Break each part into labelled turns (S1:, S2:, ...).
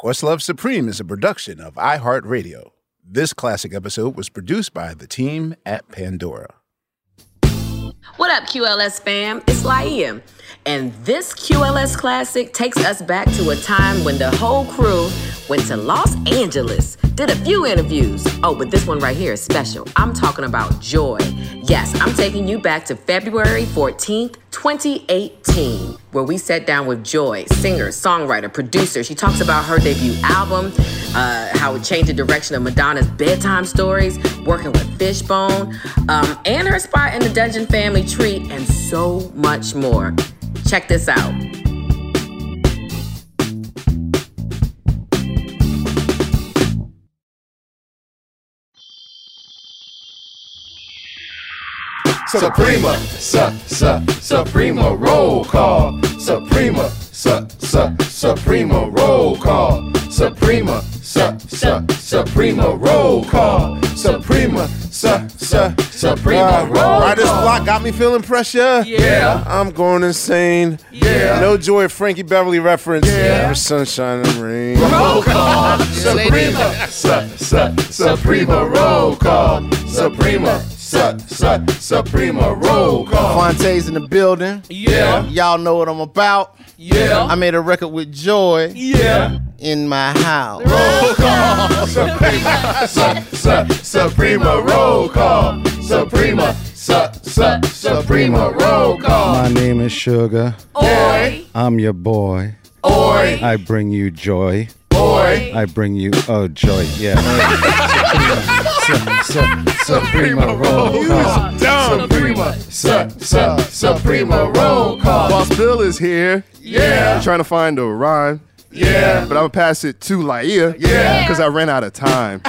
S1: Questlove Supreme is a production of iHeartRadio. This classic episode was produced by the team at Pandora.
S2: What up, QLS fam? It's Laia. And this QLS classic takes us back to a time when the whole crew went to Los Angeles, did a few interviews. Oh, but this one right here is special. I'm talking about joy. Yes, I'm taking you back to February 14th, 2018, where we sat down with Joy, singer, songwriter, producer. She talks about her debut album, uh, how it changed the direction of Madonna's bedtime stories, working with Fishbone, um, and her spot in the Dungeon family tree, and so much more. Check this out.
S3: Suprema, su, su, Suprema roll call. Suprema, su, su, Suprema roll call. Suprema, su, su, Suprema roll call. Suprema, su, su, Suprema roll call.
S1: Writer's block got me feeling pressure.
S3: Yeah.
S1: I'm going insane.
S3: Yeah.
S1: No joy, Frankie Beverly reference.
S3: Yeah.
S1: Or sunshine and rain.
S3: Roll call. Suprema, su, su, Suprema roll call. Suprema, su, su, Suprema roll call.
S4: Fonte's in the building.
S3: Yeah.
S4: Y'all know what I'm about.
S3: Yeah.
S4: I made a record with Joy
S3: yeah.
S4: in my house.
S3: Roll call. Suprema, su, su, Suprema roll call. Suprema, su, su, Suprema roll call.
S5: My name is Sugar.
S3: Oi,
S5: I'm your boy.
S3: oi,
S5: I bring you joy.
S3: oi.
S5: I bring you oh joy. Yeah.
S3: Suprema roll call. Suprema, su, su, Suprema roll call.
S6: Boss Bill is here.
S3: Yeah.
S6: I'm trying to find a rhyme,
S3: Yeah.
S6: but I'm gonna pass it to Laia.
S3: Yeah.
S6: Because I ran out of time.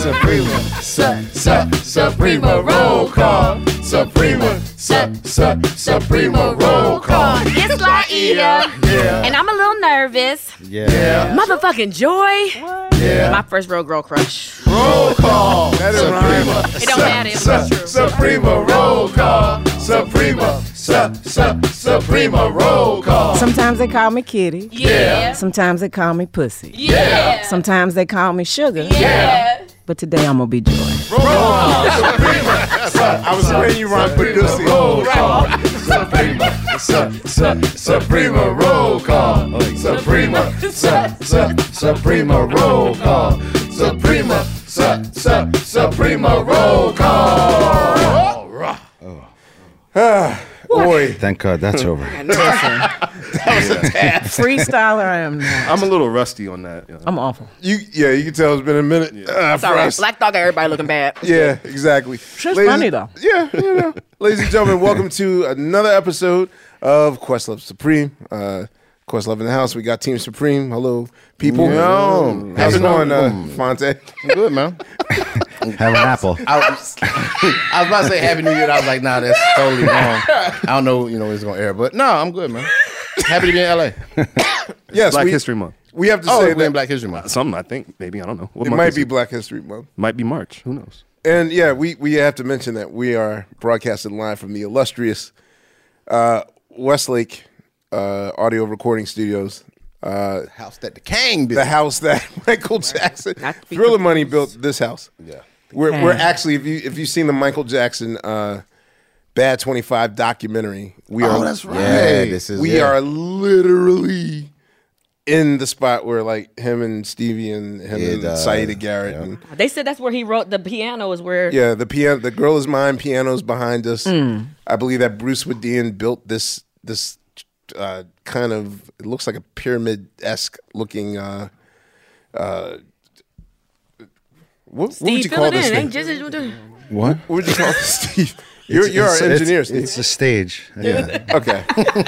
S3: Suprema, su, su, Suprema roll call. Suprema, su, su, Suprema roll call.
S7: It's Laia.
S3: Yeah.
S7: And I'm a little nervous.
S5: Yeah.
S7: Motherfucking Joy. My first real girl crush.
S3: Roll call. Suprema.
S7: It don't matter. It was true.
S3: Suprema roll call. Suprema. Su, su, Suprema roll call.
S8: Sometimes they call me kitty.
S7: Yeah.
S8: Sometimes they call me pussy.
S7: Yeah.
S8: Sometimes they call me sugar.
S7: Yeah.
S8: But today I'm gonna be joy.
S6: I was praying you rhyme
S3: Suprema roll call. Suprema. Su, su, Suprema roll call. Suprema. Su, su, Suprema roll call. Suprema. Su, su, Suprema roll call. Ah,
S6: Boy,
S5: Thank God that's over.
S8: Freestyler I am now.
S6: I'm a little rusty on that. you know.
S8: I'm awful.
S1: You, yeah, you can tell it's been a minute.
S3: Ah,
S1: Uh, for
S7: Sorry.
S1: us.
S7: Black Dog got everybody looking bad.
S1: Yeah, exactly.
S8: Shit's funny, though.
S1: Yeah, you know. Ladies and gentlemen, welcome to another episode of Questlove Supreme. Uh, Questlove in the house. We got Team Supreme. Hello, people.
S6: Yeah.
S1: How's it going, uh, Fonte?
S4: Good, man.
S5: Have an apple.
S3: Ah.
S4: I was, I was about to say Happy New Year. and I was like, nah, that's totally wrong. I don't know, you know, when it's gonna air, but no, I'm good, man. Happy to be in LA.
S1: Yes,
S6: Black
S1: we,
S6: History Month.
S3: We have to
S9: Oh,
S3: say
S9: it'll be
S3: that
S9: in Black History Month. Something I think maybe I don't know. What
S3: it
S9: month
S3: might
S9: is
S3: be Black History Month.
S9: Might be March. Who knows?
S3: And yeah, we, we have to mention that we are broadcasting live from the illustrious uh, Westlake uh, Audio Recording Studios. Uh, house that the Kang built. The house that Michael Jackson, Thriller Money built this house. Yeah. We're, we're
S9: Kang.
S3: actually, if, you, if you've seen the Michael Jackson uh, Bad 25 documentary, we are.
S10: Oh, that's right. Yeah,
S3: this
S10: this
S3: is,
S10: is-
S3: we
S10: yeah.
S3: are literally in the spot where like him and Stevie and him
S10: Yeah,
S3: and
S10: duh.
S3: Saida Garrett and
S7: They said that's where he wrote the piano is where
S3: yeah, the piano, the girl is mine. Piano's behind us.
S7: Mm.
S3: I believe that Bruce Woodian built this this uh, kind of it looks like a pyramid esque looking. Uh, uh, what, what would you
S7: Steve
S3: call
S7: fill it
S3: this
S7: in.
S3: thing?
S7: Ain't just, just-
S11: What?
S3: What would you call this, Steve? You're, you're our engineer,
S11: It's,
S3: Steve.
S11: it's a stage. Yeah.
S3: okay.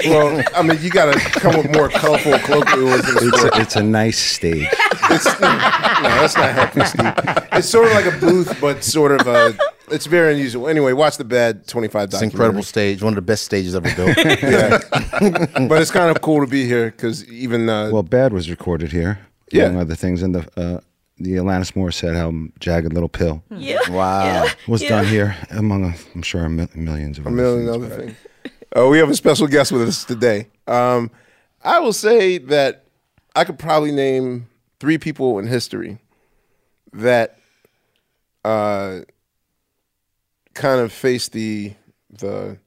S3: Well, I mean, you got to come with more colorful colloquialisms.
S11: it's,
S3: for-
S11: a, it's a nice stage.
S3: no, that's not helping, Steve. It's sort of like a booth, but sort of a. It's very unusual. Anyway, watch the bad twenty-five.
S10: It's an incredible stage, one of the best stages ever built.
S3: yeah. but it's kind of cool to be here because even uh,
S11: Well, Bad was recorded here,
S3: Yeah.
S11: among other things, and the uh, the Alanis Morissette album "Jagged Little Pill."
S7: Yeah.
S10: Wow.
S7: Hmm.
S11: Was
S7: Yeah.
S11: done here, among uh, I'm sure mil- millions of
S3: a
S11: other
S3: million
S11: things,
S3: other
S11: but-
S3: things. Uh, we have a special guest with us today. Um, I will say that I could probably name three people in history that uh, kind of faced the the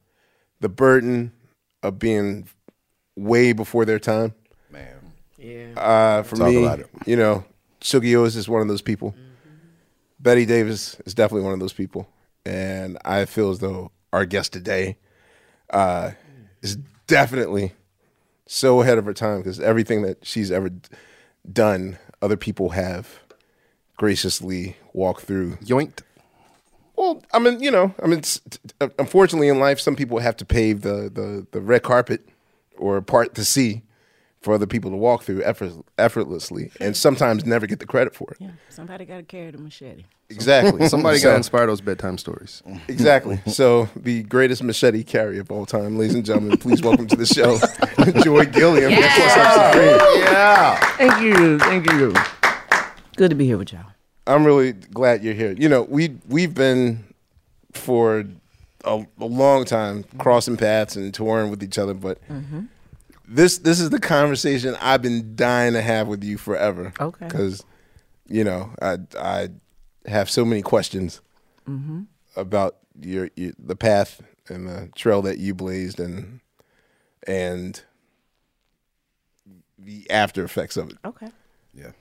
S3: the burden of being way before their time. Man, yeah. Uh, for
S10: Talk
S3: me,
S10: about it.
S3: you know, Sugi O's is one of those people. Betty Davis is definitely one of those people, and I feel as though our guest today uh, is definitely so ahead of her time because everything that she's ever d- done, other people have graciously walked through. Yoinked. Well, I mean, you know, I mean, it's, t- t- unfortunately in life, some people have to pave the, the, the red carpet or part the sea for other people to walk through effort, effortlessly and sometimes never get the credit for it.
S8: Somebody got to carry the machete.
S3: Exactly.
S9: Somebody
S3: So-
S9: got inspired those bedtime stories.
S3: Exactly. So the greatest machete carrier of all time, ladies and gentlemen, please welcome to the show, Joy Gilliam. Of course, I'm Supreme.
S8: Yeah. Thank you. Thank you. Good to be here with y'all.
S3: I'm really glad you're here. You know, we we've been for a, a long time crossing paths and touring with each other, but
S8: Mm-hmm.
S3: this this is the conversation I've been dying to have with you forever.
S8: Okay.
S3: Because you know I I have so many questions
S8: Mm-hmm.
S3: about your, your the path and the trail that you blazed and and the after effects of it.
S8: Okay.
S3: Yeah.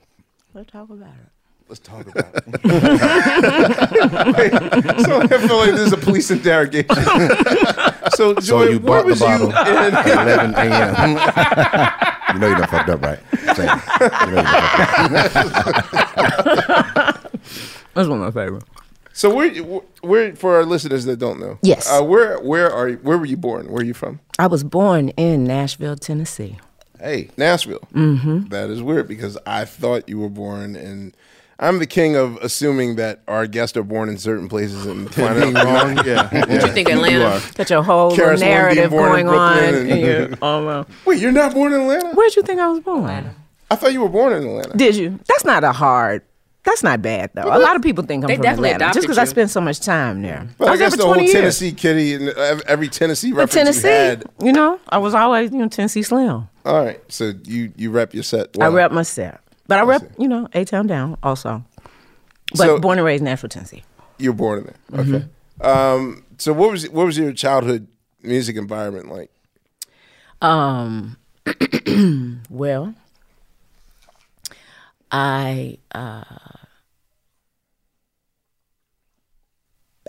S8: Let's talk about it.
S3: Let's talk about it. Wait, so I feel like this is a police interrogation. so Joy,
S10: So you bought
S3: where
S10: the
S3: was
S10: bottle
S3: you in?
S10: at 11 a.m. you know you done fucked up, right? Same. You know you done
S8: That's one of my favorite.
S3: So where, where for our listeners that don't know?
S8: Yes.
S3: Uh, where where are you, where were you born? Where are you from?
S8: I was born in Nashville, Tennessee.
S3: Hey, Nashville.
S8: Mm-hmm.
S3: That is weird because I thought you were born in. I'm the king of assuming that our guests are born in certain places and find out wrong. Yeah. yeah.
S7: you think Atlanta?
S8: Got your whole little
S3: Karis One being
S8: narrative
S3: born in
S8: going on.
S3: Brooklyn and-
S8: And you're all around.
S3: Wait, you're not born in Atlanta?
S8: Where'd you think I was born?
S3: I thought you were born in Atlanta.
S8: Did you? That's not a hard. That's not bad though. A lot of people think I'm
S7: They
S8: from
S7: definitely
S8: Atlanta just
S7: adopted
S8: because I
S7: you.
S8: spent so much time there.
S3: But
S8: I
S3: I,
S8: was there
S3: guess
S8: for
S3: the whole
S8: 20 years.
S3: Tennessee kitty and ev- every Tennessee
S8: But
S3: reference
S8: Tennessee,
S3: you had.
S8: you know, I was always you know Tennessee Slim.
S3: All right, so you you rep your set.
S8: I
S3: well.
S8: rep my set, but I rep you know A Town Down also. But
S3: So-
S8: born and raised in Nashville, Tennessee.
S3: You're born in there.
S8: Mm-hmm.
S3: Okay. Um, so what was what was your childhood music environment like?
S8: Um, well, I uh,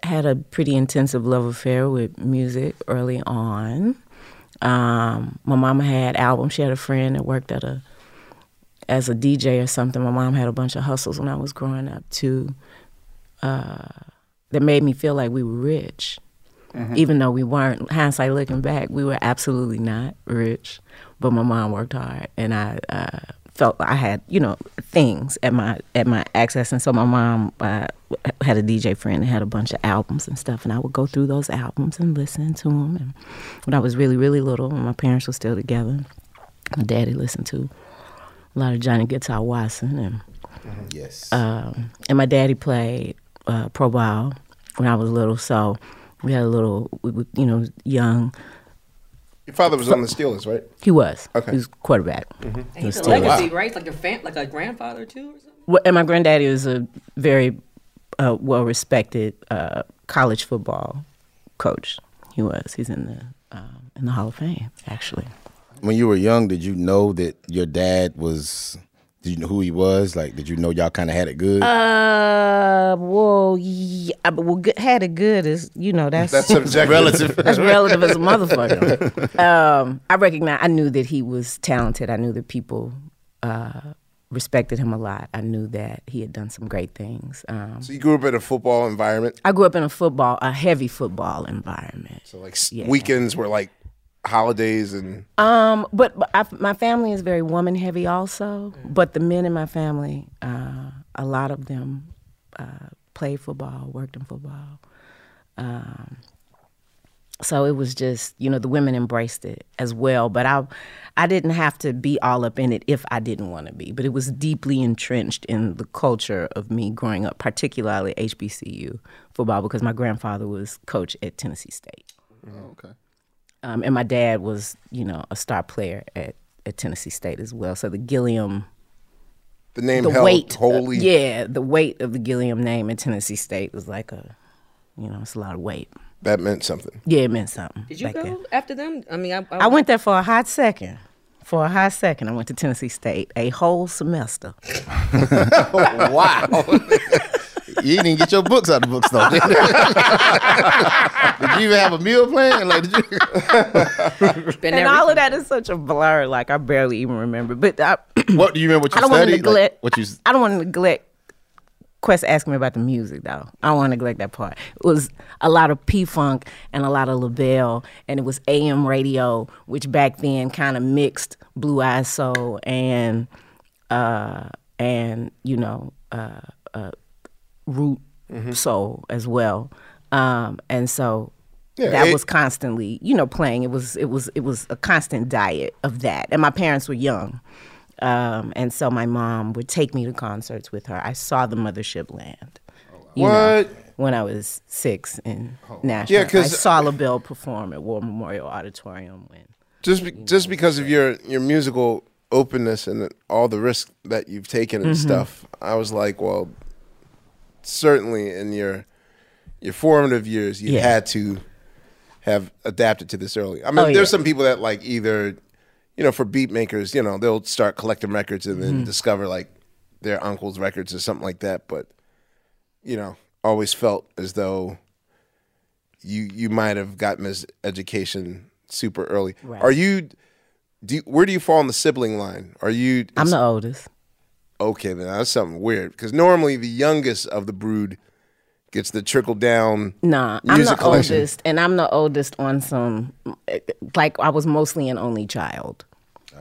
S8: had a pretty intensive love affair with music early on. Um, my mama had albums. She had a friend that worked at a as a DJ or something. My mom had a bunch of hustles when I was growing up too. Uh, that made me feel like we were rich even though we weren't hindsight looking back we were absolutely not rich but my mom worked hard and i uh, felt i had you know things at my at my access and so my mom uh, had a dj friend that had a bunch of albums and stuff and i would go through those albums and listen to them and when i was really really little when my parents were still together my daddy listened to a lot of Johnny Guitar Watson and
S3: Yes.
S8: um, and my daddy played uh, pro ball when I was little, so we had a little, we, we- you know, young.
S4: Your father was on the Steelers, right?
S8: He was.
S4: Okay. Mm-hmm.
S8: He was quarterback. He was
S12: He's a
S8: still-
S12: legacy, right? Like a fam- like a grandfather too, or something.
S8: Well, and my granddaddy was a very uh, well respected uh, college football coach. He was. He's in the um, in the Hall of Fame, actually.
S3: when you were young, did you know that your dad was? Did you know who he was? Like, did you know y'all kind of had it good?
S8: Uh, well, yeah, uh, well, good, had it good is you know that's
S4: That's subjective.
S3: Relative.
S8: that's relative as a motherfucker. Um, I recognize. I knew that he was talented. I knew that people uh, respected him a lot. I knew that he had done some great things. Um,
S4: So you grew up in a football environment.
S8: I grew up in a football, a heavy football environment.
S4: So like s weekends were like holidays and
S8: Um, but, but I, my family is very woman heavy also. But the men in my family, uh, a lot of them uh, played football, worked in football. Um, so it was just you know the women embraced it as well. But I, I didn't have to be all up in it if I didn't want to be. But it was deeply entrenched in the culture of me growing up, particularly HBCU football, because my grandfather was coach at Tennessee State
S6: okay.
S8: um, and my dad was you know a star player at, at Tennessee State as well. So the Gilliam,
S4: the name
S8: the
S4: held
S8: weight, uh,
S4: holy.
S8: yeah, the weight of the Gilliam name at Tennessee State was like a, you know, it's a lot of weight.
S4: That meant something.
S8: Yeah, it meant something.
S12: Did you
S8: back
S12: go
S8: then.
S12: after them? I mean, I,
S8: I went there for a hot second. For a hot second, I went to Tennessee State a whole semester.
S3: wow. you didn't even get your books out of the bookstore. did you? Did you even have a meal plan? Like, did you?
S12: been
S8: And
S12: there.
S8: all of that is such a blur. Like I barely even remember. But I,
S3: What do you remember? What you
S8: I don't want to
S3: studied? Like,
S8: neglect.
S3: what you?
S8: I don't want to neglect. Quest asked me about the music though. I don't want to neglect that part. It was a lot of P Funk and a lot of LaBelle, and it was AM radio, which back then kind of mixed Blue Eyed Soul and uh, and you know uh, uh, root
S4: Mm-hmm.
S8: soul as well. Um, and so that
S4: it-
S8: was constantly, you know, playing. It was it was it was a constant diet of that. And my parents were young. Um, and so my mom would take me to concerts with her. I saw the mothership land. you know,
S4: What? Oh.
S8: when I was six in Nashville.
S4: Yeah,
S8: I
S4: 'cause-
S8: saw LaBelle perform at War Memorial Auditorium when
S4: Just be, just because of your your musical openness and all the risk that you've taken
S8: Mm-hmm.
S4: and stuff, I was like, well, certainly in your your formative years, you
S8: Yeah.
S4: had to have adapted to this early. I mean,
S8: Oh,
S4: there's
S8: yeah.
S4: some people that like either, you know, for beat makers, you know, they'll start collecting records and then discover like their uncle's records or something like that. But you know, always felt as though you you might have gotten this education super early.
S8: Right.
S4: Are you? Do you, where do you fall in the sibling line? Are you?
S8: I'm the oldest.
S4: okay, then that's something weird because normally the youngest of the brood gets the trickle down.
S8: Nah, I'm
S4: music
S8: the
S4: collection.
S8: oldest, and I'm the oldest on some. Like I was mostly an only child.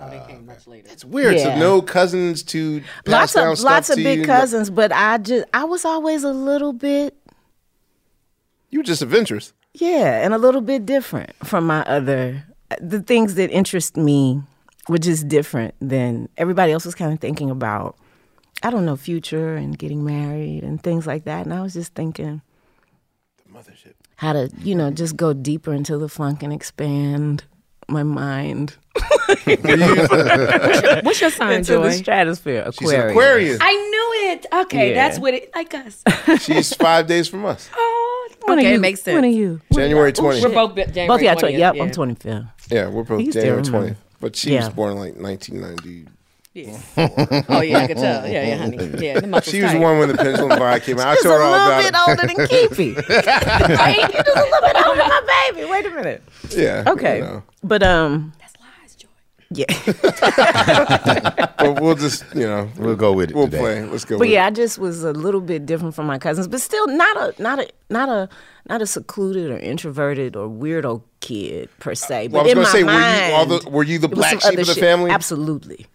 S4: It's weird. So
S8: Yeah.
S4: no cousins to pass
S8: Lots
S4: down
S8: of
S4: stuff
S8: lots of
S4: to
S8: big
S4: you?
S8: cousins, but I just I was always a little bit
S4: You were just adventurous.
S8: yeah, and a little bit different from my other. The things that interest me were just different than everybody else was kind of thinking about. I don't know future and getting married and things like that, and I was just thinking how to you know just go deeper into the funk and expand my mind
S12: What's your sign,
S8: into the
S12: Joy?
S8: stratosphere.
S4: She's an Aquarius.
S12: I knew it. Okay,
S8: Yeah.
S12: that's what it like us.
S4: She's five days from us.
S12: Oh,
S8: When are
S12: okay,
S8: you,
S12: it makes sense.
S8: When are you?
S4: January 20th.
S12: We're both January
S8: Both y'all. twen-
S12: 20th,
S8: Yep,
S12: yeah.
S8: I'm 25th.
S4: yeah, we're both
S8: He's
S4: January
S8: still
S4: 20th.
S8: remember.
S4: But she was
S8: Yeah.
S4: born in like 1990.
S12: Oh yeah, I could tell. Yeah, yeah, honey. Yeah, the muscles
S4: She was the
S12: tight.
S4: one when the pendulum vibe came out. I
S8: Just a
S4: told her all
S8: little
S4: about
S8: bit
S4: it.
S8: older than Keefy. right? You just a little bit older than my baby. Wait a minute.
S4: Yeah.
S8: Okay.
S4: you know.
S8: But um. That's lies, Joy. Yeah.
S4: But we'll just, you know,
S3: We'll go with it
S4: we'll
S3: today.
S4: play. Let's go.
S8: but
S4: with
S8: yeah, I just was a little bit different from my cousins, but still not a not a not a not a secluded or introverted or weirdo kid per se.
S4: Uh, Well,
S8: But
S4: I was
S8: in
S4: gonna
S8: my
S4: say, were you
S8: mind,
S4: all the- were you the
S8: it was
S4: black
S8: some
S4: sheep
S8: other
S4: of the
S8: shit.
S4: family?
S8: Absolutely.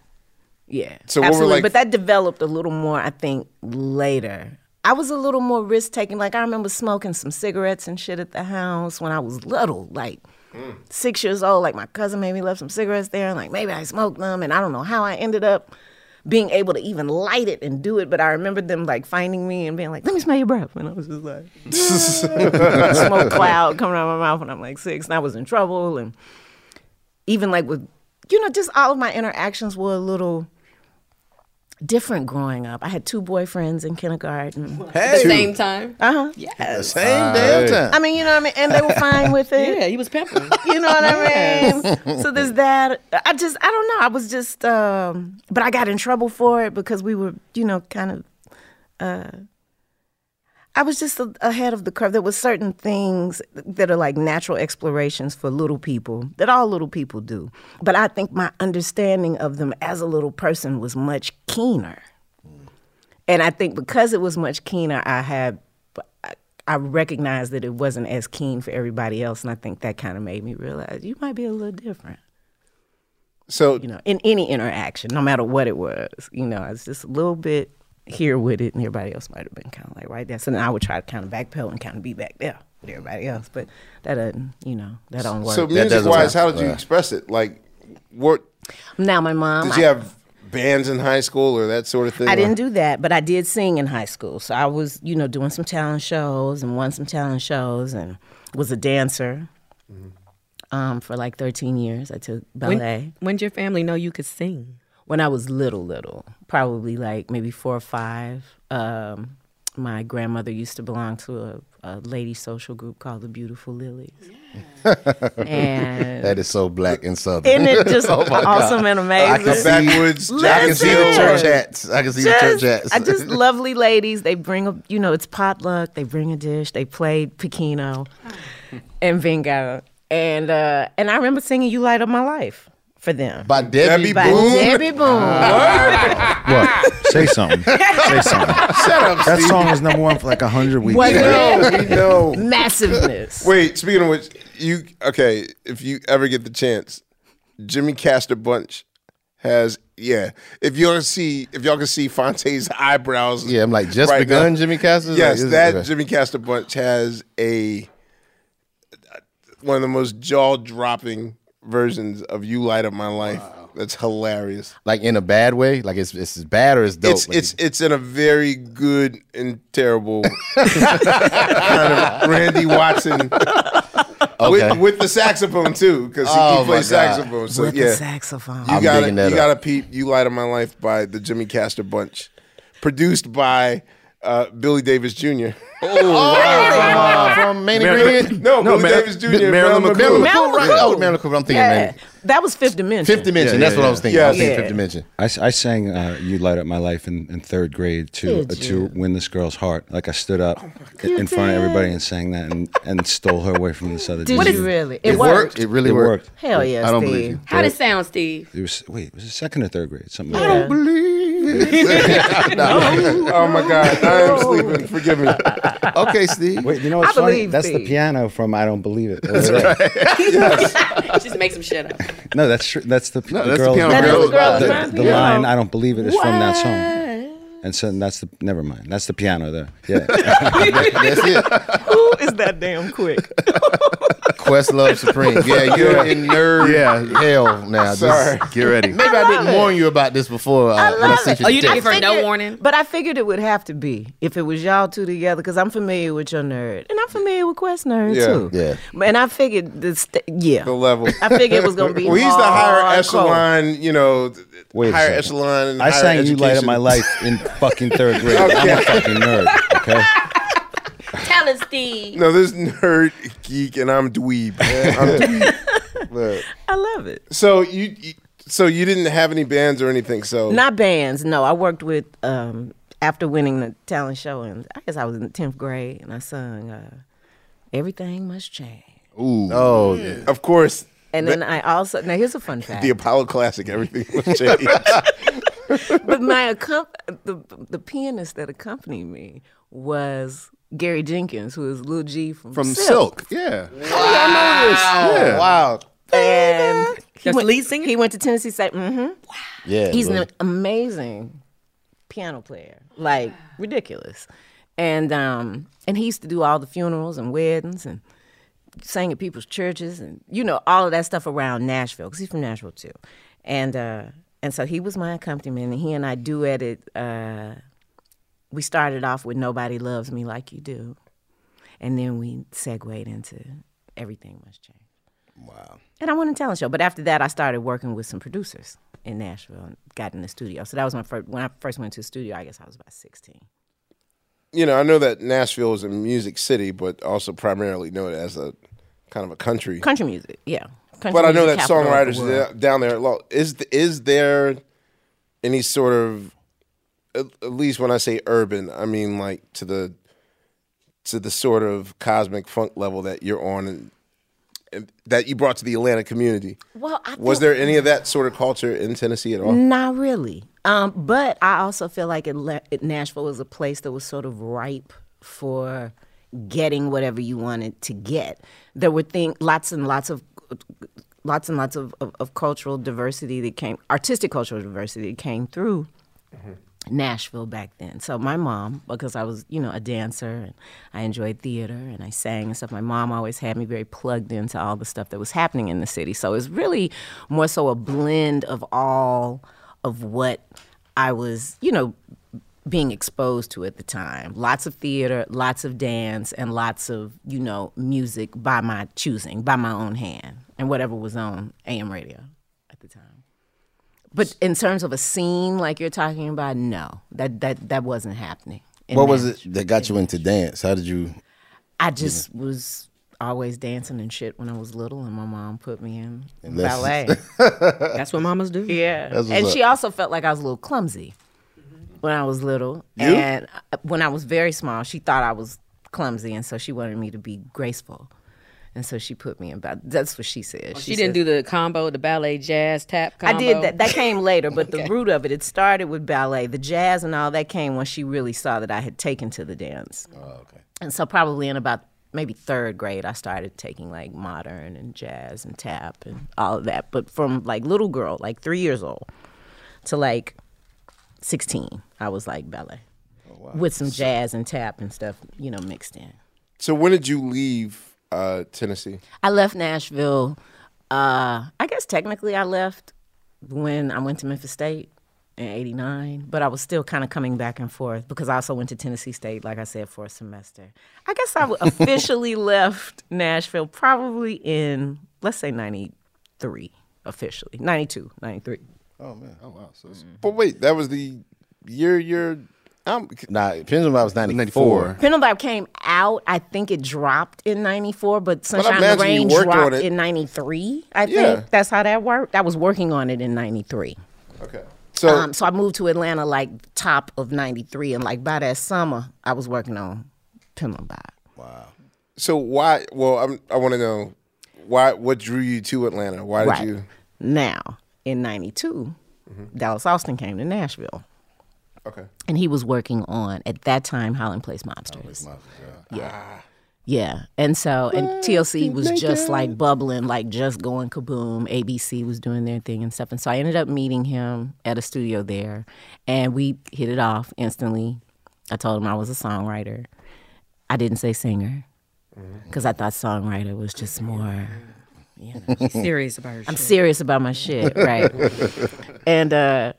S8: Yeah.
S4: So what were,
S8: absolutely.
S4: like-
S8: but that developed a little more, I think, later. I was a little more risk taking. Like I remember smoking some cigarettes and shit at the house when I was little, like
S4: Mm.
S8: six years old. Like my cousin maybe left some cigarettes there, and like maybe I smoked them, and I don't know how I ended up being able to even light it and do it. But I remember them like finding me and being like, "Let me smell your breath," and I was just like, "Yeah." smoke cloud coming out of my mouth, and I'm like six, and I was in trouble. And even like with, you know, just all of my interactions were a little different growing up. I had two boyfriends in kindergarten.
S12: At the same time.
S8: Uh huh.
S3: The
S8: Yes.
S3: same damn time.
S8: I mean, you know what I mean? And they were fine with it.
S12: Yeah, he was pimping.
S8: You know what I mean? So there's that. I just, I don't know. I was just, um, but I got in trouble for it because we were, you know, kind of, uh, I was just a- ahead of the curve. There were certain things that are like natural explorations for little people that all little people do. But I think my understanding of them as a little person was much keener. And I think because it was much keener, I had, I- I recognized that it wasn't as keen for everybody else. And I think that kind of made me realize you might be a little different,
S4: So
S8: you know, in any interaction, no matter what it was. You know, I was just a little bit here with it, and everybody else might have been kind of like right there. So then I would try to kind of backpedal and kind of be back there with everybody else. But that doesn't, you know, that don't work.
S4: so music
S3: doesn't
S4: wise,
S3: work.
S4: how did you
S3: Yeah.
S4: express it? Like, what
S8: now my mom.
S4: did
S8: I-
S4: you have bands in high school or that sort of thing?
S8: I didn't
S4: Or-
S8: do that, but I did sing in high school. So I was, you know, doing some talent shows and won some talent shows and was a dancer
S4: Mm-hmm.
S8: um, for like 13 years. I took ballet.
S12: When, when'd your family know you could sing?
S8: When I was little, little, probably like maybe four or five, um, my grandmother used to belong to a, a lady social group called the Beautiful Lilies. and
S3: That is so black and southern.
S8: isn't it just awesome and
S3: Oh I
S8: amazing?
S3: can see,
S4: Backwoods,
S3: I can see the
S8: Listen.
S3: church hats. I can see the church hats.
S8: I just lovely ladies. They bring a, you know, it's potluck. They bring a dish. They play Pequeno and bingo. And uh, and I remember singing "You Light Up My Life" for them.
S3: by Debbie,
S8: By
S3: Boone.
S8: Debbie Boone.
S3: Ah.
S11: What? Say something. Say something. Shut
S4: up,
S11: That song was number one for like a hundred weeks.
S8: Was
S4: No,
S8: it
S4: we know.
S8: massiveness?
S4: Wait, speaking of which, you okay? If you ever get the chance, Jimmy Castor Bunch has yeah. If y'all see, if y'all can see Fonte's eyebrows,
S3: Yeah, I'm like, just begun, Jimmy Castor? Like,
S4: Yes,
S3: this is-
S4: that
S3: okay.
S4: Jimmy Castor Bunch has a one of the most jaw dropping versions of "You Light Up My Life." That's hilarious.
S3: Like in a bad way. Like it's it's bad or it's dope.
S4: It's
S3: Like,
S4: it's it's in a very good and terrible kind of Randy Watson
S3: Okay.
S4: with, with the saxophone too because he,
S3: Oh, my
S4: plays
S3: God.
S4: saxophone. So
S8: With
S4: yeah,
S8: the saxophone.
S4: you
S3: I'm
S4: got to
S3: digging that
S4: you
S3: up.
S4: got to peep. You light up my life by the Jimmy Castor Bunch, produced by uh, Billy Davis Jr.
S3: Oh,
S8: Oh,
S3: from, uh, from Manny Green.
S4: No, Billy
S6: Mar-
S4: Davis Jr.
S6: Marilyn
S4: Marilyn
S6: McCool.
S4: McCool.
S8: Marilyn McCool.
S3: Oh, Marilyn McCool. I'm thinking
S8: Yeah,
S3: Manny.
S8: that was Fifth Dimension.
S3: Fifth Dimension. that's what I was thinking. I was
S4: Yeah.
S3: thinking
S8: Yeah.
S3: Fifth Dimension.
S11: I, s- I sang uh, "You Light Up My Life" in, in third grade to
S8: Did
S11: uh, to
S8: you?
S11: win this girl's heart. Like I stood up in in front of everybody and sang that and, and stole her away from this other
S8: Did
S11: dude.
S8: you really? It,
S3: It
S8: worked.
S3: worked. It really
S11: It
S3: worked.
S11: worked.
S8: Hell yeah,
S3: I don't
S8: Steve.
S3: believe you.
S12: How'd it sound, Steve?
S11: It was wait, was it second or third grade? Something.
S8: Yeah.
S11: Like that.
S4: Oh my God, I am sleeping. Oh. Forgive me.
S3: Okay, Steve.
S11: Wait, you know what's funny?
S8: believe
S11: That's the
S8: Steve.
S11: piano from "I Don't Believe It." over there.
S12: Just make some shit up.
S11: No, that's true. That's the, the
S6: that's the
S11: girl's
S6: piano
S8: That
S6: girl.
S8: is the girl's
S11: The,
S8: man.
S11: the
S8: Yeah.
S11: line "I don't believe it" is from that song. And so that's the never mind. That's the piano there. Yeah.
S3: That's it.
S8: Who is that damn quick?
S3: Questlove Supreme. Yeah, you're
S6: Yeah.
S3: in nerd
S6: Yeah.
S3: hell now. Just-
S4: Sorry.
S6: Get ready.
S3: Maybe I,
S8: I
S3: didn't
S8: love it.
S3: warn you about this before. Uh,
S8: I
S3: when I
S8: love
S3: sent
S8: it.
S3: you the
S12: you didn't
S3: text.
S12: For no
S8: Figured-
S12: warning?
S8: But I figured it would have to be if it was y'all two together, because I'm familiar with your nerd, and I'm familiar with Quest nerd
S4: Yeah.
S8: too.
S3: Yeah.
S8: And I figured this, yeah.
S4: The level.
S8: I figured it was gonna be.
S4: Well, he's the higher
S8: hardcore.
S4: echelon, you know, th-
S11: Wait a
S4: higher
S11: second.
S4: echelon. And
S11: I
S4: higher
S11: sang "You Light Up
S4: education.
S11: My Life" in fucking third grade. I'm a fucking nerd. Okay.
S12: Tell us, Steve.
S4: No, this nerd geek, and I'm dweeb. I'm dweeb. Look.
S8: I love it.
S4: So you, you- so you didn't have any bands or anything. So
S8: Not bands. No, I worked with um, after winning the talent show, and I guess I was in the tenth grade, and I sung uh, "Everything Must Change."
S3: Oh, yeah.
S4: of course,
S8: And then I also now here's a fun fact.
S4: the Apollo Classic, everything was changed.
S8: but my accom- the the pianist that accompanied me was Gary Jenkins, who is Lil G from,
S6: From Silk. Yeah.
S3: Oh, wow.
S8: And he
S12: That's
S8: went,
S12: lead singer?
S8: he went to Tennessee State. hmm
S3: Yeah.
S8: He's
S3: bro.
S8: an amazing piano player, like ridiculous. And um and he used to do all the funerals and weddings and sang at people's churches and you know all of that stuff around Nashville because he's from Nashville too. And uh And so he was my accompaniment, and he and I duetted. Uh, we started off with "Nobody Loves Me Like You Do," and then we segued into "Everything Must Change." Wow! And I won a talent show, but after that, I started working with some producers in Nashville and got in the studio. So that was my first. When I first went to the studio, I guess I was about sixteen.
S4: you know, I know that Nashville is a music city, but also primarily known as a kind of a country.
S8: Country music, yeah. Country
S4: but I know
S8: music
S4: that
S8: capital of the
S4: songwriters
S8: world.
S4: there- down there. lo- Is th- is there any sort of at at least when I say urban, I mean like to the to the sort of cosmic funk level that you're on and, and that you brought to the Atlanta community.
S8: Well, I
S4: was
S8: feel-
S4: there any of that sort of culture in Tennessee at all?
S8: Not really. Um, but I also feel like Atla- Nashville was a place that was sort of ripe for getting whatever you wanted to get. There were things, lots and lots of, lots and lots of, of, of cultural diversity that came, artistic cultural diversity that came through Nashville back then. So my mom, because I was, you know, a dancer and I enjoyed theater and I sang and stuff, my mom always had me very plugged into all the stuff that was happening in the city. So it's really more so a blend of all of what I was, you know, being exposed to at the time. Lots of theater, lots of dance, and lots of, you know, music by my choosing, by my own hand, and whatever was on AM radio at the time. But in terms of a scene like you're talking about, no, that that that wasn't happening. in
S3: what was
S8: Nashville.
S3: it that got you into dance? How did you?
S8: I just was always dancing and shit when I was little, and my mom put me in
S3: And that's-
S8: ballet.
S2: That's what mamas do.
S8: Yeah,
S3: That's what's
S8: and
S3: up.
S8: she also felt like I was a little clumsy when I was little,
S3: You?
S8: and uh, when I was very small, she thought I was clumsy, and so she wanted me to be graceful, and so she put me in ballet. That's what she said.
S2: Oh, She, didn't
S8: said-
S2: do the combo, the ballet, jazz, tap combo.
S8: I did that. That came later, but the root of it, it started with ballet. The jazz and all that came when she really saw that I had taken to the dance. Oh, okay. And so probably in about maybe third grade, I started taking like modern and jazz and tap and all of that. But from like little girl, like three years old, to like sixteen, I was like ballet with some jazz and tap and stuff, you know, mixed in.
S4: So when did you leave uh, Tennessee?
S8: I left Nashville. Uh, I guess technically I left when I went to Memphis State in '89, but I was still kind of coming back and forth because I also went to Tennessee State, like I said, for a semester. I guess I w- officially left Nashville probably in let's say '93 officially, '92, '93.
S3: Oh man! Oh wow! So it's
S4: But wait, that was the year you're. I'm,
S3: nah. It depends on if I was ninety
S6: 94.
S3: four.
S8: Pendlebar came out. I think it dropped in '94, but Sunshine and
S4: imagine you
S8: Rain
S4: worked on
S8: dropped
S4: it.
S8: in '93. I
S4: Yeah.
S8: think that's how that worked. I was working on it in '93.
S4: Okay. So
S8: um, so I moved to Atlanta like top of '93, and like by that summer, I was working on Pendulum Bob.
S4: so why? Well, I'm, I want to know why. What drew you to Atlanta? Why did
S8: Right
S4: you?
S8: now in '92, Dallas Austin came to Nashville,
S4: Okay.
S8: and he was working on at that time Holland Place Mobsters. yeah. Ah. Yeah, and so and TLC was just like bubbling, like just going kaboom. ABC was doing their thing and stuff, and so I ended up meeting him at a studio there, and we hit it off instantly. I told him I was a songwriter. I didn't say singer because I thought songwriter was just more.
S2: She's serious about her
S8: I'm
S2: shit.
S8: serious about my shit, right? and uh,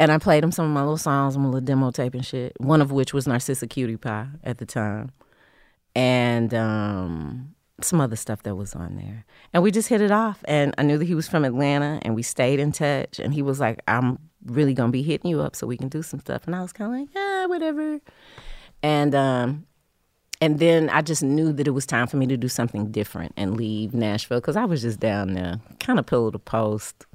S8: and I played him some of my little songs, my little demo tape and shit. One of which was Narcissa Cutie Pie at the time, and um, some other stuff that was on there. And we just hit it off. And I knew that he was from Atlanta, and we stayed in touch. And he was like, "I'm really gonna be hitting you up so we can do some stuff." And I was kind of like, "Yeah, whatever." And um, and then I just knew that it was time for me to do something different and leave Nashville because I was just down there, kind of pillow to post,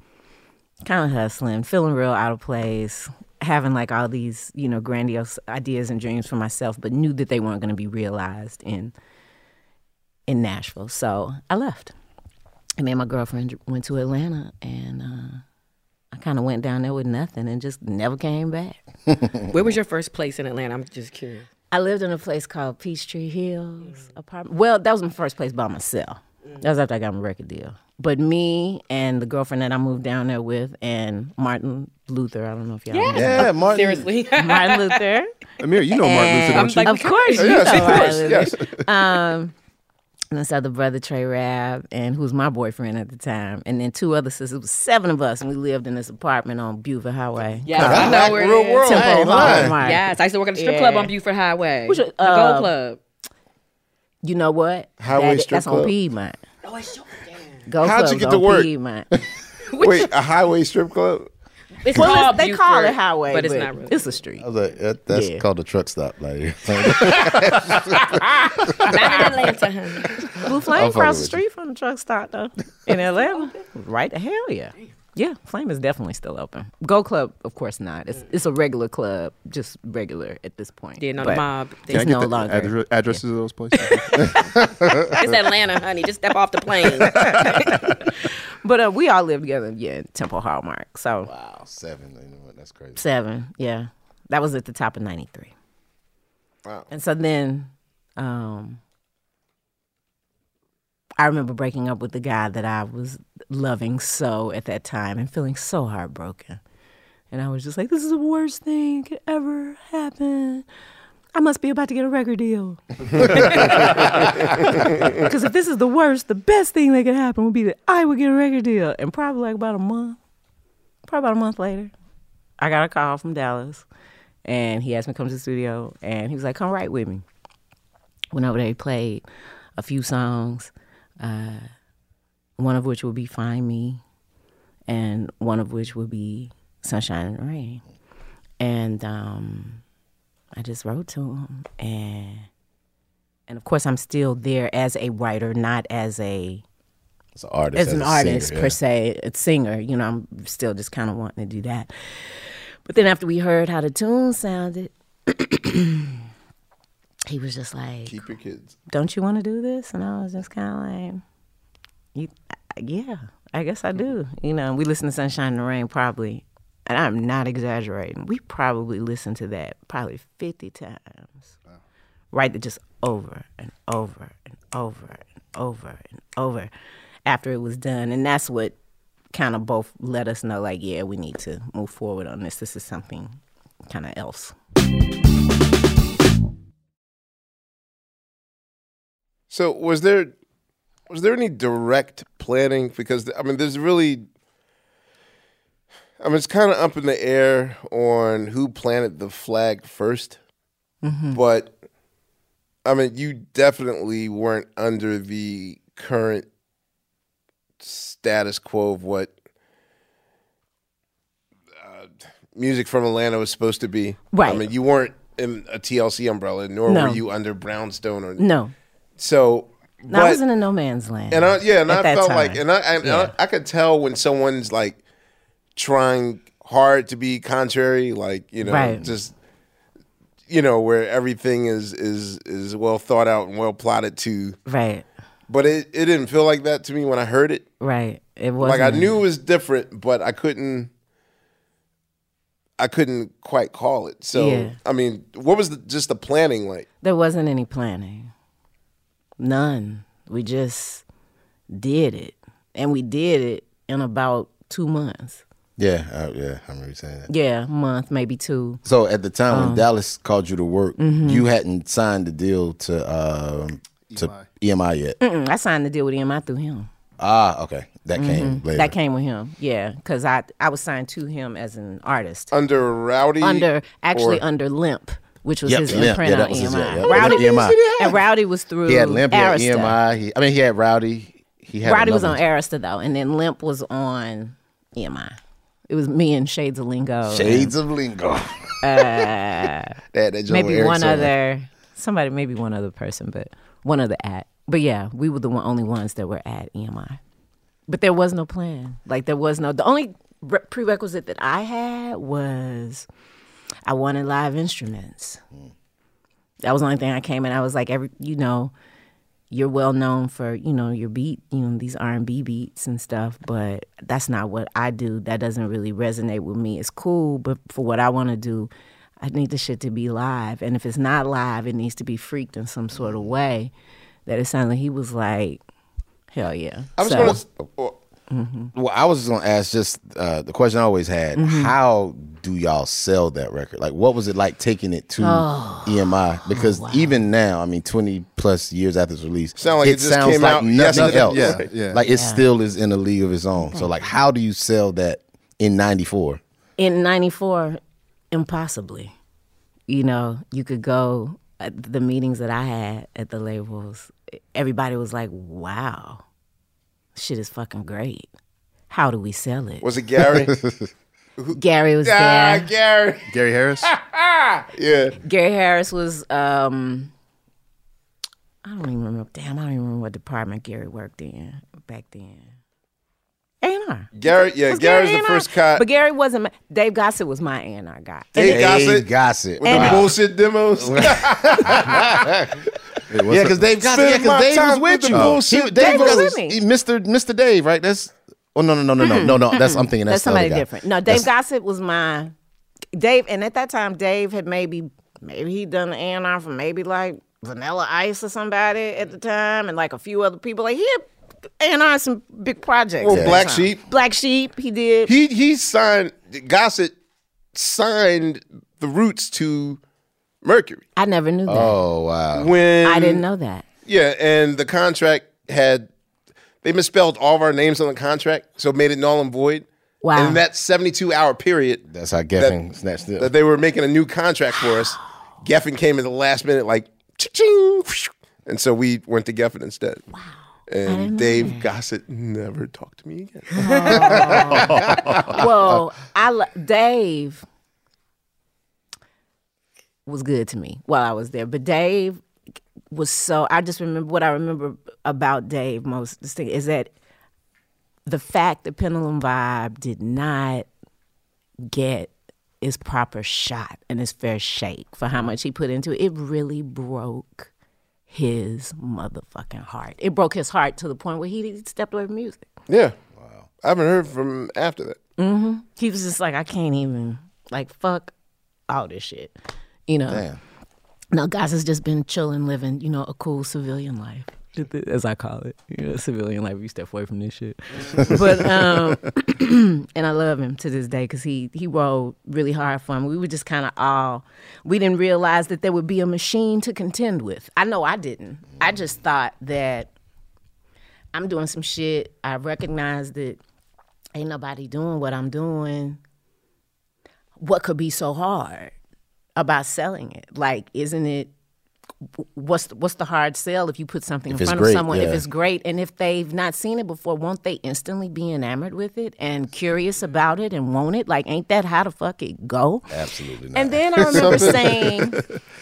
S8: kind of hustling, feeling real out of place, having like all these, you know, grandiose ideas and dreams for myself, but knew that they weren't going to be realized in in Nashville. So I left. And me and my girlfriend went to Atlanta and uh, I kind of went down there with nothing and just never came back.
S2: Where was your first place in Atlanta? I'm just curious.
S8: I lived in a place called Peachtree Hills
S2: Mm.
S8: apartment. Well, that was my first place by myself. That was after I got my record deal. But me and the girlfriend that I moved down there with, and Martin Luther. I don't know if y'all. know him.
S3: Yeah, Martin.
S2: Seriously.
S8: Martin Luther.
S6: Amir, you know Martin Luther,
S2: I'm
S6: don't you?
S2: like,
S8: of course, you
S4: Yes,
S8: know
S4: of
S8: Martin
S4: course.
S8: Luther.
S4: Yes.
S8: and this other brother Trey Rab, and who was my boyfriend at the time, and then two other sisters. It was seven of us, and we lived in this apartment on Buford Highway.
S2: Yes, I know where it is.
S8: Temple Hallmark.
S2: Yes, I used to work at a strip club
S8: Yeah.
S2: on Buford Highway.
S8: Which,
S2: the
S8: uh,
S2: Gold Club.
S8: You know what?
S4: Highway
S8: That-
S4: strip
S8: That's on
S4: club?
S8: Piedmont.
S2: Oh, it's your
S8: Go
S4: How'd you
S8: Club's
S4: get to
S8: on
S4: work?
S8: Piedmont.
S4: Wait, a highway strip club?
S2: It's
S8: Well,
S2: called
S8: it's- they call
S2: Buford,
S8: it highway,
S2: Oh, but it's not really.
S8: It's a street.
S3: I was like, that, that's
S8: Yeah.
S3: called a truck stop. Like,
S2: not in Atlanta, honey.
S8: Blue Flame
S3: fucking
S8: across the
S3: with
S8: street from the truck stop though in Atlanta. Right? Hell yeah. Yeah, Flame is definitely still open. Go Club, of course not. It's it's a regular club, just regular at this point.
S2: Mm. Yeah, no, the
S8: But
S2: mob.
S6: Can I
S8: It's
S6: get
S8: no
S6: the
S8: longer.
S6: addre- addresses of those places?
S2: It's Atlanta, honey. Just step off the plane.
S8: But uh, we all lived together, yeah, in Temple Hallmark. So
S3: wow, seven. You know what? That's crazy.
S8: seven, yeah, that was at the top of '93. Wow. And so then, um, I remember breaking up with the guy that I was loving so at that time and feeling so heartbroken. And I was just like, this is the worst thing that could ever happen. I must be about to get a record deal. Because if this is the worst, the best thing that could happen would be that I would get a record deal. And probably like about a month, probably about a month later, I got a call from Dallas. And he asked me to come to the studio. And he was like, come write with me. Went over there, he played a few songs, uh, one of which would be Find Me, and one of which would be Sunshine and Rain. And um, I just wrote to him. And, and of course, I'm still there as a writer, not as a
S3: It's an artist.
S8: as an
S3: a
S8: artist
S3: singer,
S8: per
S3: yeah.
S8: se, a singer. You know, I'm still just kind of wanting to do that. But then after we heard how the tune sounded, he was just like,
S4: Keep your kids.
S8: "Don't you want to do this?" And I was just kind of like, you, I- "Yeah, I guess I do." You know, we listened to "Sunshine and Rain" probably, and I'm not exaggerating. We probably listened to that probably 50 times, right? Just over and over and over and over and over after it was done, and that's what kind of both let us know, like, yeah, we need to move forward on this. This is something kind of else.
S4: So was there was there any direct planning? Because I mean, there's really, I mean, it's kind of up in the air on who planted the flag 1st
S8: Mm-hmm.
S4: But I mean, you definitely weren't under the current status quo of what uh, music from Atlanta was supposed to be. I
S8: Right.
S4: mean, you weren't in a TLC umbrella, nor
S8: No.
S4: were you under Brownstone or
S8: No,
S4: so,
S8: No, I
S4: but-
S8: was in a no man's land.
S4: and I yeah, and
S8: at
S4: I
S8: that
S4: felt like,
S8: time.
S4: and I and
S8: Yeah.
S4: I, I could tell when someone's like trying hard to be contrary, like you know,
S8: Right.
S4: just you know, where everything is is is well thought out and well plotted to.
S8: right,
S4: But it it didn't feel like that to me when I heard it.
S8: right. It was
S4: Like I knew it was different, but I couldn't. I couldn't quite call it. So
S8: Yeah.
S4: I mean, what was the, just the planning like?
S8: there wasn't any planning, none. We just did it, and we did it in about two months.
S3: Yeah, uh, yeah. I remember you saying that.
S8: Yeah, month maybe two. Um, mm-hmm.
S3: So at the time when Dallas called you to work, you hadn't signed the deal to um, to EMI yet.
S8: Mm, I signed the deal with him. I through him.
S3: Ah, okay. That came later.
S8: Mm-hmm. That came with him. Yeah, because I I was signed to him as an artist
S4: Under Rowdy,
S8: under actually
S4: or-
S8: under Limp. Which was
S3: Yep,
S8: his
S3: Limp.
S8: imprint
S3: Yeah, that
S8: on E
S3: was E
S8: EMI.
S3: his- yeah, yeah.
S8: Rowdy,
S3: EMI.
S8: and Rowdy was through
S3: He had Limp he had
S8: Arista.
S3: EMI. He, I mean, he had Rowdy. He had
S8: Rowdy was
S3: another
S8: on Arista though, and then Limp was on EMI. It was me and Shades of Lingo.
S3: one.
S8: and
S3: Shades of Lingo. that, that Joel
S8: Uh, maybe one
S3: Erickson
S8: other somebody, maybe one other person, but one other at. But yeah, we were the one, only ones that were at E EMI. But there was no plan. Like there was no. The only re- prerequisite that I had was I wanted live instruments. That was the only thing I came in. I was like, every you know, you're well known for you know your beat, you know these R and B beats and stuff, but that's not what I do. That doesn't really resonate with me. It's cool, but for what I want to do, I need the shit to be live. And if it's not live, it needs to be freaked in some sort of way. That it sounded. He was like, hell yeah.
S4: I was
S8: So-
S4: going to.
S3: Well, I was just gonna ask just uh, the question I always had:
S8: Mhm.
S3: How do y'all sell that record? Like, what was it like taking it to
S8: Oh.
S3: EMI? Because even now, I mean, twenty plus years after its release,
S4: Sound like it just
S3: sounds
S4: came
S3: like
S4: out
S3: nothing
S4: yesterday.
S3: else.
S4: Yeah, yeah.
S3: Like it
S4: Yeah.
S3: still is in a league of its own. So, like, how do you sell that in '94?
S8: in 94 impossibly you know you could go at the meetings that i had at the labels everybody was like wow shit is fucking great how do we sell it
S4: Was it Gary?
S8: gary was
S4: Ah,
S8: there
S4: Gary.
S6: Gary Harris.
S4: yeah.
S8: Gary Harris was um I don't even remember damn, I don't even remember what department Gary worked in back then. A&R.
S4: Gary, yeah,
S8: Was
S4: Gary's the
S8: A&R?
S4: first cop.
S8: But Gary wasn't my, Dave Gossett was my A&R guy.
S4: Dave Gossett.
S3: Gossett.
S4: With the
S8: And-
S4: bullshit demos.
S3: yeah, because Dave got yeah,
S4: Spend my
S3: because Dave
S4: time
S3: was with
S4: with
S3: you.
S4: the
S3: He- Dave,
S4: bullshit.
S8: Dave was
S3: got-
S8: with me.
S3: he- Mr. Mr. Dave, right? That's oh no no no no no no no. That's I'm thinking that's,
S8: That's somebody
S3: the other guy.
S8: different. No, Dave Gossett was my Dave and at that time Dave had maybe maybe he'd done an A&R for maybe like Vanilla Ice or somebody at the time and like a few other people. Like he had A&R some big projects.
S4: Well,
S8: at the
S4: Black
S8: time.
S4: Sheep.
S8: Black Sheep, he did.
S4: he he signed Gossett signed the roots to Mercury
S8: I never knew that.
S3: Oh wow.
S4: when
S8: I didn't know that.
S4: Yeah, and the contract had they misspelled all of our names on the contract, so it made it null and void.
S8: Wow.
S4: And in that seventy-two hour period
S3: That's how Geffen snatched it.
S4: that they were making a new contract for us, Geffen came at the last minute, like ching, and so we went to Geffen instead. Wow. And Dave Gossett never talked to me again.
S8: well, I lo- Dave was good to me while I was there, but Dave was so. I just remember what I remember about Dave most distinct is that the fact that Pendulum Vibe did not get its proper shot and its fair shake for how much he put into it, it really broke his motherfucking heart. It broke his heart to the point where he stepped away from music.
S4: Yeah. Wow. I haven't heard from after that.
S8: hmm He was just like, I can't even, like, fuck all this shit. You know?
S3: Damn.
S8: Now, guys has just been chilling, living, you know, a cool civilian life, as I call it. You know, civilian life, you step away from this shit. but, um, and I love him to this day because he, he rode really hard for him. We were just kind of all, we didn't realize that there would be a machine to contend with. I know I didn't. I just thought that I'm doing some shit. I recognize that ain't nobody doing what I'm doing. What could be so hard about selling it? Like, isn't it? What's what's the hard sell if you put something
S3: If
S8: in
S3: it's
S8: front
S3: great,
S8: of someone?
S3: yeah.
S8: If it's great, and if they've not seen it before, won't they instantly be enamored with it and curious about it and want it? Like, ain't that how the fuck it go?
S3: Absolutely not.
S8: And then I remember saying,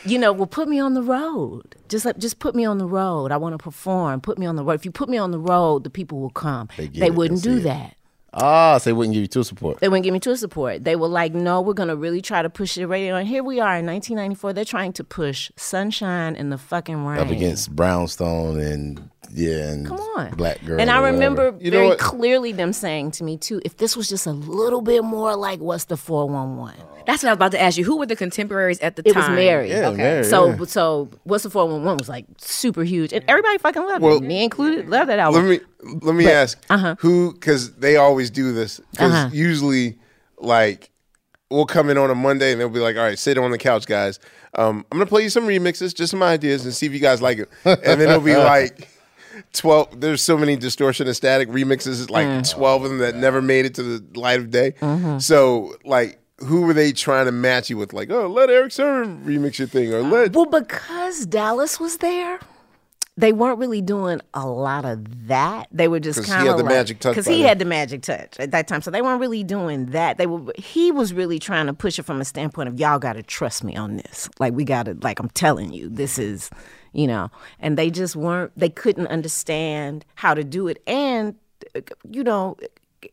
S8: you know, well, put me on the road. Just let, just put me on the road. I want to perform. Put me on the road. If you put me on the road, the people will come. They,
S3: get it. They
S8: wouldn't do
S3: see it.
S8: that.
S3: Ah, so they wouldn't give you tour support.
S8: They wouldn't give me tour support. They were like, no, we're going to really try to push the radio. And here we are in 1994. They're trying to push sunshine in the fucking rain.
S3: Up against Brownstone and yeah, and
S8: Come on.
S3: Black Girl.
S8: And I
S3: or whatever.
S8: remember
S4: You know
S8: very
S4: what?
S8: clearly them saying to me, too, if this was just a little bit more like what's the 411?
S2: That's what I was about to ask you. Who were the contemporaries at the
S8: It
S2: time?
S8: was Mary.
S3: Yeah, Mary,
S8: So
S3: yeah.
S8: so what's the 411 was like super huge and everybody fucking loved
S4: Well,
S8: it. Me included, loved that album.
S4: let me let me ask who because they always do this because usually like we'll come in on a monday and they'll be like all right sit on the couch guys um, i'm gonna play you some remixes just some ideas and see if you guys like it and then it'll be like 12 there's so many distortion and static remixes like 12 of them that never made it to the light of day so like who were they trying to match you with like oh let eric sermon remix your thing or let
S8: well, because Dallas was there, they weren't really doing a lot of that. They were just
S4: 'Cause he
S8: kind of
S4: had the magic touch
S8: because
S4: by
S8: he
S4: then.
S8: had the magic touch at that time. So they weren't really doing that. They were. He was really trying to push it from a standpoint of y'all got to trust me on this. Like we got to. Like I'm telling you, this is, you know. And they just weren't. They couldn't understand how to do it. And uh, you know,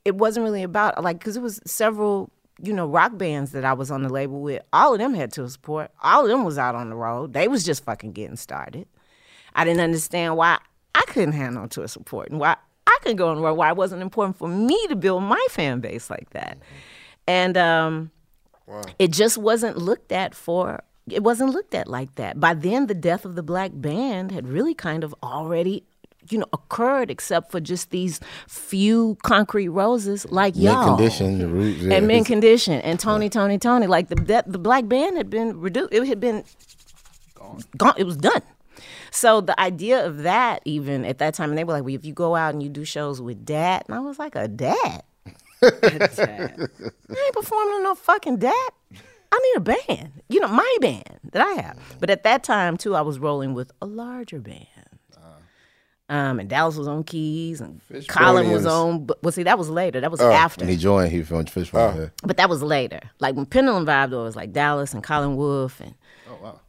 S8: it wasn't really about like because it was several you know rock bands that I was on the label with. All of them had tour support. All of them was out on the road. They was just fucking getting started. I didn't understand why I couldn't have no tour support and why I couldn't go on the road. Why it wasn't important for me to build my fan base like that. And um, it just wasn't looked at for. It wasn't looked at like that. By then, the death of the black band had really kind of already you know occurred except for just these few concrete roses like
S3: Mint
S8: y'all
S3: condition, the roots, yeah.
S8: and men condition and Tony Tony Tony like the that, the black band had been reduced it had been gone. It was done. So the idea of that, even at that time, and they were like, "Well, if you go out and you do shows with dad," and I was like, "A dad? I ain't performing with no fucking dad. I need a band. You know, my band that I have."
S3: Mm-hmm.
S8: But at that time too, I was rolling with a larger band.
S3: Uh.
S8: Um, and Dallas was on keys, and Colin was
S3: Fishbonians.
S8: on. But well, see, that was later. That was after.
S3: When Oh, he joined, he from
S4: Oh.
S3: Fishbowl. yeah.
S8: But that was later. Like when Pendulum Vibe, though, it was like Dallas and Colin Wolf, and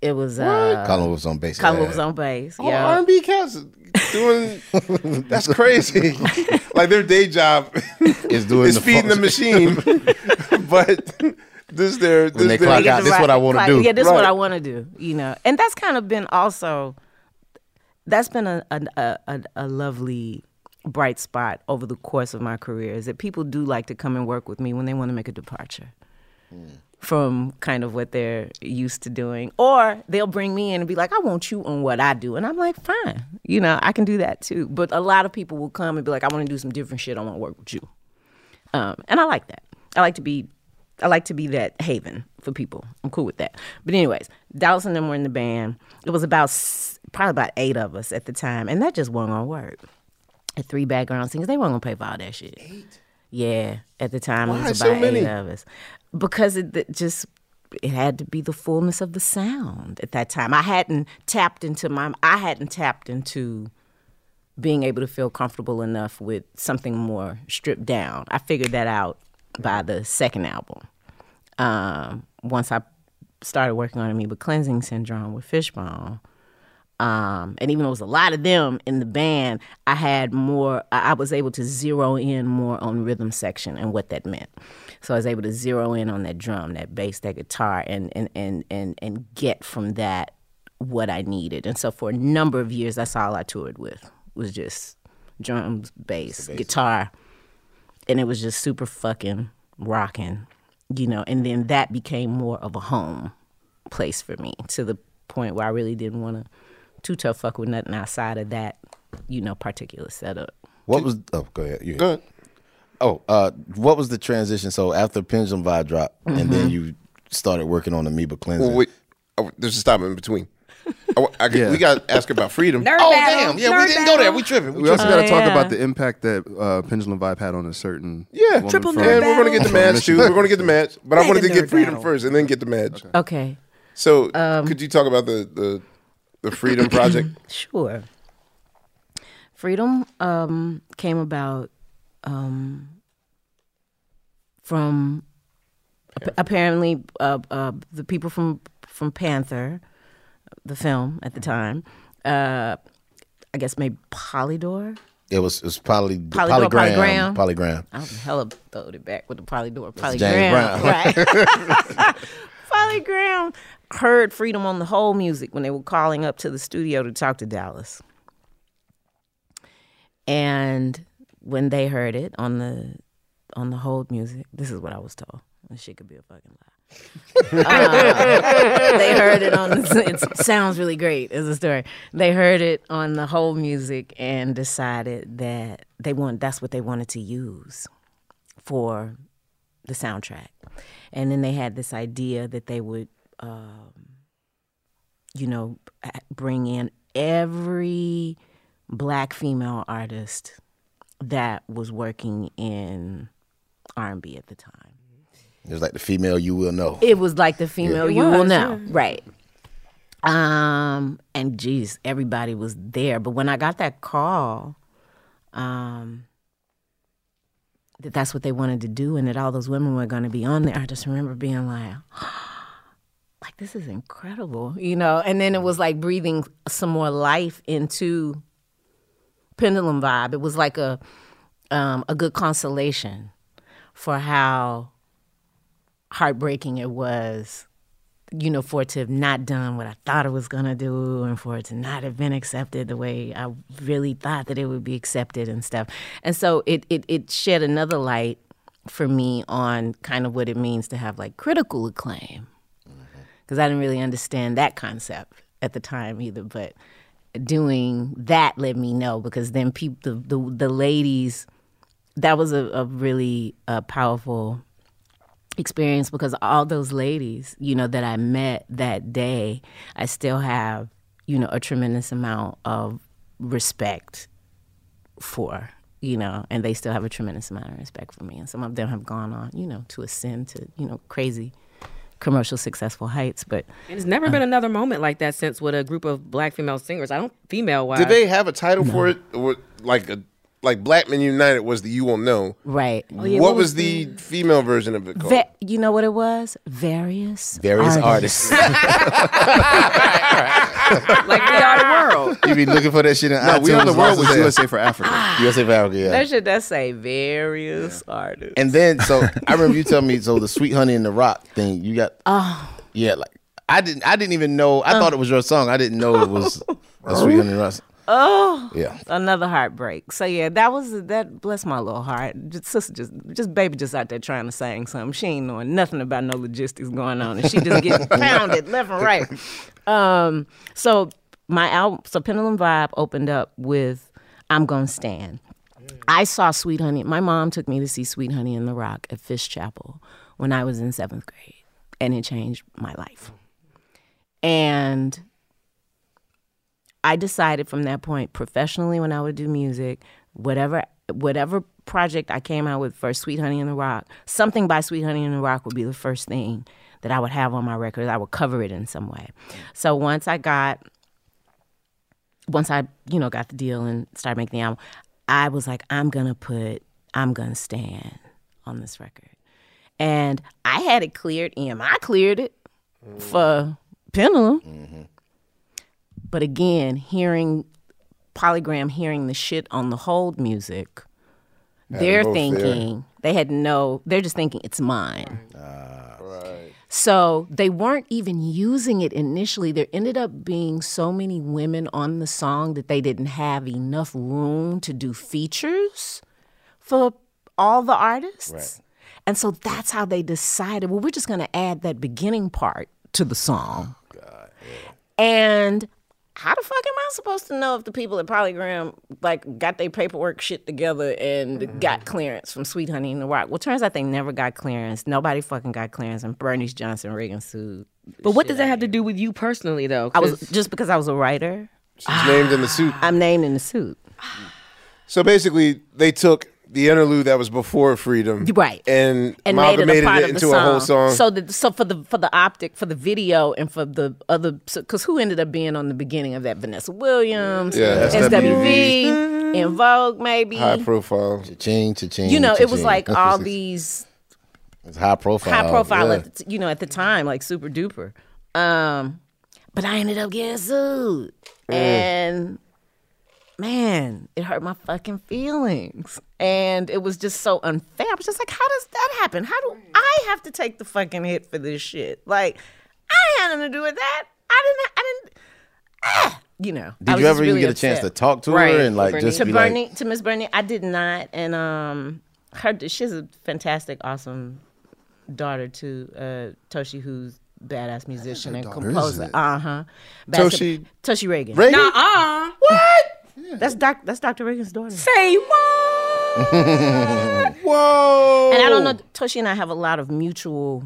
S8: it was uh,
S3: Colin was on bass.
S8: Colin Wolf was on bass.
S4: All
S8: yeah.
S4: R&B cats doing that's crazy. like their day job
S3: is doing
S4: is
S3: the
S4: feeding the
S3: funk.
S4: machine, but this their this
S3: When they
S4: their
S3: clock out,
S8: Right,
S3: this is what I want to
S8: like,
S3: do.
S8: Yeah, this is what
S4: Right.
S8: I want to do. You know, and that's kind of been also that's been a a, a a a lovely bright spot over the course of my career is that people do like to come and work with me when they want to make a departure
S3: Hmm.
S8: from kind of what they're used to doing or they'll bring me in and be like I want you on what I do and I'm like fine you know I can do that too but a lot of people will come and be like I want to do some different shit I want to work with you um, and I like that. I like to be, I like to be that haven for people. I'm cool with that. But anyways, Dallas and them were in the band. It was about s- probably about eight of us at the time, and that just wasn't gonna work. At three background singers, they weren't gonna pay for all that shit. Eight. Yeah, at the time it
S4: Why
S8: was
S4: so
S8: about
S4: many?
S8: eight of us because it th- just. It had to be the fullness of the sound at that time. I hadn't tapped into my, I hadn't tapped into being able to feel comfortable enough with something more stripped down. I figured that out by the second album. Um, once I started working on Amoeba Cleansing Syndrome with Fishbone, um, and even though it was a lot of them in the band, I had more, I I was able to zero in more on rhythm section and what that meant. So I was able to zero in on that drum, that bass, that guitar, and, and, and, and, and get from that what I needed. And so for a number of years, that's all I toured with was just drums, bass, guitar. And it was just super fucking rocking, you know. And then that became more of a home place for me to the point where I really didn't want to too tough fuck with nothing outside of that, you know, particular setup.
S3: What was? Oh, go ahead. You good? Oh, uh, what was the transition? So after Pendulum Vibe drop, and then you started working on Amoeba Cleansing.
S4: Well, wait, oh, there's a stop in between. I, I, We got to ask about freedom.
S2: Nerd
S3: oh
S2: battle.
S3: damn! Yeah, we
S2: Nerd
S3: didn't go
S2: battle.
S3: there. We tripping. We
S6: We also
S3: tripping.
S6: got to talk
S8: yeah.
S6: about the impact that uh, Pendulum Vibe had on a certain
S4: Yeah,
S6: woman
S2: Triple
S6: from-
S2: nerd
S4: And we're gonna get the
S6: from
S4: match too.
S6: Michigan.
S4: We're gonna get the match, but I
S2: Mega
S4: wanted to
S2: nerd
S4: get freedom
S2: battle. Um,
S4: first and then get the match.
S8: Okay,
S4: So, could you talk about the the, the freedom project?
S8: sure. Freedom um, came about um, from ap- apparently uh, uh, the people from from Panther, the film at the time. Uh, I guess maybe Polydor.
S3: It was it was poly,
S8: Polygram,
S3: polygram,
S8: polygram.
S3: polygram.
S8: I'm hella throwed it back with the Polydor.
S3: That's
S8: Polygram.
S3: James Brown.
S8: Right. Polygram heard Freedom on the Whole music when they were calling up to the studio to talk to Dallas. And when they heard it on the on the hold music, this is what I was told. This shit could be a fucking lie they heard it on it sounds really great is a story they heard it on the whole music and decided that they want that's what they wanted to use for the soundtrack and then they had this idea that they would um, you know a- bring in every black female artist that was working in r&b at the time
S3: It was like the female you will know.
S8: it was like the female you will
S2: was,
S8: know, right? Um, and geez, everybody was there. But when I got that call, um, that that's what they wanted to do, and that all those women were going to be on there, I just remember being like. Like this is incredible, you know. And then it was like breathing some more life into pendulum vibe. It was like a um, a good consolation for how heartbreaking it was, you know, for it to have not done what I thought it was gonna do and for it to not have been accepted the way I really thought that it would be accepted and stuff. And so it it, it shed another light for me on kind of what it means to have like critical acclaim because I didn't really understand that concept at the time either. But doing that let me know because then people the, the, the ladies that was a, a really uh, powerful experience because all those ladies you know that i met that day i still have you know a tremendous amount of respect for you know and they still have a tremendous amount of respect for me and some of them have gone on you know to ascend to you know crazy commercial successful heights but
S2: And it's never been another moment like that since with a group of black female singers. I don't female wise.
S4: Did they have a title for it? Or like a, like Black Men United was the You Will Know.
S8: Right.
S2: Oh, yeah,
S4: what,
S2: what
S4: was, the female version of it called?
S8: Ve- you know what it was? Various.
S3: Various artists.
S2: like we are the world.
S3: you be looking for that shit in
S6: No,
S3: iTunes.
S6: we on the world
S3: Lost
S6: was
S3: and Found.
S6: USA for Africa.
S3: USA for Africa, yeah.
S8: That should that say various artists.
S3: And then so I remember you telling me so the Sweet Honey and the Rock thing you got. Oh. Yeah, like I didn't I didn't even know. I thought it was your song. I didn't know it was a Sweet Honey and Rock.
S8: Oh,
S3: Yeah.
S8: another heartbreak. So yeah, that was that. Bless my little heart. Just, sister, just just baby, just out there trying to sing something. She ain't knowing nothing about no logistics going on, and she just getting pounded left and right. Um, so my album, so Pendulum Vibe opened up with "I'm Gonna Stand." I saw Sweet Honey. My mom took me to see Sweet Honey in the Rock at Fish Chapel when I was in seventh grade, and it changed my life. And I decided from that point professionally when I would do music, whatever whatever project I came out with first, Sweet Honey and the Rock, something by Sweet Honey and the Rock would be the first thing that I would have on my record. I would cover it in some way. So once I got once I, you know, got the deal and started making the album, I was like, I'm gonna put I'm gonna stand on this record. And I had it cleared, EMI cleared it for Pendulum. But again, hearing Polygram hearing the shit on the hold music, they're thinking they had no, they're just thinking it's mine. So they weren't even using it initially. There ended up being so many women on the song that they didn't have enough room to do features for all the artists. And so that's how they decided well, we're just going to add that beginning part to the song. And how the fuck am I supposed to know if the people at Polygram like got their paperwork shit together and
S4: Mm.
S8: got clearance from Sweet Honey and the Rock? Well, turns out they never got clearance. Nobody fucking got clearance, and Bernice Johnson Reagan sued.
S2: But what does that have to do with you personally though?
S8: I was just because I was a writer.
S4: She's named in the suit.
S8: I'm named in the suit.
S4: So basically, they took the interlude that was before Freedom,
S8: Right.
S4: and,
S8: and made it a
S4: amalgamated
S8: part
S4: it,
S8: of the
S4: into
S8: song.
S4: a whole song.
S8: So the so for the for the optic for the video and for the other because who ended up being on the beginning of that Vanessa Williams,
S4: Yeah,
S8: SWV, In Vogue maybe.
S4: High profile.
S3: Cha-ching, cha-ching,
S8: you know, it was
S3: cha-ching.
S8: like all these
S3: It's high profile.
S8: high profile,
S3: yeah.
S8: at the t- you know, at the time, like super duper. Um, but I ended up getting sued, and man, it hurt my fucking feelings, and it was just so unfair. I was just like, how does that happen? How do I have to take the fucking hit for this shit? Like, I had nothing to do with that. I didn't. I didn't. Ah, you know. I
S3: Did
S8: was
S3: you
S8: just
S3: ever even
S8: really
S3: get a
S8: upset
S3: chance to talk to her
S2: Right,
S3: and like
S2: to
S3: just
S8: to
S3: be
S8: Bernie,
S3: like,
S8: to Miss Bernie, I did not, and um, her she's a fantastic, awesome daughter to uh, Toshi, who's badass musician and composer. Uh huh.
S4: Toshi-
S8: Toshi Reagan.
S2: Nah, uh
S8: That's doc. That's Dr. Reagan's daughter.
S2: Say what?
S4: Whoa!
S8: And I don't know. Toshi and I have a lot of mutual,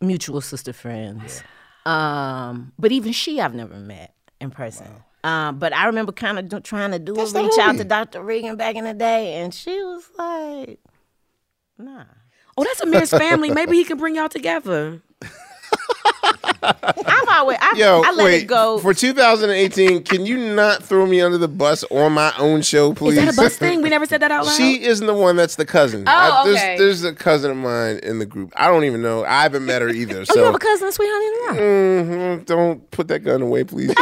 S8: mutual sister friends. Um, but even she, I've never met in person. Um, but I remember kind of do, trying to do a
S3: the
S8: reach out
S3: homie.
S8: to Dr. Reagan back in the day, and she was like, "Nah."
S2: Oh, that's Amir's family. Maybe he can bring y'all together.
S8: I've always, I,
S4: Yo,
S8: I let
S4: wait.
S8: it go.
S4: For 2018, can you not throw me under the bus on my own show, please?
S2: Is that a bus thing? We never said that out loud.
S4: She isn't the one that's the cousin. Oh,
S2: okay.
S4: there's, there's a cousin of mine in the group. I don't even know. I haven't met her either.
S8: oh, you have
S4: So
S8: a cousin, sweet honey, in the room.
S4: mhm, don't put that gun away, please.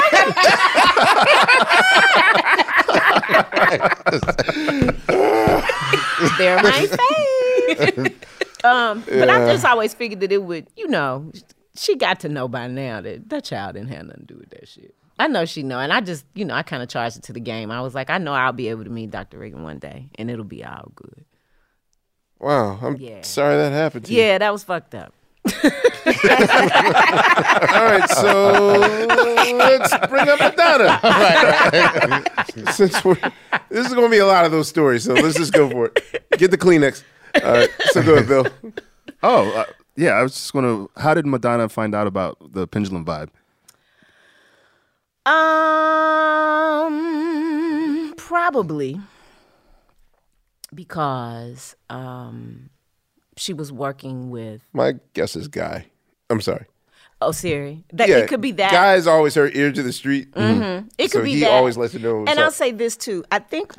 S8: They're my face. um, But I just always figured that it would, you know, she got to know by now that that child didn't have nothing to do with that shit. I know she know, and I just, you know, I kind of charged it to the game. I was like, I know I'll be able to meet Dr. Reagan one day, and it'll be all good.
S4: wow. I'm
S8: Yeah.
S4: Oh, sorry that happened to you.
S8: Yeah, that was fucked up.
S4: All right, so oh, let's bring up Madonna. Since we're, this is going to be a lot of those stories, so let's just go for it. Get the Kleenex. All right, so go ahead, Bill.
S6: Oh, uh, yeah. I was just gonna. How did Madonna find out about the pendulum vibe?
S8: Um, probably because um, she was working with
S4: My guess is Guy. I'm sorry.
S8: oh Siri. That
S4: Yeah,
S8: it could be that.
S4: Guy's always her ear to the street.
S8: Mhm. It could
S4: so
S8: be
S4: he
S8: that.
S4: always lets her know. what's
S8: and I'll
S4: up.
S8: say this too. I think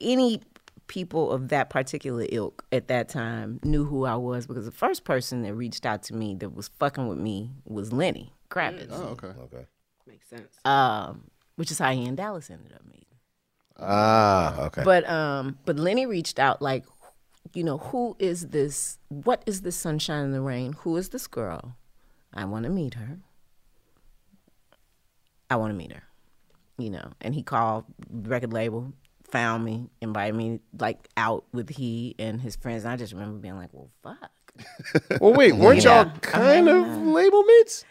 S8: any people of that particular ilk at that time knew who I was because the first person that reached out to me that was fucking with me was Lenny Kravitz.
S3: Okay.
S2: Mm. Oh, Makes sense.
S8: Um, which is how he and Dallas ended up meeting.
S3: Ah, okay.
S8: But um, but Lenny reached out like, you know, who is this? What is this
S4: Mm.
S8: sunshine in the rain? Who is this girl? I want to meet her. I want to meet her. You know, and he called record label, found me, invited me like out with he and his friends. And I just remember being like, well, fuck.
S4: Well, wait, weren't
S8: Yeah.
S4: y'all kind of
S2: Um,
S4: label mates?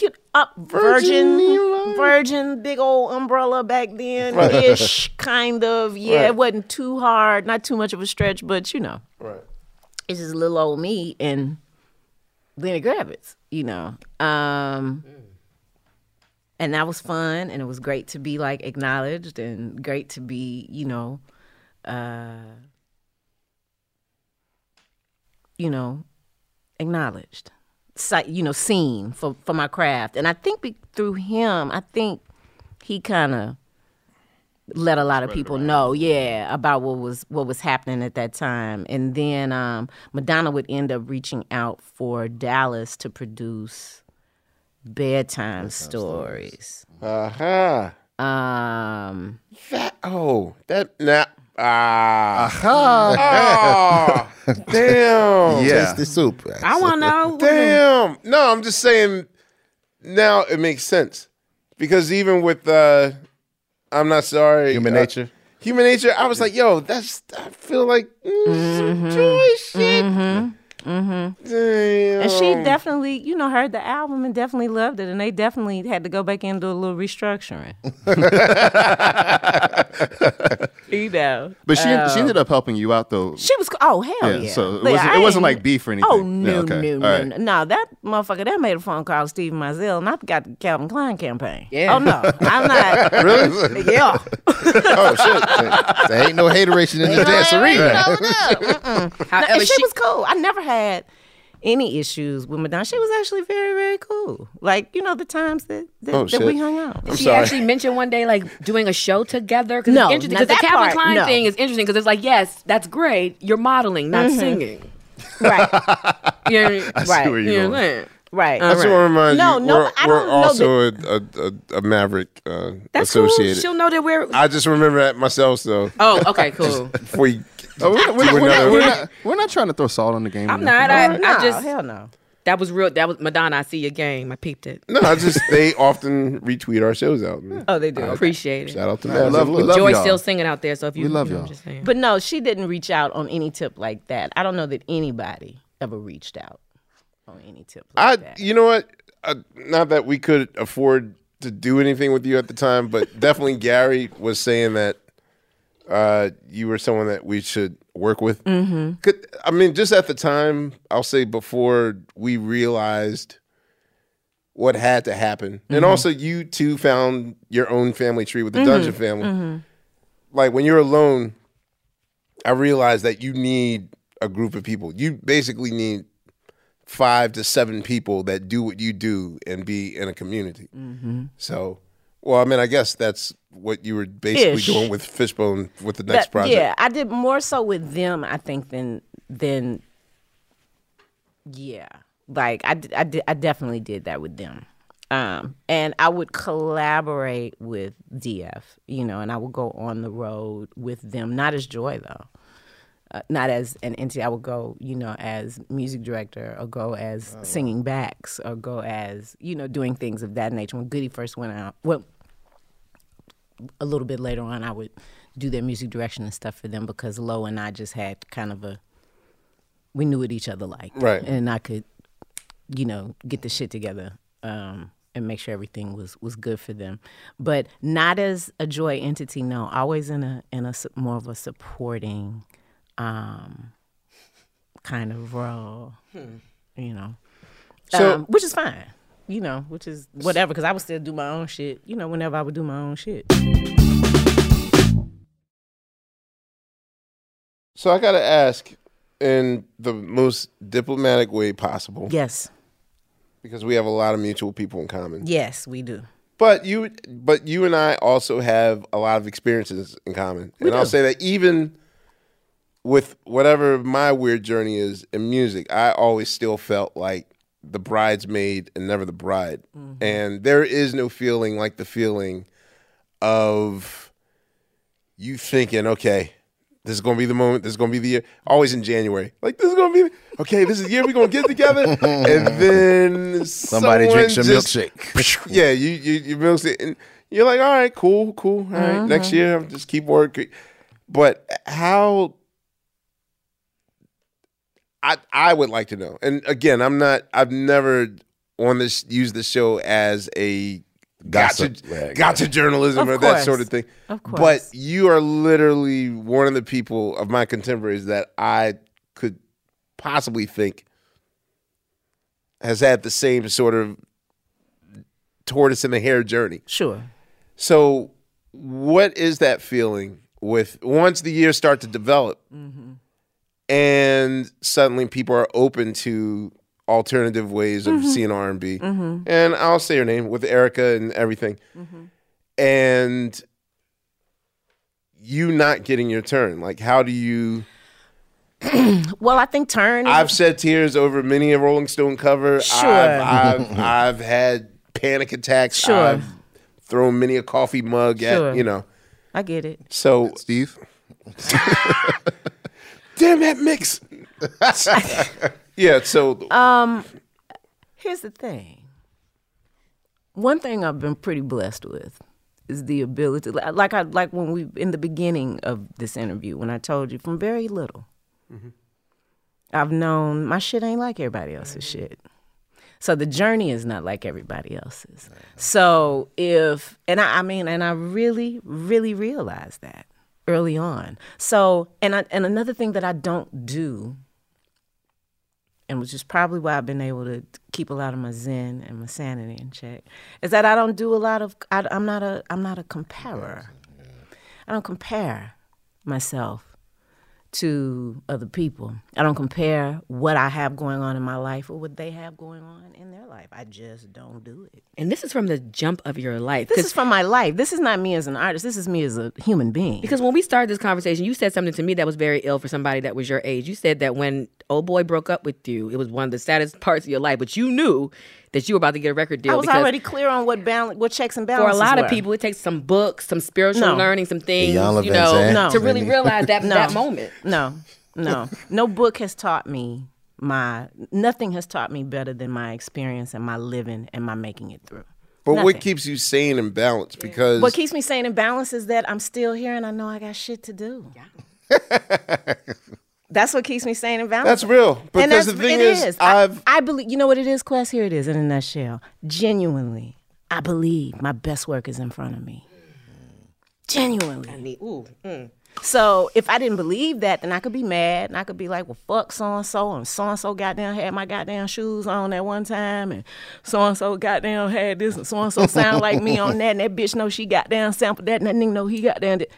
S8: You up, virgin, virgin, big old umbrella back then, ish, kind of. Yeah,
S4: Right.
S8: it wasn't too hard, not too much of a stretch, but you know,
S4: Right.
S8: it's just little old me and Lenny Kravitz, you know. Um, and that was fun, and it was great to be like acknowledged, and great to be, you know, uh, you know, acknowledged, si- you know, seen for for my craft. And I think be- through him, I think he kind of let a lot of people know, yeah, about what was what was happening at that time. And then um, Madonna would end up reaching out for Dallas to produce bedtime stories.
S4: Uh huh.
S8: Um,
S4: That oh that nah. Ah. Aha. Oh, damn.
S3: Yeah. Taste the soup.
S2: I want to know. what the-
S4: Damn. No, I'm just saying now it makes sense. Because even with uh I'm not sorry.
S3: Human
S4: uh,
S3: nature.
S4: Human nature, I was like, yo, that's I feel like mm, some
S8: Mm-hmm.
S4: joy shit. Damn.
S8: and she
S6: Mm.
S8: definitely, you know, heard the album and definitely loved it, and they definitely had to go back and do a little restructuring. you know,
S6: But she she ended up helping you out though.
S8: She was. Oh hell
S6: Yeah,
S8: yeah!
S6: so it
S8: Like,
S6: wasn't-
S8: I
S6: it wasn't
S8: ain't-
S6: like beef or anything.
S8: Oh
S6: Yeah,
S8: no,
S6: okay.
S8: no,
S6: All
S8: no,
S6: right.
S8: no, no! That motherfucker that made a phone call, to Steve Mizell, and I got the Calvin Klein campaign.
S2: Yeah.
S8: Oh no, I'm not. really? Yeah.
S3: oh shit! There ain't no hateration in the dancery.
S8: No, no.
S2: However,
S8: And she
S2: she-
S8: was cool. I never had any issues with Madonna. She was actually very, very cool. Like you know the times that that,
S4: Oh,
S8: that we
S4: shit.
S8: hung out.
S2: she actually mentioned one day like doing a show together. Cause
S8: No,
S2: it's interesting.
S8: now
S2: Because the
S8: that
S2: Calvin
S8: part,
S2: Klein
S8: no.
S2: thing is interesting because it's like, yes, that's great. You're modeling, not singing.
S8: Mm-hmm. Right.
S2: You know what I mean?
S6: see
S2: right.
S6: where you're
S2: you
S6: going.
S2: know what I'm saying?
S8: Right.
S4: I just want to remind
S8: No,
S4: you,
S8: no,
S4: we're,
S8: I
S4: we're
S8: don't know
S4: also a, a, a, a Maverick uh,
S2: That's
S4: associated.
S2: cool. She'll know that we're.
S4: I just remember that myself, though.
S2: oh, okay, cool.
S4: Before you,
S6: Oh, we're, not- we're,
S4: Do
S6: not- we're
S4: another-
S6: not, we're, not, we're not trying to throw salt on the game. or
S2: I'm
S6: nothing.
S2: not. I,
S8: No,
S2: I just
S8: hell no.
S2: that was real. That was Madonna. I see your game. I peeped it.
S4: no, I just they often retweet our shows out.
S8: Oh, they do.
S2: Appreciate it.
S4: Shout out to
S6: We
S4: Maverick.
S6: love, we love
S2: Joy
S6: y'all.
S2: still singing out there. So if you,
S6: We love
S2: you know,
S6: y'all.
S2: I'm just saying.
S8: But no, she didn't reach out on any tip like that. I don't know that anybody ever reached out on any tip
S4: I,
S8: like that.
S4: you know what? Uh, not that we could afford to do anything with you at the time, but definitely Gary was saying that uh, you were someone that we should work with. Mm-hmm. Could, I mean, just at the time, I'll say before we realized what had to happen,
S8: Mm-hmm.
S4: and also you too found your own family tree with the Dungeon family. Like when you're alone, I realized that you need a group of people. You basically need five to seven people that do what you do and be in a community. So, well, I mean, I guess that's what you were basically
S8: Ish.
S4: doing with Fishbone with the next
S8: That-
S4: project.
S8: Yeah, I did more so with them, I think, than than yeah. Like I, d- I, d- I definitely did that with them. Um, and I would collaborate with DF, you know, and I would go on the road with them, not as Joy though. Uh, not as an entity, I would go, you know, as music director or go as singing backs or go as, you know, doing things of that nature. When Goody first went out, well, a little bit later on, I would do their music direction and stuff for them because Lo and I just had kind of a we knew what each other liked,
S4: Right.
S8: And I could you know, get the shit together um, and make sure everything was was good for them. But not as a joy entity. No, always in a in a su- more of a supporting um, kind of role. You know,
S4: So-
S8: um, which is fine. You know, which is whatever, because I would still do my own shit. You know, whenever I would do my own shit.
S4: So I gotta ask in the most diplomatic way possible.
S8: Yes,
S4: Because we have a lot of mutual people in common.
S8: yes, we do.
S4: But you but you and I also have a lot of experiences in common.
S8: We
S4: and I'll
S8: do.
S4: say that even with whatever my weird journey is in music, I always still felt like the bridesmaid and never the bride. And there is no feeling like the feeling of you thinking, okay, this is gonna be the moment, this is gonna be the year. Always in January. Like this is gonna be the- okay, this is the year we're gonna get together. and then
S3: Somebody
S4: someone
S3: drinks your
S4: just-
S3: milkshake.
S4: yeah, you you you milk it, and you're like, all right, cool, cool. All right,
S3: Uh-huh.
S4: next year, I'll just keep working. But how? I I would like to know. And again, I'm not. I've never on this used the show as a gotcha
S3: Gossip, yeah,
S4: gotcha journalism
S8: Of
S4: or that
S8: course.
S4: sort of thing.
S8: Of
S4: But
S8: course.
S4: you are literally one of the people of my contemporaries that I could possibly think has had the same sort of tortoise and the hare journey.
S8: Sure.
S4: So, what is that feeling with once the years start to develop and suddenly people are open to alternative ways
S8: Mm-hmm.
S4: of seeing R&B? And I'll say her name with Erica and everything.
S8: Mm-hmm.
S4: And you not getting your turn. Like, how do you?
S8: Well, I think turn. is-
S4: I've shed tears over many a Rolling Stone cover.
S8: Sure.
S4: I've, I've, I've had panic attacks.
S8: Sure.
S4: I've thrown many a coffee mug
S8: Sure.
S4: at, you know.
S8: I get it.
S4: So,
S6: Steve.
S4: damn that mix. yeah, so
S8: Here's the thing. One thing I've been pretty blessed with is the ability, li- like I like when we in the beginning of this interview when I told you from very little, I've known my shit ain't like everybody else's shit. So the journey is not like everybody else's. So if and I, I mean and I really really realized that early on. So and I, and another thing that I don't do and which is probably why I've been able to keep a lot of my zen and my sanity in check, is that I don't do a lot of. I, am not a. I'm not a comparer. I don't compare myself to other people. I don't compare what I have going on in my life or what they have going on in their life. I just don't do it.
S2: And this is from the jump of your life.
S8: This
S2: 'cause-
S8: is from my life. This is not me as an artist. This is me as a human being.
S2: Because when we started this conversation, you said something to me that was very ill for somebody that was your age. You said that when old boy broke up with you, it was one of the saddest parts of your life, but you knew that you were about to get a record deal.
S8: I was
S2: because
S8: already clear on what balance, what checks and
S2: for
S8: balances.
S2: a lot
S8: were.
S2: of people, it takes some books, some spiritual
S8: No.
S2: learning, some things,
S3: Iyanla
S2: you know,
S3: Van Zandt,
S2: to really
S3: maybe.
S2: realize that that moment.
S8: No, no, no book has taught me my nothing has taught me better than my experience and my living and my making it through.
S4: but
S8: Nothing.
S4: what keeps you sane and balanced? Because
S8: what keeps me sane and balanced is that I'm still here and I know I got shit to do. that's what keeps me sane and balanced.
S4: that's real. Because
S8: And that's-
S4: the thing
S8: it
S4: is,
S8: I-
S4: I've
S8: I, believe you know what it is, Quest. Here it is in a nutshell. Genuinely, I believe my best work is in front of me. Genuinely.
S2: Ooh,
S4: mm.
S8: So if I didn't believe that, then I could be mad and I could be like, well, fuck so and so and so and so goddamn had my goddamn shoes on at one time and so and so goddamn had this and so and so sound like me on that and that bitch know she goddamn sampled that and that nigga know he goddamn did.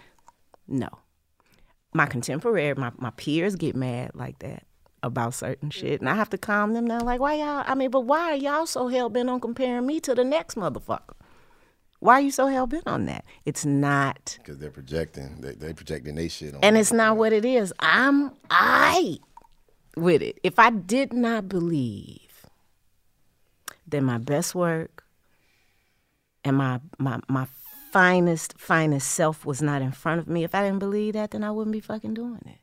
S8: No. My contemporary, my, my peers get mad like that about certain shit and I have to calm them down like, why y'all, I mean, but why are y'all so hell bent on comparing me to the next motherfucker? Why are you so hell bent on that? It's not
S3: Because they're projecting. They, they projecting they shit on
S8: and it's not what it is. I'm I with it. If I did not believe that my best work and my my my finest finest self was not in front of me, if I didn't believe that, then I wouldn't be fucking doing it.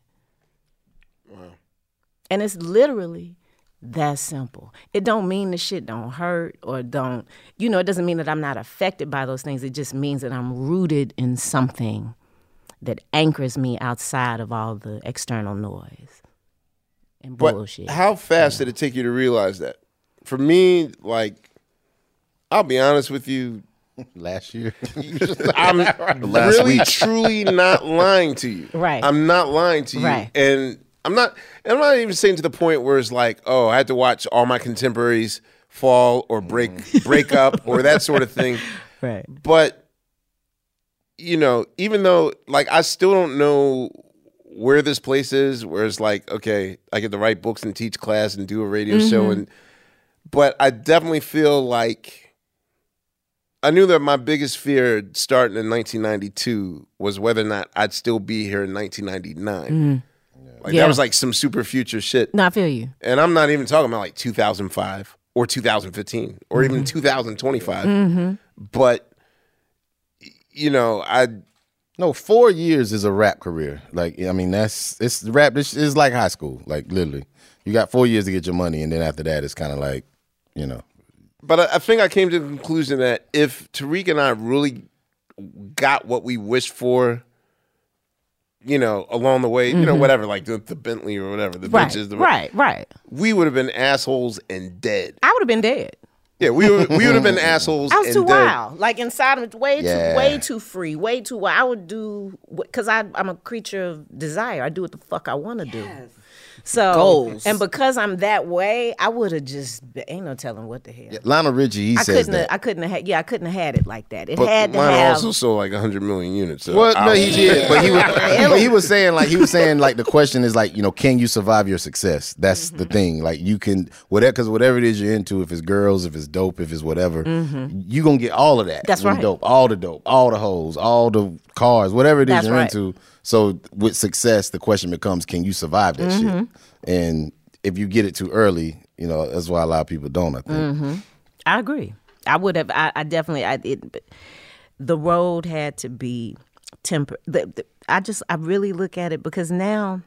S8: And it's literally that simple. It don't mean the shit don't hurt or don't, you know, it doesn't mean that I'm not affected by those things. It just means that I'm rooted in something that anchors me outside of all the external noise and
S4: but
S8: bullshit.
S4: how fast did it take you to realize that? for me, like, I'll be honest with you.
S3: Last year,
S4: I'm
S3: Last
S4: really,
S3: week.
S4: truly not lying to you.
S3: Right.
S4: I'm not lying to you.
S3: Right.
S4: And I'm not. And I'm not even saying to the point where it's like, oh, I had to watch all my contemporaries fall or break
S3: Mm.
S4: break up or that sort of thing.
S8: Right.
S4: But you know, even though like I still don't know where this place is, where it's like, okay, I get to write books and teach class and do a radio show
S3: Mm-hmm.
S7: Mhm.
S4: and but I definitely feel like I knew that my biggest fear starting in 1992 was whether or not I'd still be here in 1999. Like
S8: Mm. Yeah.
S4: that was like some super future shit.
S8: No, I feel you.
S4: And I'm not even talking about like 2005 or 2015 or
S8: Mm-hmm.
S4: even 2025.
S8: Mhm.
S4: But you know, I
S3: no four years is a rap career. Like I mean, that's it's rap. This is like high school. Like literally, you got four years to get your money, and then after that, it's kind of like, you know,
S4: But I, I think I came to the conclusion that if Tariq and I really got what we wished for, you know, along the way, you know,
S8: Mhm.
S4: whatever, like the, the Bentley or whatever, the
S8: Right,
S4: benches, the,
S8: right, right.
S4: We would have been assholes and dead.
S8: I would have been dead.
S4: Yeah, we would, we would have been assholes.
S8: I was
S4: and
S8: too
S4: dead.
S8: wild. Like inside of way
S4: Yeah.
S8: too way too free, way too wild. I would do because I I'm a creature of desire. I do what the fuck I want to do. So
S3: Goals.
S8: and because I'm that way, I would have just be- ain't no telling what the hell.
S3: Lionel Richie. He
S8: I
S3: says
S8: couldn't
S3: that.
S8: have, I couldn't have had yeah I couldn't have had it like that. It
S4: But
S8: had to
S4: mine
S8: have
S4: also sold like 100 million units. So
S3: Well, no, he
S4: I'll-
S3: did, but he was, but he was saying like he was saying like the question is like you know can you survive your success? That's the
S8: Mm-hmm.
S3: thing. Like you can whatever because whatever it is you're into, if it's girls, if it's dope, if it's whatever,
S8: Mhm.
S3: you gonna get all of that.
S8: That's
S3: when
S8: right.
S3: Dope, all the dope, all the hoes, all the cars, whatever it is
S8: That's
S3: you're
S8: right.
S3: into. So with success, the question becomes can you survive that
S8: Mhm.
S3: shit? And if you get it too early, you know that's why a lot of people don't. I think.
S8: hmm I agree. I would have. I, I definitely. I it, The road had to be temper. The, the, I just. I really look at it because now,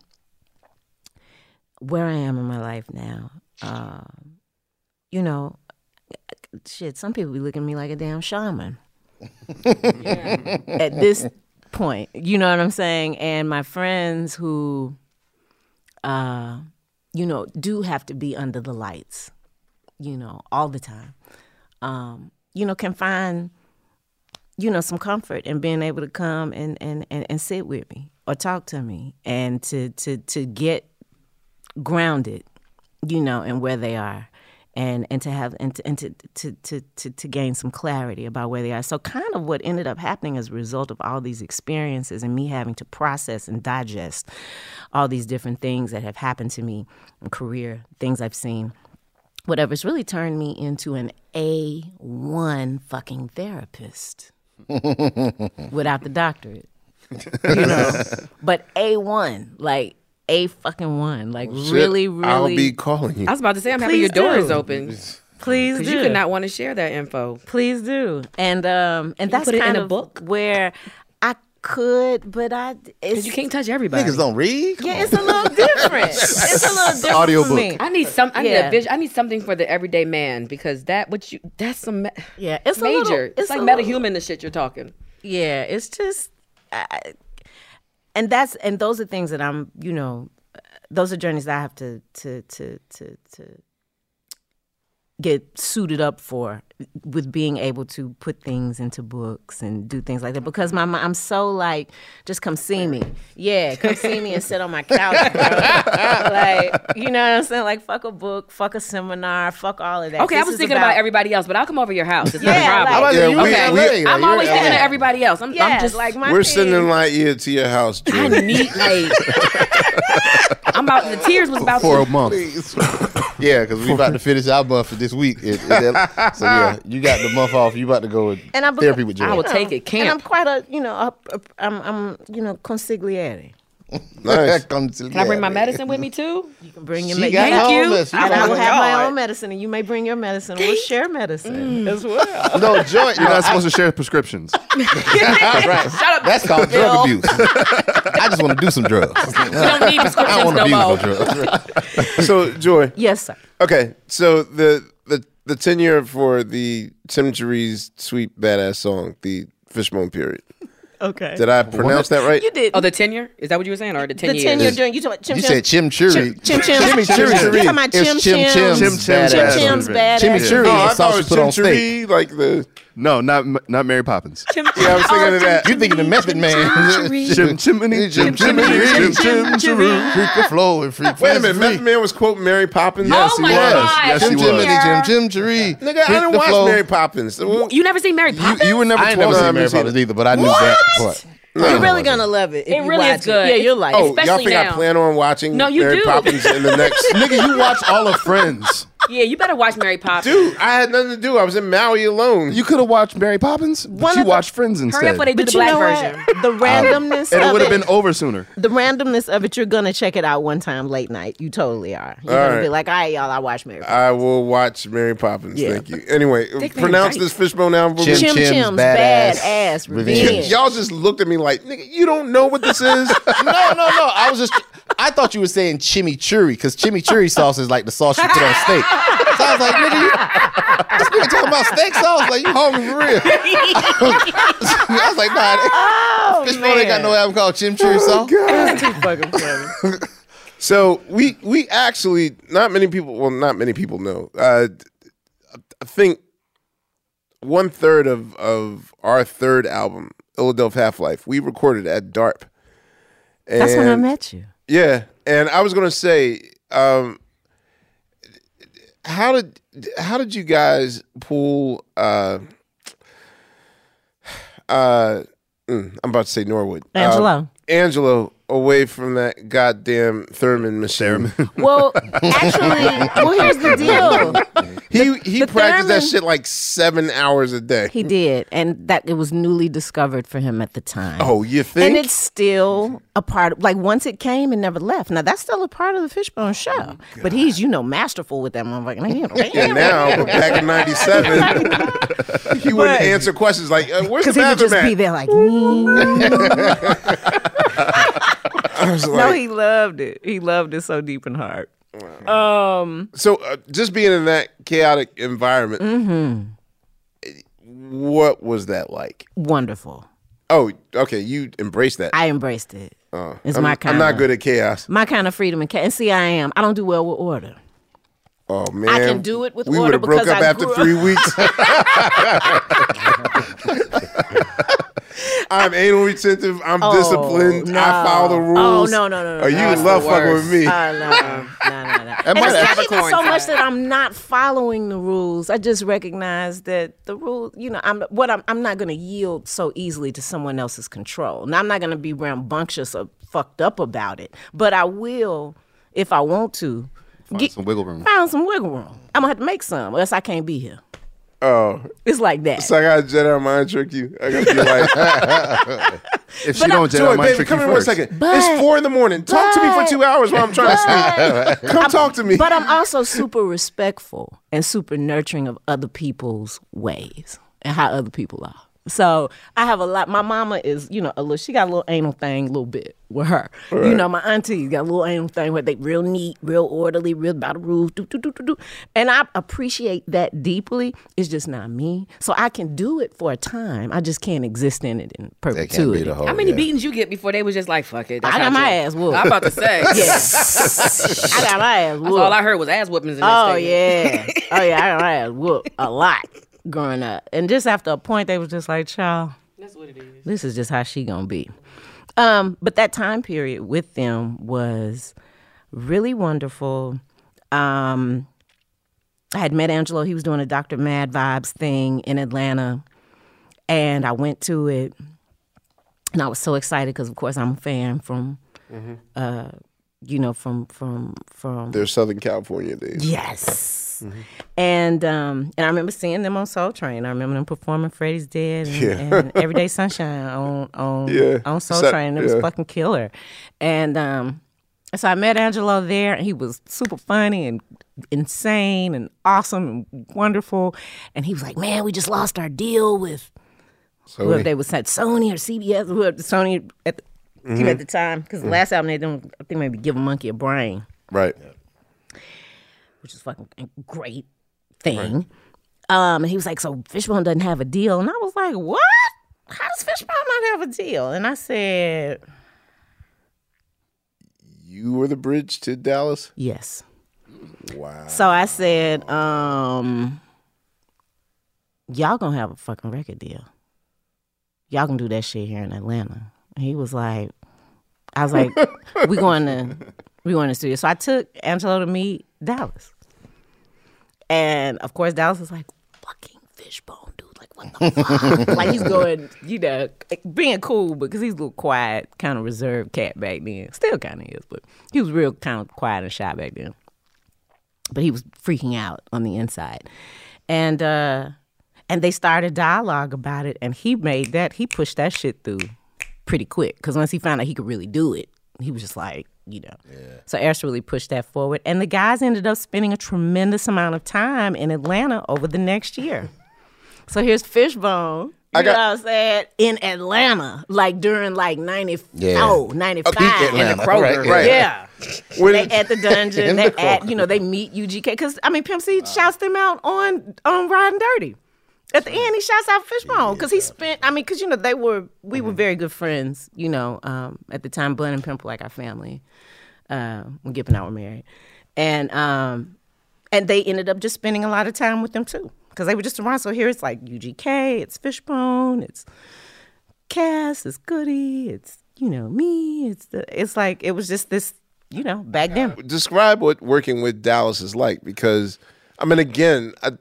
S8: where I am in my life now, uh, you know, shit. Some people be looking at me like a damn shaman. at this point. You know what I'm saying? And my friends who, uh, you know, do have to be under the lights, you know, all the time, um, you know, can find, you know, some comfort in being able to come and, and, and, and sit with me or talk to me and to, to, to get grounded, you know, in where they are. And, and to have and, to, and to, to, to, to to gain some clarity about where they are. So kind of what ended up happening as a result of all these experiences and me having to process and digest all these different things that have happened to me in career, things I've seen, whatever's really turned me into an A one fucking therapist without the doctorate. you know. But A one, like a fucking one, like
S4: Shit,
S8: really, really.
S4: I'll be calling you.
S2: I was about to say, I'm happy
S8: Please
S2: your door is
S8: do.
S2: open.
S8: Please
S2: you
S8: do.
S2: could not want to share that info.
S8: Please do. And um and that's
S2: put it in
S8: kind
S2: a
S8: of book where I could, but I it's,
S2: you can't touch everybody.
S3: Niggas don't read.
S8: yeah, it's a little different. it's a little different.
S3: Audiobook.
S8: For me.
S2: I need some. I need
S8: Yeah.
S2: a vision. I need something for the everyday man because that what you that's some. ma-
S8: Yeah, it's a
S2: major.
S8: little-
S2: it's,
S8: it's
S2: like
S8: a
S2: meta
S8: little-
S2: human the shit you're talking.
S8: Yeah, it's just, I, and that's and those are things that I'm, you know, those are journeys that I have to to to to to get suited up for with being able to put things into books and do things like that because my mi- I'm so like just come see me. Yeah, come see me and sit on my couch. bro. like, you know what I'm saying? Like fuck a book, fuck a seminar, fuck all of that.
S2: Okay, I
S8: This
S2: was
S8: is
S2: thinking about, everybody else, but I'll come over your house. It's
S8: Yeah,
S2: not a
S8: like-
S2: problem.
S8: Yeah, we-
S2: okay,
S8: we- like,
S2: I'm
S8: you're
S2: always
S8: in
S2: thinking
S8: LA.
S2: of everybody else. I'm, I'm
S8: Yeah,
S2: just
S8: like my
S4: We're sending light ear to your house, Drew.
S2: I need like I'm about the tears was about to
S3: yeah, because we about to finish our month for this week. It- it- so yeah, you got the month off. You about to go with
S8: and I'm
S3: therapy with Joy.
S8: And I'm quite a, you know, a, a, I'm, I'm, you know, consigliere.
S3: Nice. Come to
S2: Can I bring my medicine with me too? You
S8: can bring
S2: your
S8: She got her own medicine. And
S3: Oh
S8: I will have my own medicine, and you may bring your medicine. We'll share medicine as well.
S6: No, Joy. You're not
S3: I-
S6: supposed to share prescriptions.
S3: right. That's called drug
S8: Bill.
S3: abuse. I just want to do some drugs.
S4: We don't need
S3: I
S4: prescriptions
S3: want
S4: no
S3: to abuse
S4: more.
S3: drugs.
S4: so Joy.
S8: Yes, sir.
S4: Okay, so the the the tenure for the Tim Jerry's sweet badass song, the Fishbone period.
S8: Okay.
S3: Did I pronounce that right?
S8: You did.
S2: Oh, the tenure? Is that what you were saying? Or the ten
S8: the
S2: years?
S8: tenure during you talking about chim
S3: You
S8: chim.
S3: said chimichurri.
S8: Chim chim.
S3: Chimichurri.
S8: You talking about
S3: It's
S8: chim
S3: chim
S8: chim?
S3: chim's badass.
S8: Chim chim's badass.
S3: Chimichurri
S4: Oh,
S13: No,
S3: is
S13: I thought
S3: a
S13: it
S3: sausage
S13: was
S3: put on steak.
S13: chimichurri, Like the no, not not Mary Poppins.
S2: Chim-
S3: Yeah, I was thinking
S2: Oh,
S3: of that.
S4: You thinking the Method Man?
S13: Chim chimney, chim chimney, chim chimney.
S4: Freak the flow and freak.
S3: Wait a minute, Method Man was quoting Mary Poppins.
S2: Yes, Oh he my was. God. Yes,
S13: he
S4: Jim
S13: was.
S4: Jiminy, Jim Jim Jerry.
S3: Nigga, I didn't watch Mary Poppins. You,
S2: You never seen Mary Poppins?
S3: you were never
S4: I ain't
S3: 12
S4: never seen
S3: times
S4: Mary
S3: seen it.
S4: Poppins either, but I knew
S2: What?
S4: that part.
S8: You're really gonna love it. if
S2: It
S8: you
S2: really
S8: watch
S2: is good.
S8: It. Yeah, you'll like
S3: Oh,
S8: it.
S3: y'all
S2: Especially
S3: think I
S2: now.
S3: plan on watching
S2: No, you
S3: Mary
S2: do.
S3: Poppins in the next?
S13: Nigga, you watch all of Friends.
S2: Yeah, you better watch Mary Poppins.
S3: Dude, I had nothing to do. I was in Maui alone.
S13: You could have watched Mary Poppins,
S8: One
S13: but you
S8: of the-
S13: watched Friends instead.
S2: Hurry up before they do
S8: But
S2: the
S8: you
S2: black
S8: know
S2: version.
S8: what?
S3: Oh.
S8: The randomness
S13: and it
S8: of
S13: would have
S8: it.
S13: been over sooner.
S8: the randomness of it. You're gonna check it out one time late night. You totally are. You're gonna
S3: right.
S8: be like, all right, y'all, I watch Mary.
S3: I will watch Mary Poppins.
S8: Yeah.
S3: Thank you. Anyway,
S2: Dick Van
S3: pronounce
S2: Dyke.
S3: this fishbone album. for me.
S4: Chim
S8: Chim
S4: Chim's
S8: Chim's
S4: badass
S8: badass
S4: revenge.
S8: revenge.
S3: Y'all just looked at me like, nigga, you don't know what this is.
S4: no, no, no. I was just. I thought you were saying chimichurri because chimichurri sauce is like the sauce you put on steak. So I was like, nigga, you, this nigga talking about steak sauce? Like you hungry for real? I was like,
S8: Oh,
S4: nah. This ain't got no album called chimichurri
S13: Oh,
S4: sauce.
S3: so we we actually not many people. Well, not many people know. Uh, I think one third of of our third album, Illadelph Half Life, we recorded at DARP.
S8: That's when I
S3: And-
S8: met you.
S3: Yeah, and I was gonna say, um, how did how did you guys pull? Uh, uh, mm, I'm about to say Norwood, Uh,
S8: Angelo.
S3: Angelo, away from that goddamn Thurman machine.
S8: Well, actually, well, here's the deal.
S3: he he
S8: the
S3: practiced that
S8: Thurman-
S3: shit like seven hours a day.
S8: He did, and that it was newly discovered for him at the time.
S3: oh, you
S8: and
S3: think?
S8: it's still a part of like once it came and never left. Now that's still a part of the Fishbone show. but he's you know masterful with that motherfucker. Like, you know,
S3: Oh, yeah, now, but back in '97, he wouldn't answer questions like, uh, "Where's the
S8: Because he
S3: bathroom
S8: would
S3: at?"
S8: just be there like, "Mm."
S3: I was like,
S8: no, he loved it. He loved it so deep and hard. Um,
S3: So uh, just being in that chaotic environment,
S8: Mm-hmm.
S3: what was that like?
S8: wonderful.
S3: Oh, okay, you embraced that.
S8: I embraced it. it's
S3: Uh, I'm,
S8: my kind.
S3: I'm not
S8: of,
S3: good at chaos.
S8: my kind of freedom and, ca- and see, I am. I don't do well with order.
S3: Oh man,
S8: can do it with
S3: we
S8: order
S3: would've broke up
S8: because I
S3: after
S8: grew
S3: three
S8: up-
S3: weeks. I'm anal retentive. I'm
S8: Oh,
S3: disciplined.
S8: no.
S3: I follow the rules.
S8: Oh, no, no, no, no,
S3: Or you
S8: no.
S3: in love fucking with me?
S8: Uh, no, no, no, no. And
S4: might
S8: it's
S4: have
S8: not even
S2: Capricorn
S8: so much
S2: side.
S8: that I'm not following the rules. I just recognize that the rules, you know, I'm what I'm. I'm not going to yield so easily to someone else's control. Now I'm not going to be rambunctious or fucked up about it, but I will if I want to. Find
S13: some wiggle room.
S8: Find some wiggle room. I'm gonna have to make some, or else I can't be here.
S3: oh,
S8: It's like that.
S3: so I got to Jedi mind trick you. I got to be like,
S13: If she don't, Jedi
S3: Joy,
S13: mind
S3: baby,
S13: trick
S3: come
S13: you
S3: here one
S13: first.
S3: second.
S8: But-
S3: it's four in the morning. Talk to me for
S8: but-
S3: two hours while I'm trying to sleep. Come talk to me.
S8: But I'm also super respectful and super nurturing of other people's ways and how other people are. So I have a lot. My mama is, you know, a little. She got a little anal thing, a little bit with her. You know, my auntie got a little anal thing where they real neat, real orderly, real about the rules, do do do do do. And I appreciate that deeply. It's just not me. So I can do it for a time. I just can't exist in it in
S4: That can't be
S8: perpetuity.
S4: the whole.
S2: How many
S4: yeah.
S2: beatings you get before they was just like, fuck it. that's
S8: I got
S2: how
S8: my
S2: it is.
S8: ass whooped.
S2: I'm about to say.
S8: Yeah. I got my ass whooped.
S2: All I heard was ass whoopings in that
S8: Oh
S2: statement.
S8: yeah, oh yeah, I got my ass whooped a lot growing up, and just after a point, they was just like, "Child,
S2: That's what it is.
S8: this is just how she gonna be." Um, but that time period with them was really wonderful. Um, I had met Angelo; he was doing a Dr. Mad Vibes thing in Atlanta, and I went to it, and I was so excited because, of course, I'm a fan from,
S2: Mm-hmm.
S8: uh, you know, from from from
S3: They're Southern California days.
S8: Yes. And um, and I remember seeing them on Soul Train. I remember them performing Freddy's Dead and, and Everyday Sunshine on on
S3: Yeah.
S8: on Soul
S3: Sa-
S8: Train. It was
S3: yeah.
S8: fucking killer. And um, so I met Angelo there, and he was super funny and insane and awesome and wonderful. And he was like, "Man, we just lost our deal with whoever they was at Sony or CBS, whoever Sony at the, you
S3: Mm-hmm.
S8: know, at the time, because the last album they done, I think maybe Give a Monkey a Brain."
S3: Right.
S8: which is fucking a great thing. Um, and he was like, "So Fishbone doesn't have a deal," and I was like, "What?" how does Fish Pie not have a deal? And I said,
S4: You were the bridge to Dallas?
S8: Yes.
S4: Wow.
S8: So I said, um, y'all gonna have a fucking record deal. Y'all gonna do that shit here in Atlanta. And he was like, I was like, we going to we going to the studio. So I took Angelo to meet Dallas. And of course Dallas was like, fucking fishbone dude, like what the fuck? like he's going, you know, being cool because he's a little quiet, kind of reserved cat back then. Still kind of is, but he was real kind of quiet and shy back then but he was freaking out on the inside and uh and they started dialogue about it and he made that he pushed that shit through pretty quick because once he found out he could really do it he was just like you know yeah. so Ash really pushed that forward and the guys ended up spending a tremendous amount of time in atlanta over the next year so here's fishbone you
S4: I got-
S8: know what I'm saying? In Atlanta, like during like oh, 94,
S3: Yeah.
S8: 95.
S3: Atlanta, right, right.
S8: Yeah.
S4: When-
S8: they at the
S3: In
S8: dungeon.
S3: the
S8: they at you know they meet UGK because I mean Pimp C shouts them out on on Riding Dirty. At the end, he shouts out Fishbone because he spent. I mean, because you know they were we
S3: Mm-hmm.
S8: were very good friends. You know, um, at the time, Blunt and Pimp were like our family. Uh, when Gip and I were married, and um, and they ended up just spending a lot of time with them too because they were just around. So here it's like UGK, it's Fishbone, it's Cass, it's Goody, it's you know me, it's the, it's like it was just this you know back then.
S4: describe what working with Dallas is like because I mean again I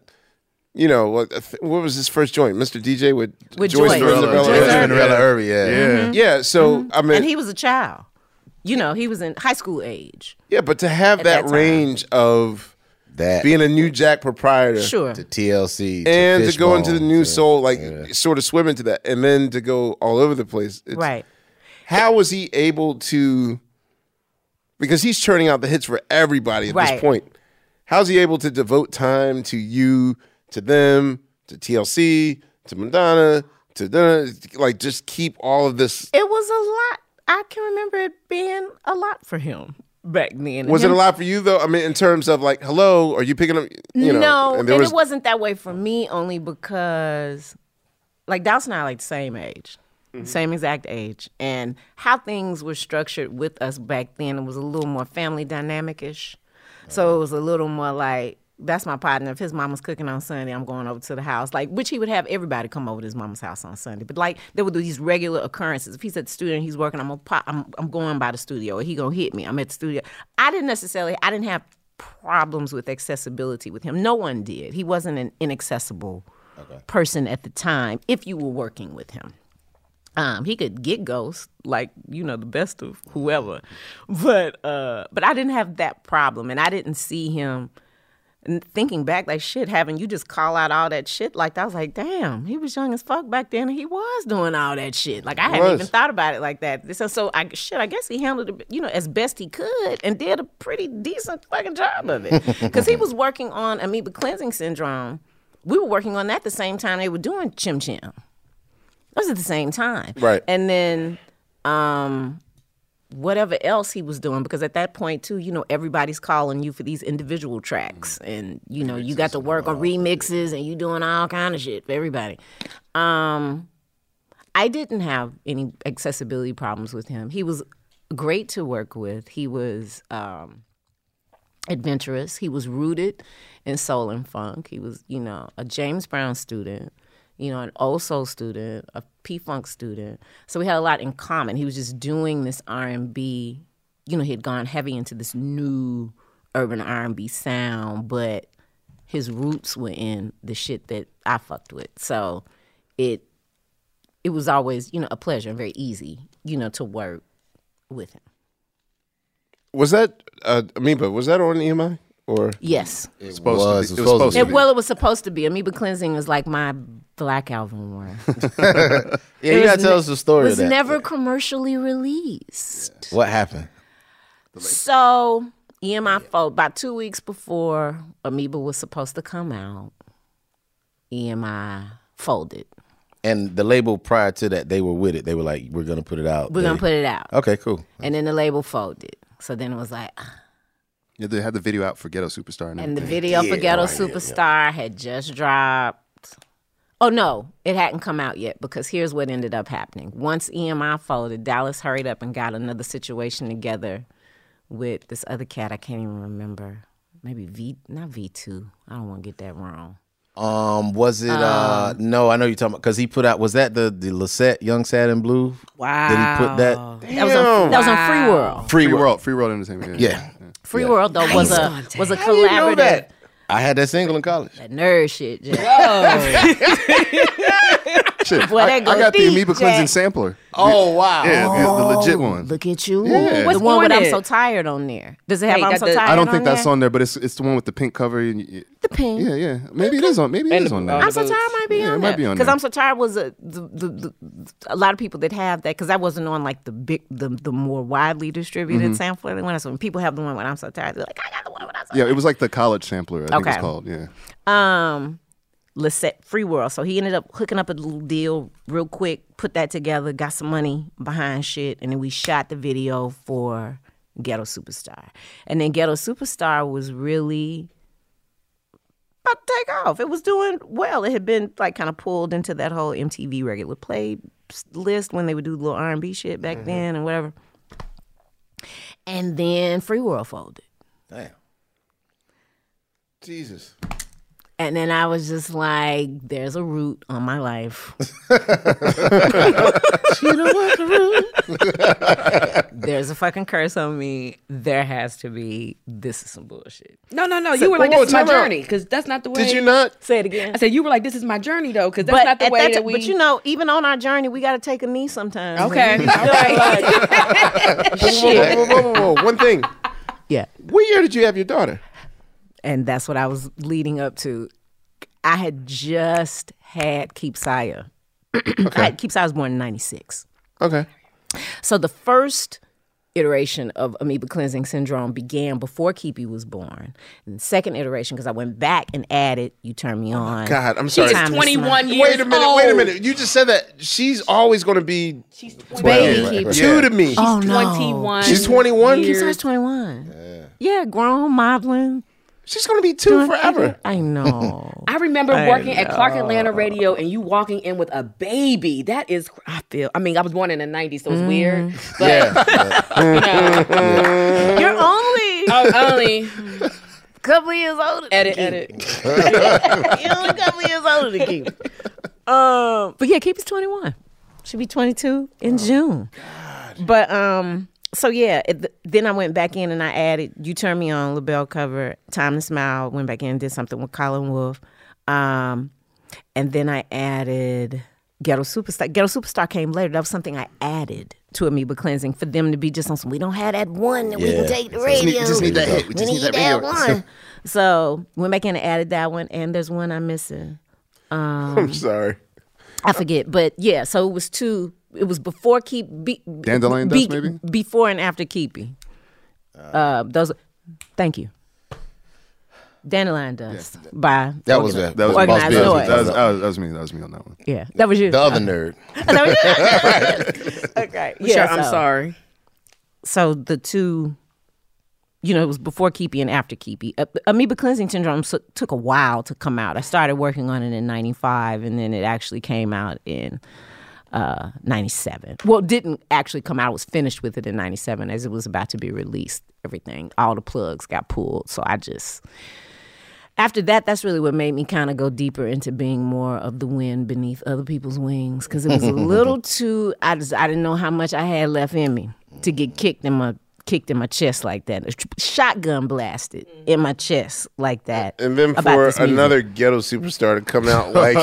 S4: you know what I th- what was his first joint Mr. DJ with,
S8: With
S4: Joyce
S8: Joyce.
S4: Cinderella,
S8: Joyce Cinderella.
S3: Cinderella Irby, yeah.
S4: yeah so I mean
S8: and he was a child. You know, he was in high school age.
S4: yeah but to have
S8: at
S4: that,
S8: that time.
S4: range of
S3: That
S4: being a new jack proprietor
S8: Sure.
S3: to TLC
S4: and
S3: to,
S4: to go into the
S3: Fishbone,
S4: new
S3: to-
S4: soul like sort of swim into that and then to go all over the place It's-
S8: Right.
S4: how was he able to because he's churning out the hits for everybody at
S8: Right.
S4: this point how's he able to devote time to you to them to tlc to madonna to da- like just keep all of this
S8: It was a lot. I can remember it being a lot for him back then.
S4: was it
S8: Him-
S4: a lot for you though i mean in terms of like hello are you picking up you know
S8: no,
S4: and
S8: and,
S4: there
S8: it
S4: was
S8: wasn't that way for me only because, like, Dallas and I are like the same age, same exact age, and how things were structured with us back then it was a little more family dynamic ish. So it was a little more like, that's my partner. If his mama's cooking on Sunday, I'm going over to the house. Like, which he would have everybody come over to his mama's house on Sunday. But like, there were these regular occurrences. If he's at the studio and he's working, I'm gonna pop, I'm, I'm going by the studio. Or he gonna hit me. I'm at the studio. I didn't necessarily. I didn't have problems with accessibility with him. No one did. He wasn't an inaccessible person at the time. If you were working with him. Um, he could get ghosts, like you know, the best of whoever, but uh, but I didn't have that problem, and I didn't see him. And thinking back, like shit, having you just call out all that shit, like that I was like, damn, he was young as fuck back then, and he was doing all that shit. Like I hadn't even thought about it like that. So, so I shit, I guess he handled it, you know, as best he could, and did a pretty decent fucking job of it, because he was working on amoeba cleansing syndrome. We were working on that the same time they were doing Chim Chim. That was at the same time.
S4: Right.
S8: And then um whatever else he was doing because at that point too you know everybody's calling you for these individual tracks and you know you got to work on remixes and you doing all kind of shit for everybody um i didn't have any accessibility problems with him he was great to work with he was um adventurous. He was rooted in soul and funk. He was, you know, a James Brown student, you know, an old soul student, a P Funk student. So we had a lot in common. He was just doing this R and B. You know, he had gone heavy into this new urban R and B sound, but his roots were in the shit that I fucked with. So it it was always, you know, a pleasure and very easy, you know, to work with him.
S4: was that uh, amoeba was that on emi or
S8: Yes.
S3: It was,
S6: supposed to be-
S3: it was supposed to
S8: It,
S3: be.
S8: well, it was supposed to be. Amoeba cleansing was like my black album one.
S3: Yeah, you
S8: was
S3: gotta tell
S8: ne-
S3: us the story of
S8: was
S3: that.
S8: never commercially released.
S3: what happened?
S8: So E EMI folded about two weeks before Amoeba was supposed to come out. EMI folded.
S3: And the label prior to that, they were with it. They were like, "We're gonna put it out.
S8: We're gonna put it out,
S3: Okay, cool.
S8: and then the label folded. So then it was like,
S6: Yeah, they had the video out for Ghetto Superstar. And,
S8: and the
S6: everything.
S8: video for Ghetto Superstar had just dropped. Oh no, it hadn't come out yet because here's what ended up happening. Once EMI folded, Dallas hurried up and got another situation together with this other cat I can't even remember. Maybe V not V two. I don't want to get that wrong.
S3: Um, was it? uh No, I know you're talking about because he put out. Was that the the Lissette Young Sad and Blue?
S2: Wow.
S3: Did he put that?
S8: That was on, that was on Free World.
S3: Free,
S6: Free
S3: World.
S6: World, Free World Entertainment.
S3: Yeah.
S8: Free World though was a was a collaborative
S3: that? I had that single in college.
S8: that nerd shit. Jack.
S6: Shit,
S8: Boy,
S6: I,
S8: that
S6: I
S8: go
S6: got the
S8: deep,
S6: amoeba
S8: Jack.
S6: cleansing sampler.
S3: Oh wow.
S6: Yeah, the- the
S4: Oh,
S6: legit one.
S8: Look at you.
S6: Yeah.
S8: The
S6: What's
S8: one
S2: on
S8: with I'm
S2: it?
S8: so tired on there. Does it have
S2: Wait,
S8: I'm
S2: that
S8: so
S2: the-
S8: tired?
S6: I don't think
S8: on
S6: that's
S8: there?
S6: on there, but it's it's the one with the pink cover. And y-
S8: the pink.
S6: yeah, yeah, maybe it is on. Maybe it
S2: And
S6: is
S2: the-
S6: on there.
S8: I'm so tired might be
S6: Yeah,
S8: on
S6: it
S8: there.
S6: might be on
S8: Because
S6: there.
S8: I'm so tired was a the, the, the, a lot of people that have that because that wasn't on like the big the, the more widely distributed
S6: Mm-hmm.
S8: sampler. When, when people have the one when I'm so tired, they're like, I got the one when I'm so
S6: Yeah, it was like the college sampler. I think
S8: Okay.
S6: it's called. Yeah,
S8: um Lisette Free World. So he ended up hooking up a little deal real quick, put that together, got some money behind shit, and then we shot the video for Ghetto Superstar. And then Ghetto Superstar was really about to take off. It was doing well. It had been like kind of pulled into that whole MTV regular play s- list when they would do little R&B shit back then and whatever. And then Free World folded.
S3: Damn. Jesus.
S8: And then I was just like, there's a root on my life. she don't want the root. there's a fucking curse on me. There has to be. This is some bullshit.
S2: No, no, no. You were like,
S4: whoa,
S2: this is my
S4: time out.
S2: journey. Because that's not the way.
S4: Did you not?
S8: Say it again.
S2: I said, you were like, this is my journey, though. Because that's not the
S8: at
S2: way
S8: that
S2: that,
S8: ti-
S2: we.
S8: but you know, even on our journey, we got to take a knee sometimes.
S2: Okay.
S8: You know, like, shit.
S4: Whoa, whoa, whoa, whoa, whoa. One thing.
S8: Yeah.
S4: What year did you have your daughter?
S8: And that's what I was leading up to. I had just had Keep Saya. I, Keep Saya was born in 96.
S4: Okay.
S8: So the first iteration of amoeba cleansing syndrome began before Keepy was born. And the second iteration, because I went back and added "You Turn Me On."
S4: God, I'm sorry.
S8: She's Time is
S2: 21
S8: not-
S2: years
S4: Wait a minute. Wait a
S2: old.
S4: minute. You just said that she's always going to be
S2: She's
S8: Baby
S3: Right,
S8: Keepy.
S3: right,
S4: two to me.
S8: Oh no,
S2: 21.
S4: She's 21?
S8: Keep
S2: years.
S8: size twenty-one. Yeah. grown modeling.
S4: She's going to be two
S8: doing
S4: forever.
S8: everything. I know.
S2: I remember working at Clark Atlanta Radio and you walking in with a baby. That is, cr- I feel. I mean, I was born in the '90s, so it's weird. But
S8: You're only a
S2: I was only
S8: couple years older. than
S2: edit,
S8: Keep.
S2: edit.
S8: You're only a couple years older than Keep. Um, but yeah, Keep is Oh, 21. She'll be 22 in June. But um, so yeah, it, then I went back in and I added "You Turn Me On" LaBelle cover, "Time to Smile." Went back in and did something with Colin Wolf, um, and then I added "Ghetto Superstar." "Ghetto Superstar" came later. That was something I added to Amoeba Cleansing for them to be just on some. We don't have that one that we can
S3: Yeah.
S8: take the
S3: Just
S8: radio.
S3: need- just need that hit.
S8: We
S3: We just
S8: need,
S3: need that
S8: that,
S3: radio.
S8: one. so went back in and added that one, and there's one I'm missing.
S4: I'm sorry.
S8: I forget, but yeah. So it was two. It was before keep be,
S6: Dandelion
S8: be-
S6: Dust, maybe?
S8: before and after keepy. Uh, those. Thank you. Dandelion dust by
S3: That was
S8: Organ-
S3: that. That was Boss
S8: organized
S3: Biz.
S6: that
S8: noise.
S6: was, that, was, that was- that was me. That was me on that one.
S8: yeah, that was you.
S3: The other nerd.
S8: That was you? okay. Yeah,
S2: Sure, I'm
S8: so-
S2: sorry.
S8: so the two, you know, it was before Keepy and after Keepy. Uh, amoeba cleansing syndrome so, took a while to come out. I started working on it in '95, and then it actually came out in uh, '97. Well, it didn't actually come out. I was finished with it in '97 as it was about to be released. Everything, all the plugs got pulled, so I just. After that, that's really what made me kind of go deeper into being more of the wind beneath other people's wings because it was a little too. I just I didn't know how much I had left in me to get kicked in my kicked in my chest like that, shotgun blasted in my chest like that.
S4: And then
S8: about
S4: for
S8: this music.
S4: another ghetto superstar to come out like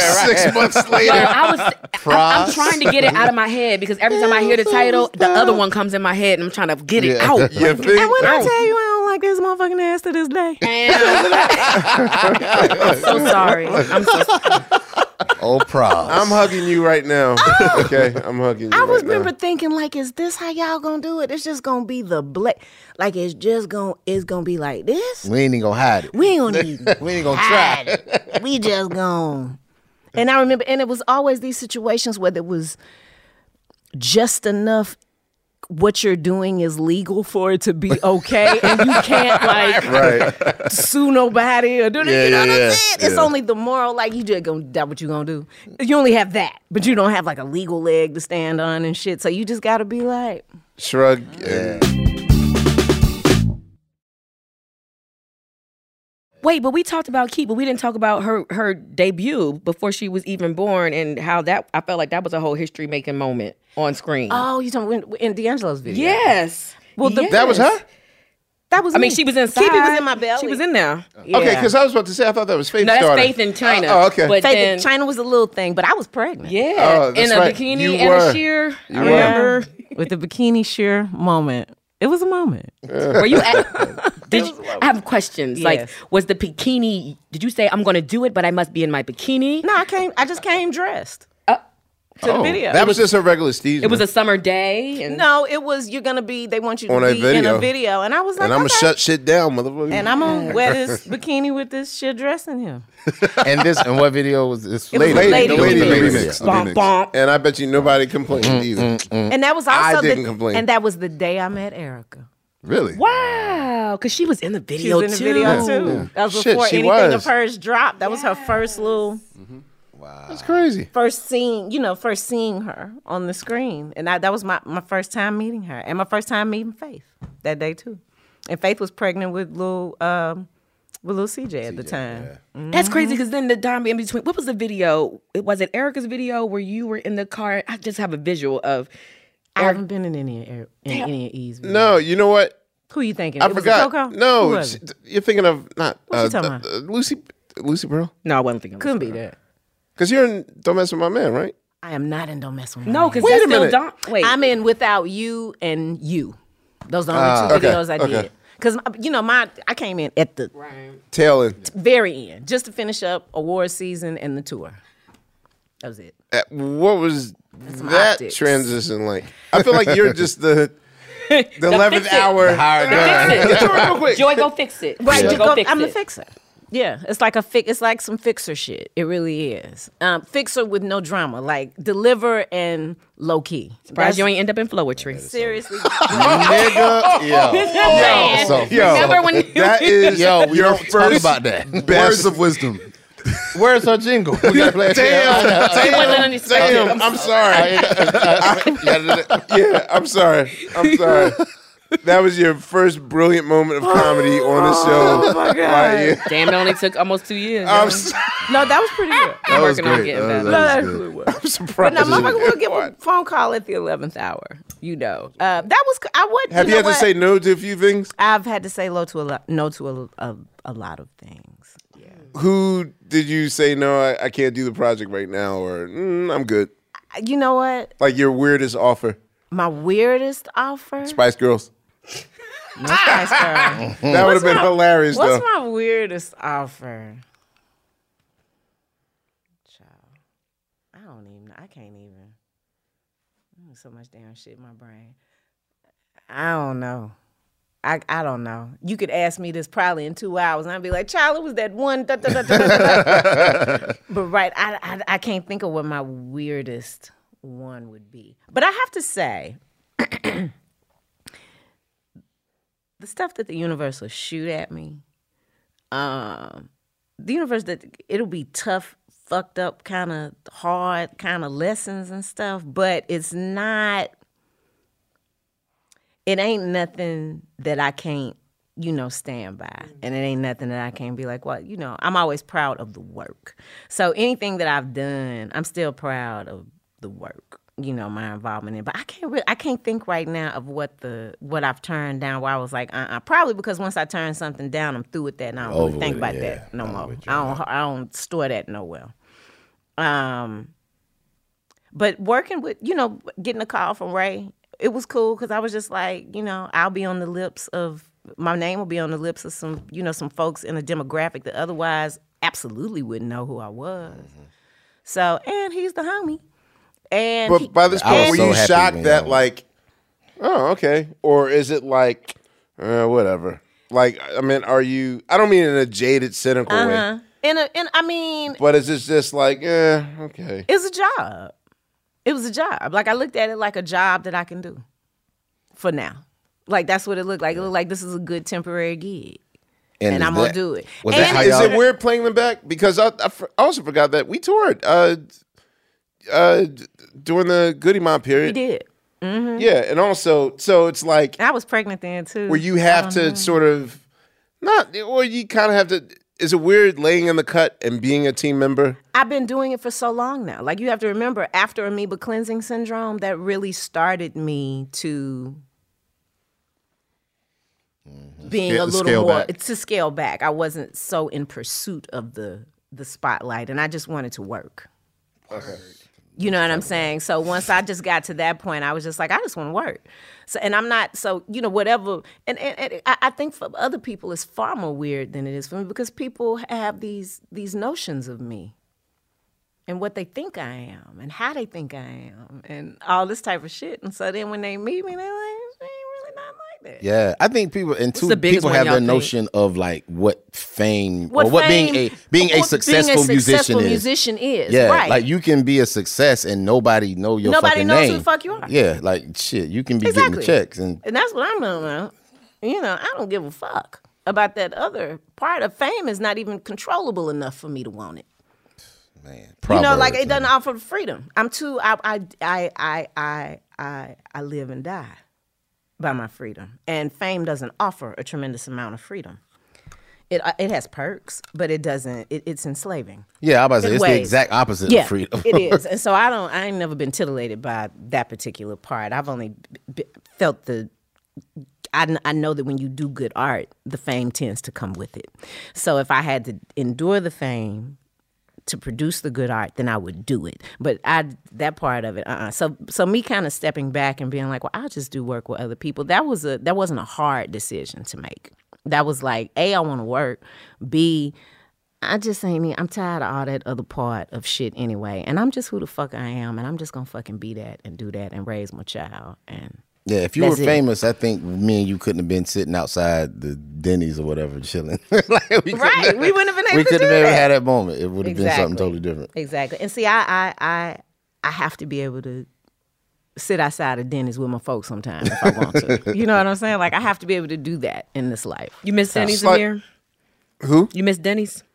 S4: six months later.
S2: Yeah, I was. I- I'm trying to get it out of my head because every time I hear the title, the other one comes in my head, and I'm trying to get it
S3: Yeah. Oh.
S2: out.
S4: You think?
S8: And when I tell you I don't like this motherfucking ass to this day,
S2: I'm so sorry. I'm so
S3: Oh, props.
S4: I'm hugging you right now. okay, I'm hugging you.
S8: I was
S4: right now.
S8: remember thinking like, is this how y'all gonna do it? It's just gonna be the black, like it's just gonna it's gonna be like this.
S3: we ain't even gonna hide it.
S8: We ain't gonna need
S3: We ain't gonna try.
S8: God, we just gone. And I remember, and it was always these situations where there was just enough what you're doing is legal for it to be okay and you can't like
S7: Right.
S8: sue nobody or do nothing.
S7: Yeah,
S8: you know
S7: yeah,
S8: what I'm
S7: yeah,
S8: saying? It's
S7: yeah.
S8: only the moral, like you just gonna that what you gonna do. You only have that, but you don't have like a legal leg to stand on and shit. So you just gotta be like,
S3: Shrug. Yeah.
S2: Wait, but we talked about Key, but we didn't talk about her her debut before she was even born and how that I felt like that was a whole history making moment on screen.
S8: Oh, you talking in, in D'Angelo's video?
S2: Yes.
S8: Well, the,
S2: That was her?
S8: That was.
S2: I mean,
S8: me.
S2: she was inside.
S8: Keep it was in my belly.
S2: She was in there.
S3: Okay, because I was about to say I thought that was Faith.
S2: No, that's
S3: daughter.
S2: Faith in China.
S3: Oh, okay.
S2: But
S8: Faith
S2: then-
S8: in China was a little thing, but I was pregnant.
S2: Yeah,
S3: Oh, that's
S2: in a
S3: right.
S2: bikini
S3: You
S2: and
S3: were.
S2: a sheer.
S3: You
S2: I
S3: were.
S2: remember.
S8: with the bikini sheer moment. It was a moment.
S2: Were you? At, did you, I have questions.
S8: Yes.
S2: Like, was the bikini? Did you say I'm going to do it, but I must be in my bikini?
S8: No, I came. I just came dressed to the video.
S3: Oh, That was just a regular Steve.
S2: It was a summer day. And
S8: no, it was you're gonna be. They want you to
S3: On
S8: be
S3: a
S8: in
S3: video.
S8: a video, and I was like,
S3: and I'm gonna
S8: okay.
S3: shut shit down, motherfucker.
S8: and I'm gonna wear this bikini with this shit dressing him.
S4: and this and what video was this?
S8: It was
S4: Lady.
S8: Lady.
S3: the lady,
S8: Lady.
S3: remix.
S2: Bump, bump.
S3: And I bet you nobody complained either.
S8: And that was
S3: Hmm. I
S8: also
S3: didn't
S8: the,
S3: complain.
S8: and that was the day I met Erica.
S4: Really?
S2: Wow, because she was in the
S8: She
S2: video
S8: was in the
S2: too.
S8: video too. That was
S3: Shit,
S8: before
S3: she
S8: anything
S3: was.
S8: of hers dropped. That was her first little
S3: That's crazy.
S8: first seeing, you know, first seeing her on the screen. And I, that was my, my first time meeting her and my first time meeting Faith that day too. And Faith was pregnant with little um with little CJ, at the time.
S2: That's crazy
S8: Mm-hmm.
S2: because then the time in between. What was the video? It was it Erica's video where you were in the car. I just have a visual of.
S8: I haven't been in any of Eric- in any of E's. videos.
S3: No, you know what?
S8: Who you thinking?
S3: I
S8: It was
S3: forgot.
S8: Coco? Who
S3: No,
S8: was
S3: she-
S8: it?
S3: you're thinking of not
S8: What you
S3: uh,
S8: talking
S3: uh,
S8: about?
S3: uh, Lucy Lucy Pearl.
S2: No, I wasn't thinking.
S8: couldn't be that.
S3: Because you're in Don't Mess with My Man, right?
S8: I am not in Don't Mess With Me.
S2: No, because
S3: Wait
S2: that's
S3: a
S2: still
S3: minute.
S2: Don. Wait,
S8: I'm in Without You and You. Those are the only two
S3: okay,
S8: videos I
S3: okay.
S8: did. Because, you know, my I came in at the
S3: Tail end.
S8: very end just to finish up award season and the tour. That was it.
S3: Uh, What was that
S8: optics.
S3: transition like? I feel like you're just the the
S2: fix
S3: eleventh
S2: it.
S3: hour.
S2: fix it.
S3: Real quick.
S2: Joy, go fix it.
S8: Right,
S2: Joy,
S8: you
S2: go,
S8: go-
S2: fix
S8: I'm
S2: it.
S8: a fixer. Yeah, it's like a fix. It's like some fixer shit. It really is. Um, fixer with no drama, like deliver and low key.
S2: Surprised you ain't end up in Flowetry.
S8: seriously.
S4: Nigga. Yo.
S2: Man,
S4: so-
S3: Yo,
S2: Remember when you-
S3: that is
S4: Yo, we
S3: your
S4: don't talk
S3: first
S4: about that.
S3: best
S7: of wisdom.
S4: Where's our jingle? We gotta play it.
S3: Damn,
S2: wasn't
S3: damn,
S2: understanding.
S3: damn. I'm sorry.
S4: I-
S3: Yeah, I'm sorry. I'm sorry. That was your first brilliant moment of comedy on the show. Oh my god!
S2: damn, it only took almost two years.
S3: I'm, s-
S8: no, that was pretty good.
S2: I'm
S7: was
S2: working on
S7: great.
S2: getting
S7: That
S2: better.
S7: was-
S8: No,
S7: that
S8: that
S7: was
S8: really was.
S3: I'm surprised.
S8: No, motherfucker, we'll get a phone call at the eleventh hour. You know, uh, that was I would.
S3: Have you,
S8: know
S3: had
S8: what?
S3: to say no to a few things?
S8: I've had to say low to a lot, no to a, a, a lot of things.
S3: Who did you say no? I, I can't do the project right now, or mm, I'm good.
S8: You know what?
S3: Like your weirdest offer,
S8: My weirdest offer.
S3: Spice Girls.
S8: No, Spice Girl.
S3: That would have been
S8: my-
S3: hilarious, though.
S8: What's my weirdest offer? Child, I don't even. I can't even. Mm, So much damn shit in my brain. I don't know. I, I don't know. You could ask me this probably in two hours, and I'd be like, "Child, it was that one." Da, da, da, da, da, da." but right, I, I I can't think of what my weirdest one would be. But I have to say, the stuff that the universe will shoot at me, um, the universe that it'll be tough, fucked up, kind of hard, kind of lessons and stuff, but it's not. It ain't nothing that I can't, you know, stand by, and it ain't nothing that I can't be like, well, you know, I'm always proud of the work. So anything that I've done, I'm still proud of the work you know my involvement in but i can't really i can't think right now of what the what i've turned down where i was like uh-uh probably because once i turn something down i'm through with that and i don't really think about that no more i don't i don't store that nowhere um but working with you know getting a call from ray it was cool because i was just like you know i'll be on the lips of my name will be on the lips of some you know some folks in a demographic that otherwise absolutely wouldn't know who i was so and he's the homie and he-
S3: But by this
S4: I
S3: point,
S4: was
S3: were
S4: so
S3: you
S4: happy
S3: shocked
S4: when
S3: that
S4: I-
S3: like, oh okay, or is it like, uh, whatever? Like, I mean, are you? I don't mean in a jaded, cynical way,
S8: uh-huh. and, a, and i mean
S3: but is this just like, eh, okay?
S8: it's a job it was a job like i looked at it like a job that i can do
S7: for now. Like that's what it looked like. It looked like this is a good temporary gig,
S3: And
S7: and,
S3: is
S7: I'm gonna
S3: that-
S7: do it.
S3: was
S7: and
S3: that how y'all- Is it weird playing them back? Because I, I fr- I also forgot that we toured uh, uh, during the Goody Mob period.
S7: We did. hmm
S3: Yeah, and also, so it's like
S7: I was pregnant then too.
S3: where you have
S7: I don't
S3: to
S7: know.
S3: sort of not, or you kind of have to. Is it weird laying in the cut and being a team member?
S7: I've been doing it for so long now. Like you have to remember, after amoeba cleansing syndrome, that really started me to being
S14: Mm-hmm. Scale-
S7: a little
S14: scale
S7: more
S14: back.
S7: to scale back. I wasn't so in pursuit of the the spotlight, and I just wanted to work. You know what I'm saying? So once I just got to that point, I was just like, I just want to work. So and I'm not so you know whatever. And, and, and I, I think for other people, it's far more weird than it is for me because people have these these notions of me and what they think I am and how they think I am and all this type of shit. And so then when they meet me, they're like,
S8: Yeah, I think people and
S7: What's
S8: two
S7: the biggest
S8: people
S7: one
S8: have
S7: y'all
S8: their
S7: think?
S8: notion of like what fame
S7: What
S8: or what being
S7: fame-
S8: a being
S7: what being
S8: a
S7: a
S8: successful musician
S7: successful
S8: is.
S7: musician is,
S8: yeah,
S7: right.
S8: like you can be a success and nobody know your
S7: Nobody
S8: fucking
S7: knows who
S8: name.
S7: the fuck you are.
S8: Yeah, like shit, you can be getting
S7: exactly.
S8: the checks and
S7: that's what I'm about. You know, I don't give a fuck about that other part of fame is not even controllable enough for me to want it. you know, like
S8: Proverbs
S7: it doesn't offer freedom. I'm too. I I I I I I, I live and die by my freedom, and fame doesn't offer a tremendous amount of freedom. It it has perks, but it doesn't. It, it's enslaving.
S8: Yeah, I was about to say,
S7: In
S8: it's the
S7: ways.
S8: exact opposite of
S7: yeah,
S8: freedom.
S7: it is, and so I don't. I ain't never been titillated by that particular part. I've only b- b- felt the. I, kn- I know that when you do good art, the fame tends to come with it. So if I had to endure the fame to produce the good art, then I would do it. But I that part of it, uh, uh so so me kind of stepping back and being like, well, I'll just do work with other people. That was a that wasn't a hard decision to make. That was like, a I want to work. B I just ain't. e- I'm tired of all that other part of shit anyway, and I'm just who the fuck I am, and I'm just gonna fucking be that and do that and raise my child. And
S8: Yeah, if you
S7: That's
S8: were
S7: it.
S8: famous, I think me and you couldn't have been sitting outside the Denny's or whatever, chilling. like we couldn't
S7: Right,
S8: have-
S7: we wouldn't have been able
S8: We
S7: to
S8: couldn't
S7: do
S8: have ever
S7: that.
S8: had that moment. It would have been something
S7: Exactly.
S8: totally different.
S7: Exactly. And see, I, I, I, I have to be able to sit outside of Denny's with my folks sometimes if I want to. you know what I'm saying? Like I have to be able to do that in this life.
S2: You miss Denny's
S7: Slight-
S2: Amir?
S3: Who?
S2: You miss Denny's?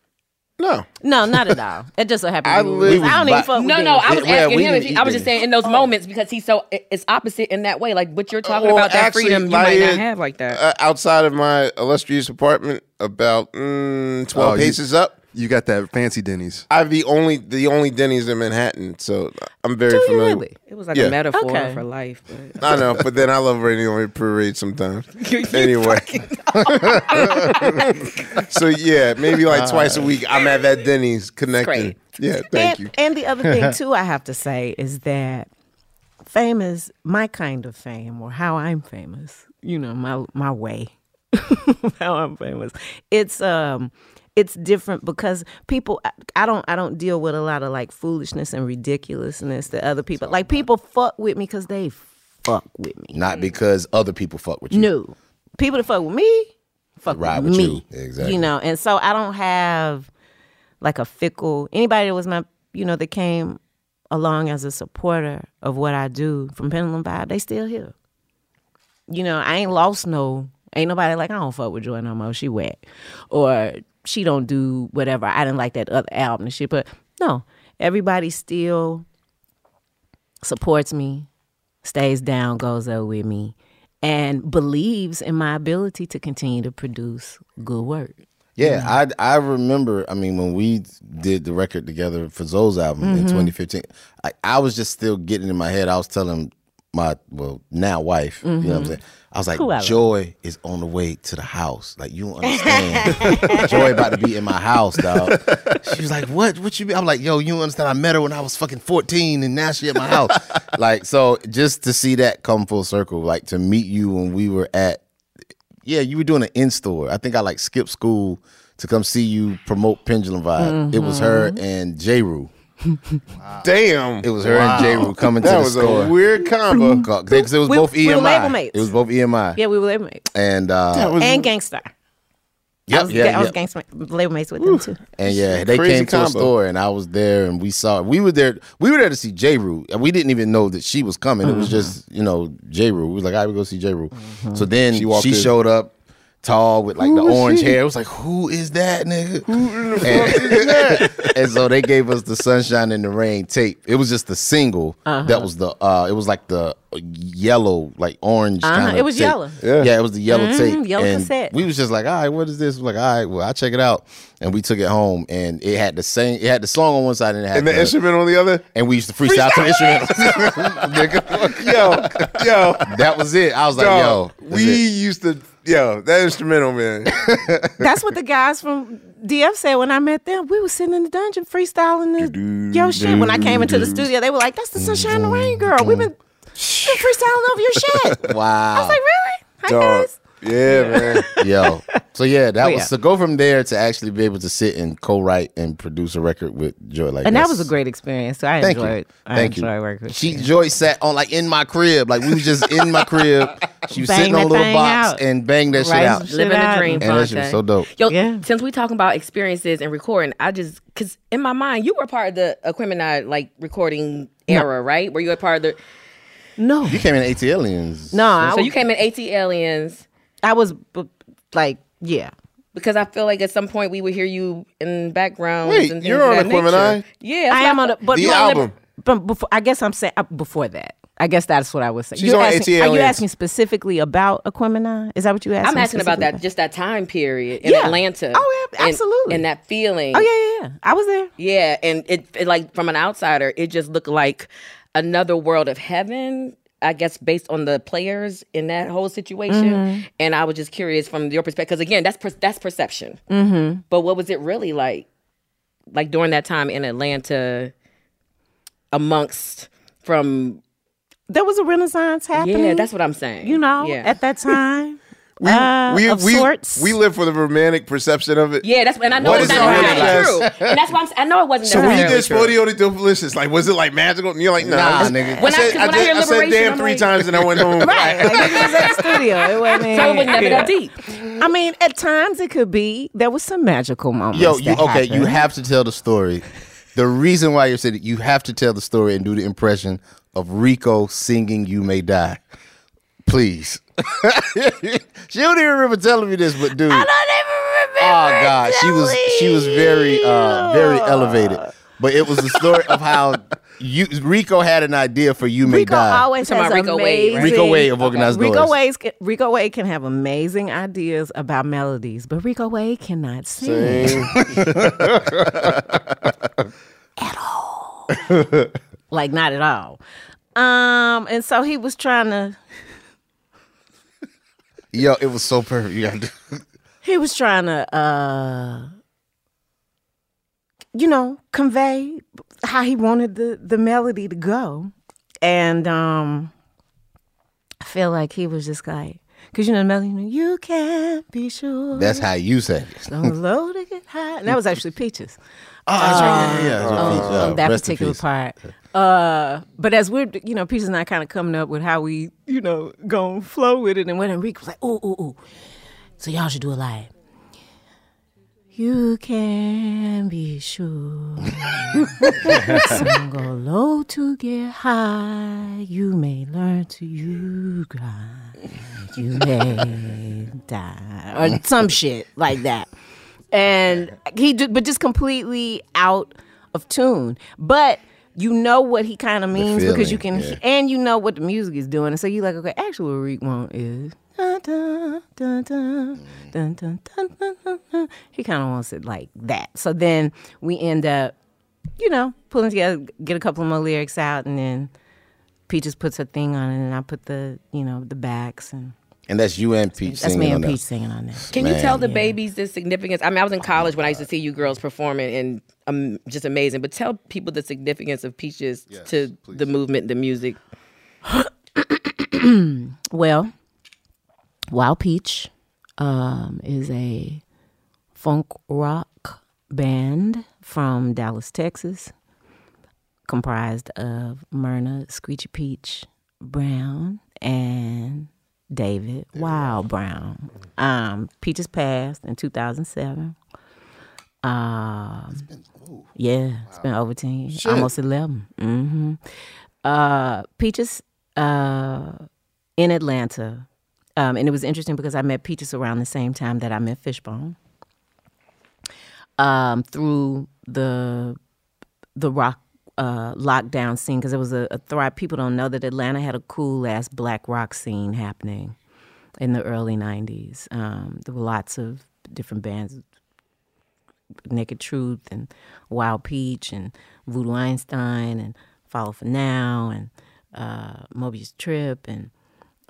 S3: No.
S7: No, not at all. It just so happened.
S2: I
S7: I,
S2: live
S7: I don't
S2: by-
S7: even fuck with
S2: No,
S7: Denny's.
S2: no, I was
S8: Yeah,
S2: asking
S8: we
S2: him. If
S8: didn't
S2: he,
S8: eat
S2: I was just
S8: Denny's. Oh.
S2: saying in those moments because he's so it- it's opposite in that way. Like what you're talking
S3: Well,
S2: about that
S3: actually,
S2: freedom you
S3: my-
S2: might not have like that.
S3: Uh, outside of my illustrious apartment, about mm, twelve
S4: Oh, you-
S3: paces up.
S4: You got that fancy Denny's.
S3: I have the only the only Denny's in Manhattan, so I'm very familiar.
S2: It was like
S3: Yeah.
S2: a metaphor
S7: Okay.
S2: for life. But.
S3: I know, but then I love radio on parade sometimes. anyway, so yeah, maybe like twice a week I'm at that Denny's connected.
S7: Great.
S3: Yeah, thank
S7: and,
S3: you.
S7: And the other thing too, I have to say is that fame is my kind of fame, or how I'm famous. You know, my my way, how I'm famous. It's um, it's different because people. I, I don't I don't deal with a lot of like foolishness and ridiculousness that other people like. People fuck with me because they
S8: Fuck
S7: with me.
S8: Not because other people fuck with you.
S7: no people that fuck with me fuck
S8: Ride
S7: with
S8: with
S7: me
S8: you. Exactly.
S7: you know and so i don't have like a fickle anybody that was my you know that came along as a supporter of what i do from pendulum vibe they still here you know i ain't lost no ain't nobody like i don't fuck with joy no more she whack or she don't do whatever i didn't like that other album and shit but no everybody still supports me stays down, goes up with me, and believes in my ability to continue to produce good work.
S8: Yeah,
S7: Mm-hmm.
S8: I I remember. I mean, when we did the record together for Zoe's album in
S7: Mhm.
S8: 2015, I, I was just still getting in my head. I was telling my well now wife, you know
S7: Mm-hmm.
S8: what I'm
S14: Mhm.
S8: saying. I was like,
S14: Whoever.
S8: Joy is on the way to the house. Like you don't understand. Joy about to be in my house, dog. She was like, "What? What you?" Be? I'm like, "Yo, you don't understand? I met her when I was fucking 14, and now she at my house." like, so just to see that come full circle, like to meet you when we were at yeah, you were doing an in store. I think I like skipped school to come see you promote Pendulum Vibe. It was her
S7: Mm-hmm.
S8: and J. Rue.
S3: Damn,
S8: it was her
S3: Wow.
S8: and J. Rue coming
S3: That
S8: to the
S3: was a
S8: store.
S3: weird combo
S8: because it was
S7: We-
S8: both E EMI.
S7: we were label mates.
S8: It was both EMI.
S7: Yeah, we were label mates
S8: and uh,
S7: and gangster.
S3: Yep,
S7: I was,
S3: yeah,
S7: I was
S3: yep.
S7: gangster labor mates with them too.
S3: And yeah, they
S7: Crazy
S3: came to a
S7: combo.
S3: store, and I was there, and we saw. We were there. We were there to see J. Rule, and we didn't even know that she was coming. It was
S7: Mhm.
S3: just you know J. Rule. We was like, I would go see J. Rule. So then
S7: Mm-hmm. She
S3: she,
S7: walked in.
S3: showed up, tall with like
S7: Who
S3: the
S7: is
S3: orange
S7: she?
S3: hair. It was like, who is that nigga? Who in the
S7: fuck
S3: is that? and so they gave us the sunshine and the rain tape. It was just the single
S7: Uh-huh.
S3: that was the. uh It was like the yellow, like orange.
S7: Uh-huh.
S3: kinda
S7: It was
S3: tape.
S7: yellow.
S3: Yeah. yeah, it was the yellow
S7: Mhm,
S3: tape.
S7: yellow
S3: and
S7: cassette.
S3: We was just like, all right, what is this? We're like, all right, well, I check it out, and we took it home, and it had the same. It had the song on one side, and it had
S4: And the instrument on the other.
S3: And we used to freestyle to the instrument.
S4: yo, yo,
S3: that was it. I was like,
S4: Dog,
S3: yo,
S4: we used to, yo, that instrumental man.
S7: That's what the guys from DF said when I met them. We were sitting in the dungeon freestyling the yo shit. When I came into the studio, they were like, "That's the Sunshine and Rain girl. We've been, been freestyling over your shit."
S3: wow.
S7: I was like, "Really? Hi
S3: Dog.
S7: guys."
S4: Yeah, man.
S3: Yo. So yeah, that
S7: But
S3: was to
S7: yeah.
S3: go from there to actually be able to sit and co-write and produce a record with Joy. Like,
S7: And that
S3: that's-
S7: was a great experience. So I
S3: Thank
S7: enjoyed.
S3: you.
S7: I
S3: Thank you.
S7: enjoyed working with
S3: she Joy sat on like in my crib, like we was just in my crib. She was
S2: Bang
S3: sitting on
S2: that
S3: a little
S2: thing
S3: box
S2: out.
S3: and banged
S2: Right,
S3: that shit out.
S2: some shit Living the out. dream,
S3: and that shit
S2: Fonte.
S3: was so dope.
S2: Yo, since we talking about experiences and recording, I just because in my mind you were part of the Equimini like recording
S3: No.
S2: era, right? Were you a part of the?
S7: No,
S3: you came in AT
S8: E,
S3: aliens.
S2: No, so you came in AT aliens.
S7: I was like, yeah.
S2: Because I feel like at some point we would hear you in backgrounds.
S7: Wait,
S2: and
S7: you're
S2: things of
S7: on
S2: that
S7: Equimini?
S2: nature. Yeah,
S7: I am on the, but
S2: The
S7: but-
S2: album.
S7: But before, I guess I'm saying uh, before that. I guess that's what I was saying.
S2: She's
S7: You're
S2: on
S7: asking, are
S2: ATLNs.
S7: you asking specifically about Aquemini? Is that what you asking?
S2: I'm asking about
S7: specifically
S2: that, just that time period in
S7: Yeah.
S2: Atlanta. Oh,
S7: yeah, absolutely.
S2: And, that feeling.
S7: Oh, yeah, yeah, yeah. I was there.
S2: Yeah, and it, it, like from an outsider, it just looked like another world of heaven. I guess based on the players in that whole situation,
S7: Mhm.
S2: and I was just curious from your perspective because again, that's per- that's perception.
S7: Mm-hmm.
S2: But what was it really like, like during that time in Atlanta, amongst from
S7: There was a renaissance happening.
S2: Yeah, that's what I'm saying.
S7: You know,
S2: Yeah.
S7: at that time.
S4: We,
S7: uh,
S4: we,
S7: of
S4: we,
S7: sorts.
S4: we live for the romantic perception of it.
S2: yeah, that's and I know
S4: What
S2: it's
S4: is
S2: not
S4: our
S2: necessarily true,
S4: renaissance?
S2: and that's why I'm, si know it wasn't.
S4: So when you
S2: necessarily
S4: did
S2: true.
S4: Spodio de Delicious, like was it like magical? And you're like, nah,
S3: Nah,
S4: just-
S3: nigga.
S2: When I-
S4: I said,
S2: 'cause when I
S4: did-
S2: hear
S4: I said
S2: Liberation,
S4: damn
S2: I'm
S4: three
S2: like-
S4: times and I went home.
S7: Right. Like, it was at the studio. It wasn't.
S2: So it was never that deep.
S7: I mean, at times it could be. There was some magical moments.
S3: Yo, you
S7: that
S3: okay? You
S7: happened.
S3: have to tell the story. The reason why you're sitting, you have to tell the story and do the impression of Rico singing "You May Die." Please, she don't even remember telling me this, but dude, I
S7: don't
S3: even remember. Oh God, she was she was very uh, very elevated, but it was the story of how you Rico had an idea for "You May
S7: Rico
S3: Die."
S7: always has
S2: Rico Wade,
S7: amazing.
S3: right? Rico Wade of Organized
S7: Rico
S3: Noise.
S7: Wade can, Rico Wade can have amazing ideas about melodies, but Rico Wade cannot sing. like not at all. Um, and so he was trying to
S3: Yo, it was so perfect. You got to.
S7: he was trying to uh you know convey how he wanted the the melody to go and um i feel like he was just like because you know the melody you, know, you can't be sure
S3: That's how you said it.
S7: Don't load to get high. And that was actually Peaches.
S3: Oh, that's right. Yeah, yeah, yeah. That's
S7: on-
S3: Peaches.
S7: on
S3: Yeah,
S7: that
S3: rest in
S7: particular
S3: peace.
S7: part. Uh, but as we're, you know, Peaches and I kind of coming up with how we, you know, going to flow with it. And when Enrique was like, ooh, ooh, ooh. So y'all should do a live. You can be sure. Some go low to get high. You may learn to you grind. You may die. Or some shit like that. And he did, but just completely out of tune. But you know what he kind of means because you can,
S8: feeling, yeah.
S7: and you know what the music is doing. And so you're like, okay, actually, what Reek want is. Dun, dun, dun,
S3: Mm.
S7: dun, dun, dun, dun, dun, dun, dun. He kind of wants it like that. So then we end up, you know, pulling together, get a couple more lyrics out, and then Peaches puts her thing on, it, and I put the, you know, the backs, and
S3: And that's you and Peach.
S7: that's
S3: singing
S7: me
S3: on
S7: and
S3: that.
S7: Peach singing on that.
S2: Can you
S3: Man.
S2: tell the babies the significance? I mean, I was in college when I used to see you girls performing and um, just amazing. But tell people the significance of Peaches to the movement, the music.
S7: well, Wild Peach um, is a funk rock band from Dallas, Texas, comprised of Myrna Screechy Peach Brown and
S8: David Wild Brown. Um, Peaches passed in 2007. Um, it's been, yeah, it's been over 10 years,
S7: Shit.
S8: almost 11. hmm Uh, Peaches uh, in Atlanta. Um, and it was interesting because I met Peaches around the same time that I met Fishbone um, through the the rock uh, lockdown scene because it was a, a thrive. People don't know that Atlanta had a cool ass black rock scene happening in the early '90s. Um, there were lots of different bands, Naked Truth and Wild Peach and Voodoo Einstein and Follow for Now and uh, Mobius Trip and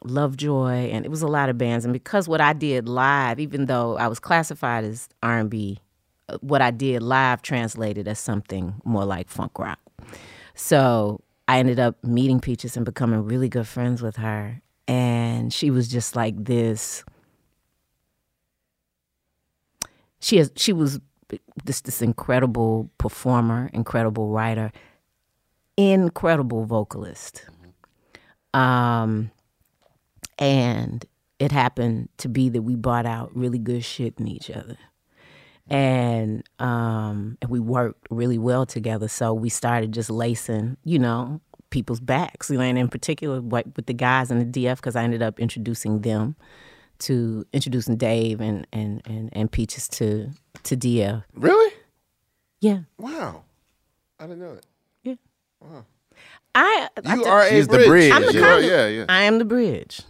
S8: Lovejoy and it was a lot of bands. And because what I did live, even though I was classified as R and B, uh, what I did live translated as something more like funk rock. So I ended up meeting Peaches and becoming really good friends with her. And she was just like this she has she was this this incredible performer, incredible writer, incredible vocalist. Um and it happened to be that we bought out really good shit in each other. And um and we worked really well together. So we started just lacing, you know, people's backs. And in particular what with the guys in the DF because I ended up introducing them to introducing Dave and and and, and Peaches to to DF.
S4: Really?
S8: Yeah.
S4: Wow. I didn't know that.
S8: Yeah.
S4: Wow.
S8: I I
S4: You
S8: t-
S4: are a She's the bridge. bridge.
S8: I'm the
S4: You
S8: kind
S4: are-
S8: of-
S4: yeah, yeah.
S8: I am the bridge.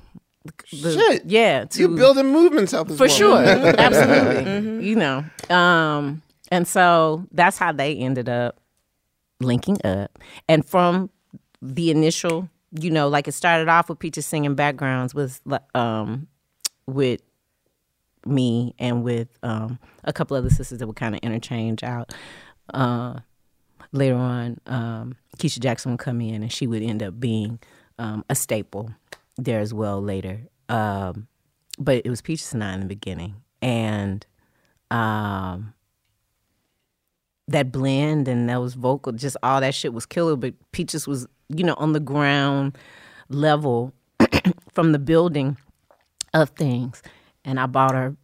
S8: The-
S4: Shit.
S8: Yeah.
S4: You
S8: to-
S4: building movements out this
S8: for
S4: woman.
S8: sure. Absolutely. You know. Um. And so that's how they ended up linking up, and from the initial, you know, like it started off with Peaches singing backgrounds with um with me and with um, a couple other sisters that would kind of interchange out. Uh, later on, um, Keisha Jackson would come in and she would end up being um, a staple there as well later. Um, but it was Peaches and I in the beginning. And um, that blend and those vocal, just all that shit was killer. But Peaches was, you know, on the ground level from the building of things. And I bought her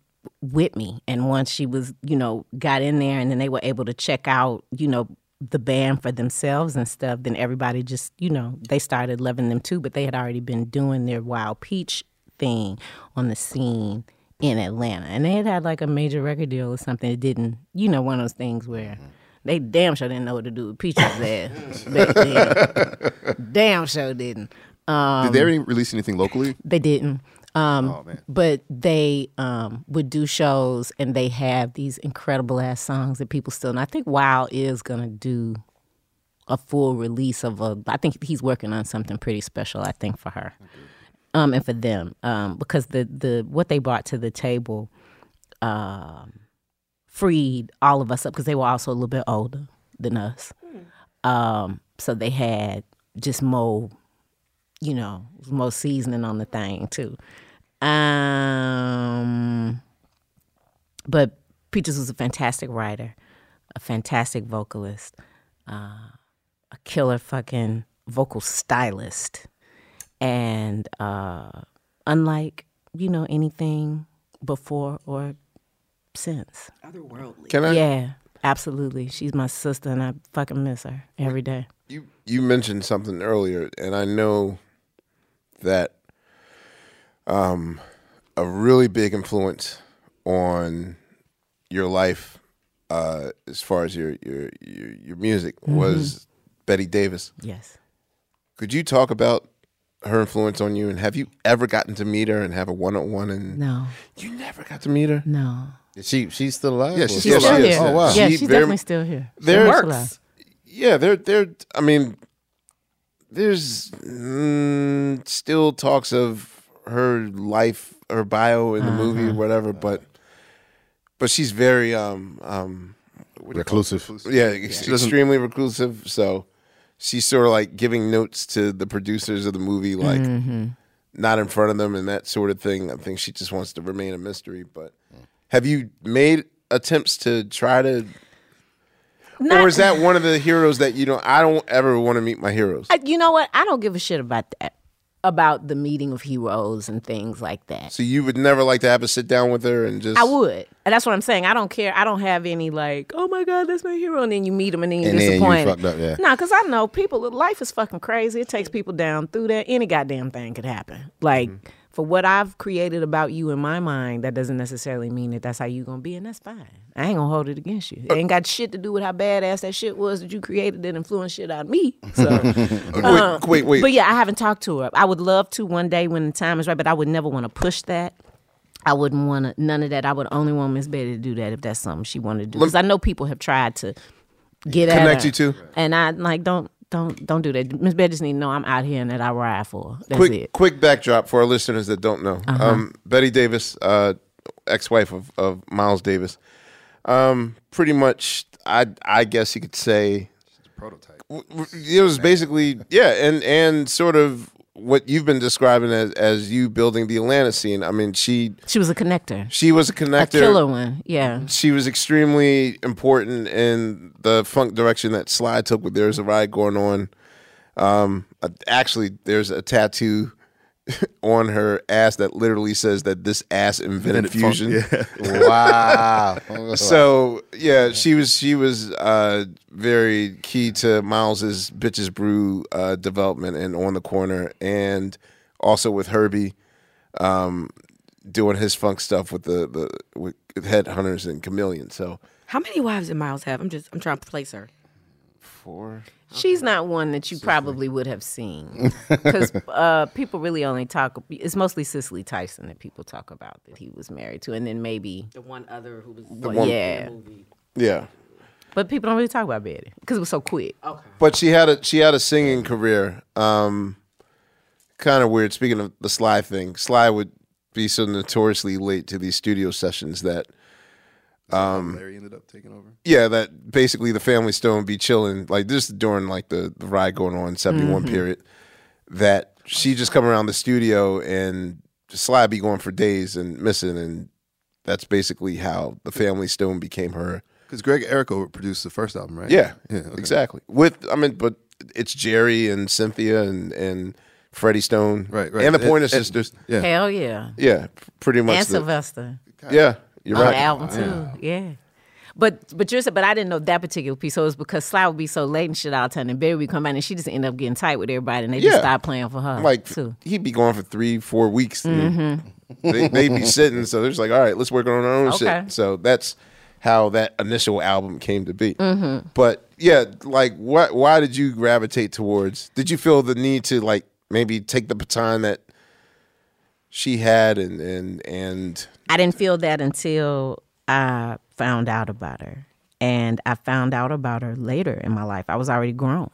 S8: with me. And once she was, you know, got in there and then they were able to check out, you know, the band for themselves and stuff, then everybody just, you know, they started loving them too. But they had already been doing their Wild Peach thing on the scene in Atlanta. And they had had like a major record deal or something. It didn't, you know, one of those things where they damn sure didn't know what to do with Peaches there back then. damn sure didn't. Um,
S6: Did they already release anything locally?
S8: they didn't. Um, But they um, would do shows and they have these incredible ass songs that people still. And I think Wow is going to do a full release of a. I think he's working on something pretty special, I think, for her um, and for them. Um, because the, the what they brought to the table um, freed all of us up because they were also a little bit older than us. Um, so they had just more you know, more seasoning on the thing too. Um, but Peaches was a fantastic writer, a fantastic vocalist, uh, a killer fucking vocal stylist, and uh, unlike you know anything before or since.
S12: Otherworldly.
S4: Can I-
S8: Yeah, absolutely. She's my sister, and I fucking miss her every day.
S4: you mentioned something earlier, and I know that um, a really big influence on your life, uh, as far as your your your, your music,
S8: Mm-hmm.
S4: was Betty Davis.
S8: Yes.
S4: Could you talk about her influence on you, and have you ever gotten to meet her and have a one on one? And
S8: No.
S4: you never got to meet her.
S8: No.
S3: She she's still alive.
S4: Yeah,
S3: or-
S4: she's still alive.
S3: is. Oh wow.
S8: Yeah, she's definitely still here.
S4: There
S8: She works a lot.
S4: Yeah, there there. I mean, there's mm, still talks of her life, her bio in the movie, whatever. But but she's very um um what do you call it?
S11: Reclusive.
S4: Yeah,
S11: Yeah.
S4: ex-
S11: She doesn't-
S4: extremely reclusive. So she's sort of like giving notes to the producers of the movie, like
S8: Mhm.
S4: not in front of them and that sort of thing. I think she just wants to remain a mystery. But have you made attempts to try to? or
S8: Not-
S4: is that one of the heroes that you know? I don't ever want to meet my heroes.
S8: I, you know what? I don't give a shit about that. about the meeting of heroes and things like that.
S4: So you would never like to have a sit down with her and just
S8: I would. And that's what I'm saying. I don't care. I don't have any like, oh my God, that's my hero. And then you meet him and then you're
S4: And then you
S8: disappointed.
S4: fucked up, yeah.
S8: Nah, because I know people, life is fucking crazy. It takes people down through that. Any goddamn thing could happen. Like,
S4: Mm-hmm.
S8: for what I've created about you in my mind, that doesn't necessarily mean that that's how you're going to be. And that's fine. I ain't going to hold it against you. It ain't got shit to do with how badass that shit was that you created that influenced shit out of me. So, uh,
S4: wait, wait, wait.
S8: But yeah, I haven't talked to her. I would love to one day when the time is right, but I would never want to push that. I wouldn't want to, none of that. I would only want Miss Betty to do that if that's something she wanted to do. Because I know people have tried to get at
S4: Connect
S8: her.
S4: you to?
S8: And I like don't don't don't do that. Miss Betty just need to know I'm out here and that I ride for. her. That's
S4: quick
S8: it.
S4: quick backdrop for our listeners that don't know.
S8: Uh-huh.
S4: Um, Betty Davis, uh, ex-wife of, of Miles Davis, um, pretty much. I I guess you could say
S6: prototype.
S4: it was basically yeah, and and sort of what you've been describing as as you building the Atlanta scene. I mean, she
S8: She was a connector.
S4: she was a connector,
S8: A killer one. Yeah.
S4: She was extremely important in the funk direction that Sly took with There's a Ride Going On. Um, uh, actually, there's a tattoo on her ass that literally says that this ass invented
S6: Invented funk,
S4: fusion.
S6: yeah. Wow.
S4: so yeah, she was she was uh, very key to Miles's Bitches Brew uh, development and on the corner, and also with Herbie. Um, doing his funk stuff with the, the with headhunters and chameleons. So
S2: How many wives did Miles have? I'm just I'm trying to place her.
S4: four.
S8: She's not one that you probably would have seen because uh, people really only talk. It's mostly Cicely Tyson that people talk about that he was married to, and then maybe
S2: The one other who was
S8: The one- Yeah.
S4: Yeah.
S8: But people don't really talk about Betty because it was so quick.
S2: Okay.
S4: But she had a she had a singing career. Um kind of weird. Speaking of the Sly thing, Sly would be so notoriously late to these studio sessions that um
S6: Larry ended up taking over.
S4: yeah, that basically the Family Stone be chilling like this is during like the, the ride going on 71
S8: Mm-hmm.
S6: Mhm.
S4: period that she just come around the studio and Sly be going for days and missing and that's basically how the Family Stone became her
S6: Because Greg Erico produced the first album, right?
S4: Yeah,
S6: okay.
S4: exactly. With I mean, but it's Jerry and Cynthia and and Freddie Stone, right,
S6: right.
S4: and the
S6: And-
S4: Pointer
S6: and-
S4: Sisters.
S6: yeah.
S8: Hell yeah.
S4: yeah, pretty much.
S8: and
S4: the-
S8: Sylvester. Oh,
S4: Yeah, you're
S8: on
S4: right.
S8: the album too. Yeah. But but you're sa- but I didn't know that particular piece. So it was because Sly would be so late and shit all the time, and Barry would come out and she just ended up getting tight with everybody, and they just
S4: Yeah.
S8: stopped playing for her.
S4: Like
S8: too.
S4: he'd be gone for three, four weeks. and
S7: Mm-hmm.
S8: Mhm.
S4: They, they'd be sitting, so they're just like, "All right, let's work on our own
S8: Okay.
S4: shit." So that's how that initial album came to be.
S7: Mm-hmm.
S8: Mhm.
S4: But yeah, like, what? Why did you gravitate towards? Did you feel the need to like maybe take the baton that she had and and and
S8: I didn't feel that until I found out about her. And I found out about her later in my life. I was already grown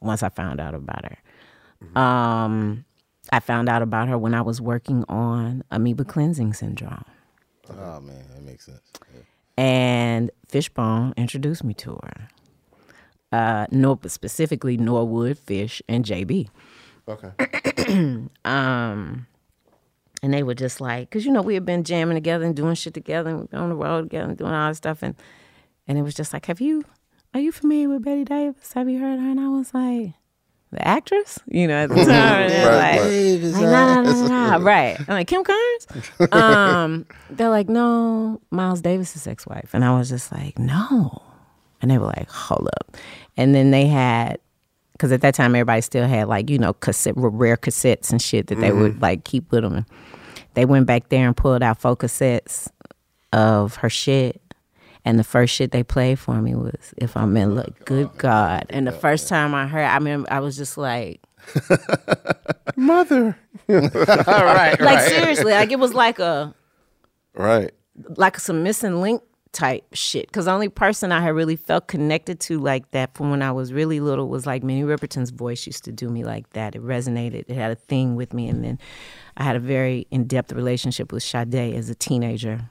S8: once I found out about her. Um, I found out about her when I was working on amoeba cleansing syndrome.
S3: Oh man, that makes sense.
S8: and Fishbone introduced me to her. Uh, Nor specifically Norwood, Fish, and JB.
S4: Okay.
S8: um, and they were just like, because you know we had been jamming together and doing shit together, and we've been on the road together and doing all this stuff, and and it was just like, have you are you familiar with Betty Davis? Have you heard her? And I was like, the actress, you know, at the time, and they're
S7: Right,
S8: like,
S7: right. Davis,
S8: like, nah, nah, nah, nah,
S7: huh?
S8: right? I'm like Kim Carnes. Um, they're like, no, Miles Davis's ex-wife, and I was just like, no, and they were like, hold up, and then they had. Because at that time, everybody still had like you know cassette, rare cassettes and shit that they
S7: Mhm.
S8: would like keep with them. They went back there and pulled out four cassettes of her shit. And the first shit they played for me was "If I'm in Love." Oh, Good God! And the first time I heard, I mean, I was just like,
S4: "Mother."
S8: right, like seriously, like it was like a
S4: Right.
S8: like some missing link type shit. Because the only person I had really felt connected to like that from when I was really little was like Minnie Riperton's voice used to do me like that. It resonated. It had a thing with me. And then I had a very in depth relationship with Sade as a teenager.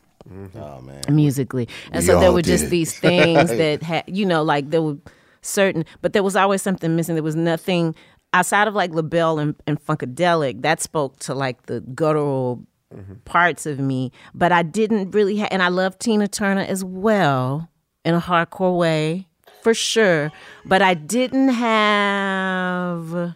S3: Oh man.
S8: musically. And
S3: We
S8: so there
S3: all
S8: were just
S3: did.
S8: these things that had, you know, like there were certain, but there was always something missing. There was nothing outside of like LaBelle and, and Funkadelic that spoke to like the guttural
S3: Mm-hmm.
S8: parts of me, but I didn't really, ha- and I love Tina Turner as well in a hardcore way.
S7: for sure, but I didn't have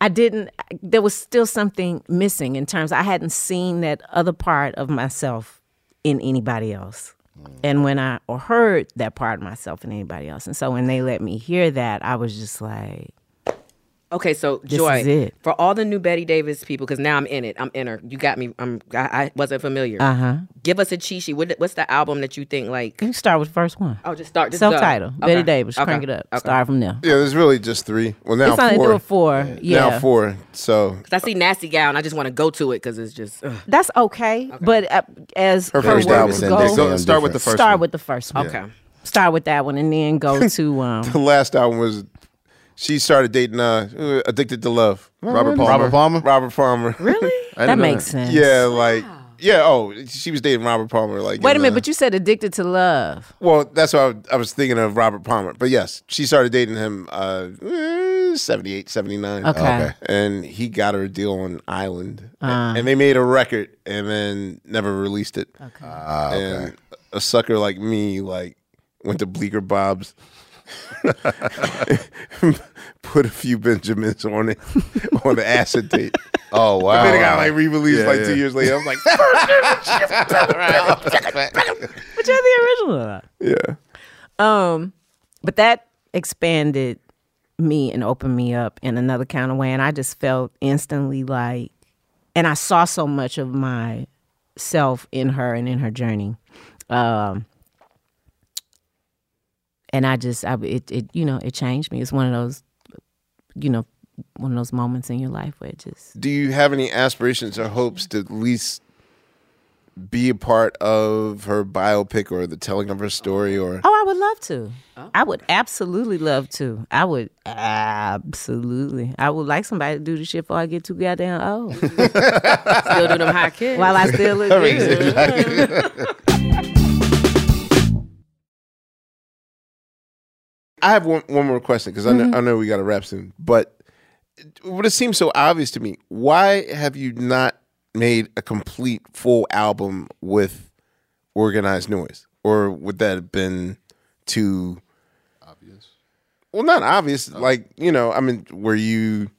S7: I didn't there was still something missing in terms I hadn't seen that other part of myself in anybody else. And when I or heard that part of myself in anybody else. And so when they let me hear that, I was just like
S2: Okay, so
S7: This
S2: Joy,
S7: is it.
S2: for all the new Betty Davis people, because now I'm in it, I'm in her. You got me. I'm. I, I wasn't familiar.
S7: Uh-huh.
S2: Give us a cheat sheet. What, what's the album that you think like?
S7: You start with the first one.
S2: Oh, just start. Just go.
S7: Self-title. Betty
S2: Okay,
S7: Davis.
S2: okay,
S7: Crank it up.
S2: okay.
S7: Start from there.
S4: Yeah, there's really just three. Well, now
S7: It's not- they do
S4: four.
S7: it four,
S4: Now
S7: yeah.
S4: four. So
S2: 'Cause I see Nasty Gal and I just want to go to it because it's just. ugh.
S7: That's okay, but uh, as
S2: Her
S7: her,
S2: first album
S7: words
S2: is
S7: go,
S2: indexed Go- on start with the different. first
S7: Start
S2: one.
S7: with the first one.
S2: Okay.
S7: Start with that one, and then go to um.
S4: the last album was she started dating uh Addicted to Love.
S7: Oh,
S4: Robert
S7: really?
S4: Palmer.
S7: Robert
S4: Palmer. Robert Palmer.
S7: Really? I didn't That know makes that. sense.
S4: Yeah, like yeah. Oh, she was dating Robert Palmer. Like
S7: Wait a
S4: in
S7: minute,
S4: the-
S7: but you said addicted to love.
S4: Well, that's why I was thinking of Robert Palmer. But yes, she started dating him uh eh, 78, 79.
S7: Okay. Okay.
S4: And he got her a deal on Island.
S7: Ah.
S4: and they made a record and then never released it. Okay.
S3: Ah,
S4: And a sucker like me like went to Bleecker Bob's put a few Benjamins on it on the acetate.
S3: Oh wow.
S4: And then it got like re-released
S3: Yeah,
S4: like
S3: yeah.
S4: two years later. I was like,
S7: But you're the original. of
S4: Yeah.
S7: that. Um, but that expanded me and opened me up in another kind of way, and I just felt instantly like, and I saw so much of myself in her and in her journey. Um, and I just, I it, it you know it changed me. It's one of those, you know, one of those moments in your life where it just
S4: Do you have any aspirations or hopes to at least be a part of her biopic or the telling of her story or
S7: Oh, I would love to. I would absolutely love to. I would absolutely. I would like somebody to do the shit before I get too goddamn old. still do
S2: them high kicks.
S7: While I still look
S2: That makes
S7: good.
S4: I have one, one more question because I,
S7: Mhm.
S4: know, I know we got to wrap soon, but it- what it seems so obvious to me, why have you not made a complete full album with organized noise? Or would that have been too obvious? Well, not obvious. Like, you know, I mean, were you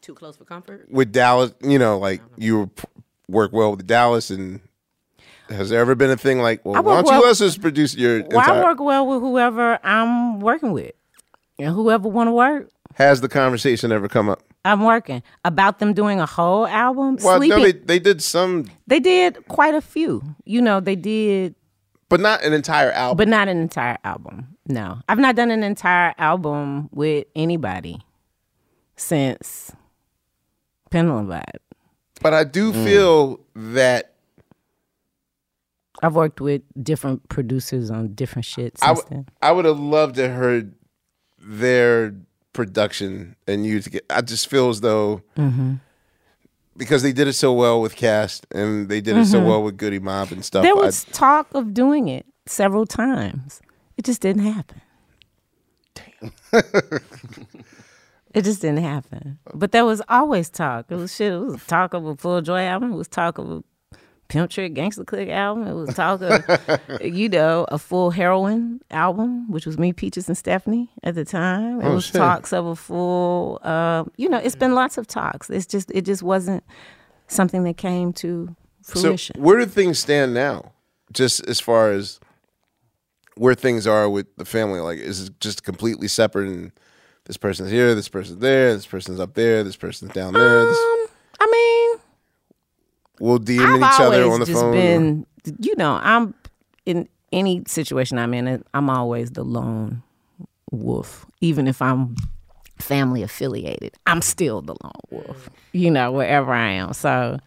S2: Too close for comfort.
S4: with Dallas, you know, like you were p- work well with Dallas and has there ever been a thing like, well,
S7: I
S4: why
S7: work
S4: don't you
S7: well-
S4: let us just produce your
S7: Well, I
S4: entire-
S7: work well with whoever I'm working with, and whoever want to work,
S4: has the conversation ever come up?
S7: I'm working. About them doing a whole album,
S4: Well,
S7: sleeping.
S4: no, they,
S7: they,
S4: they did some,
S7: did quite a few. You know, they did,
S4: but not an entire album.
S7: but not an entire album. No, I've not done an entire album with anybody since Pendulum Vibe.
S4: But I do feel that
S7: I've worked with different producers on different shit since
S4: I w-
S7: then.
S4: I would have loved to heard their production and you to get. I just feel as though
S7: Mhm.
S4: because they did it so well with Cast and they did it so
S7: Mhm.
S4: well with Goody Mob and stuff.
S7: There
S4: I-
S7: was talk of doing it several times. It just didn't happen. Damn. it just didn't happen. But there was always talk. It was shit. It was talk of a Full Joy album. It was talk of a Pimp Trick Gangsta Click album. It was talk of, you know, a full heroin album, which was me, Peaches, and Stephanie at the time. It
S15: Oh,
S7: was
S15: shit.
S7: talks of a full, uh, you know, it's been lots of talks. It's just, it just wasn't something that came to fruition.
S4: So where do things stand now? Just as far as where things are with the family, like is it just completely separate? And this person's here, this person's there, this person's up there, this person's down there. this-
S7: Um, I mean,
S4: we'll DM
S7: I've
S4: each other
S7: always
S4: on the
S7: just
S4: phone.
S7: Been, you know, I'm in any situation I'm in. I'm always the lone wolf, even if I'm family affiliated. I'm still the lone
S4: Mm.
S7: wolf. You know, wherever I am. So,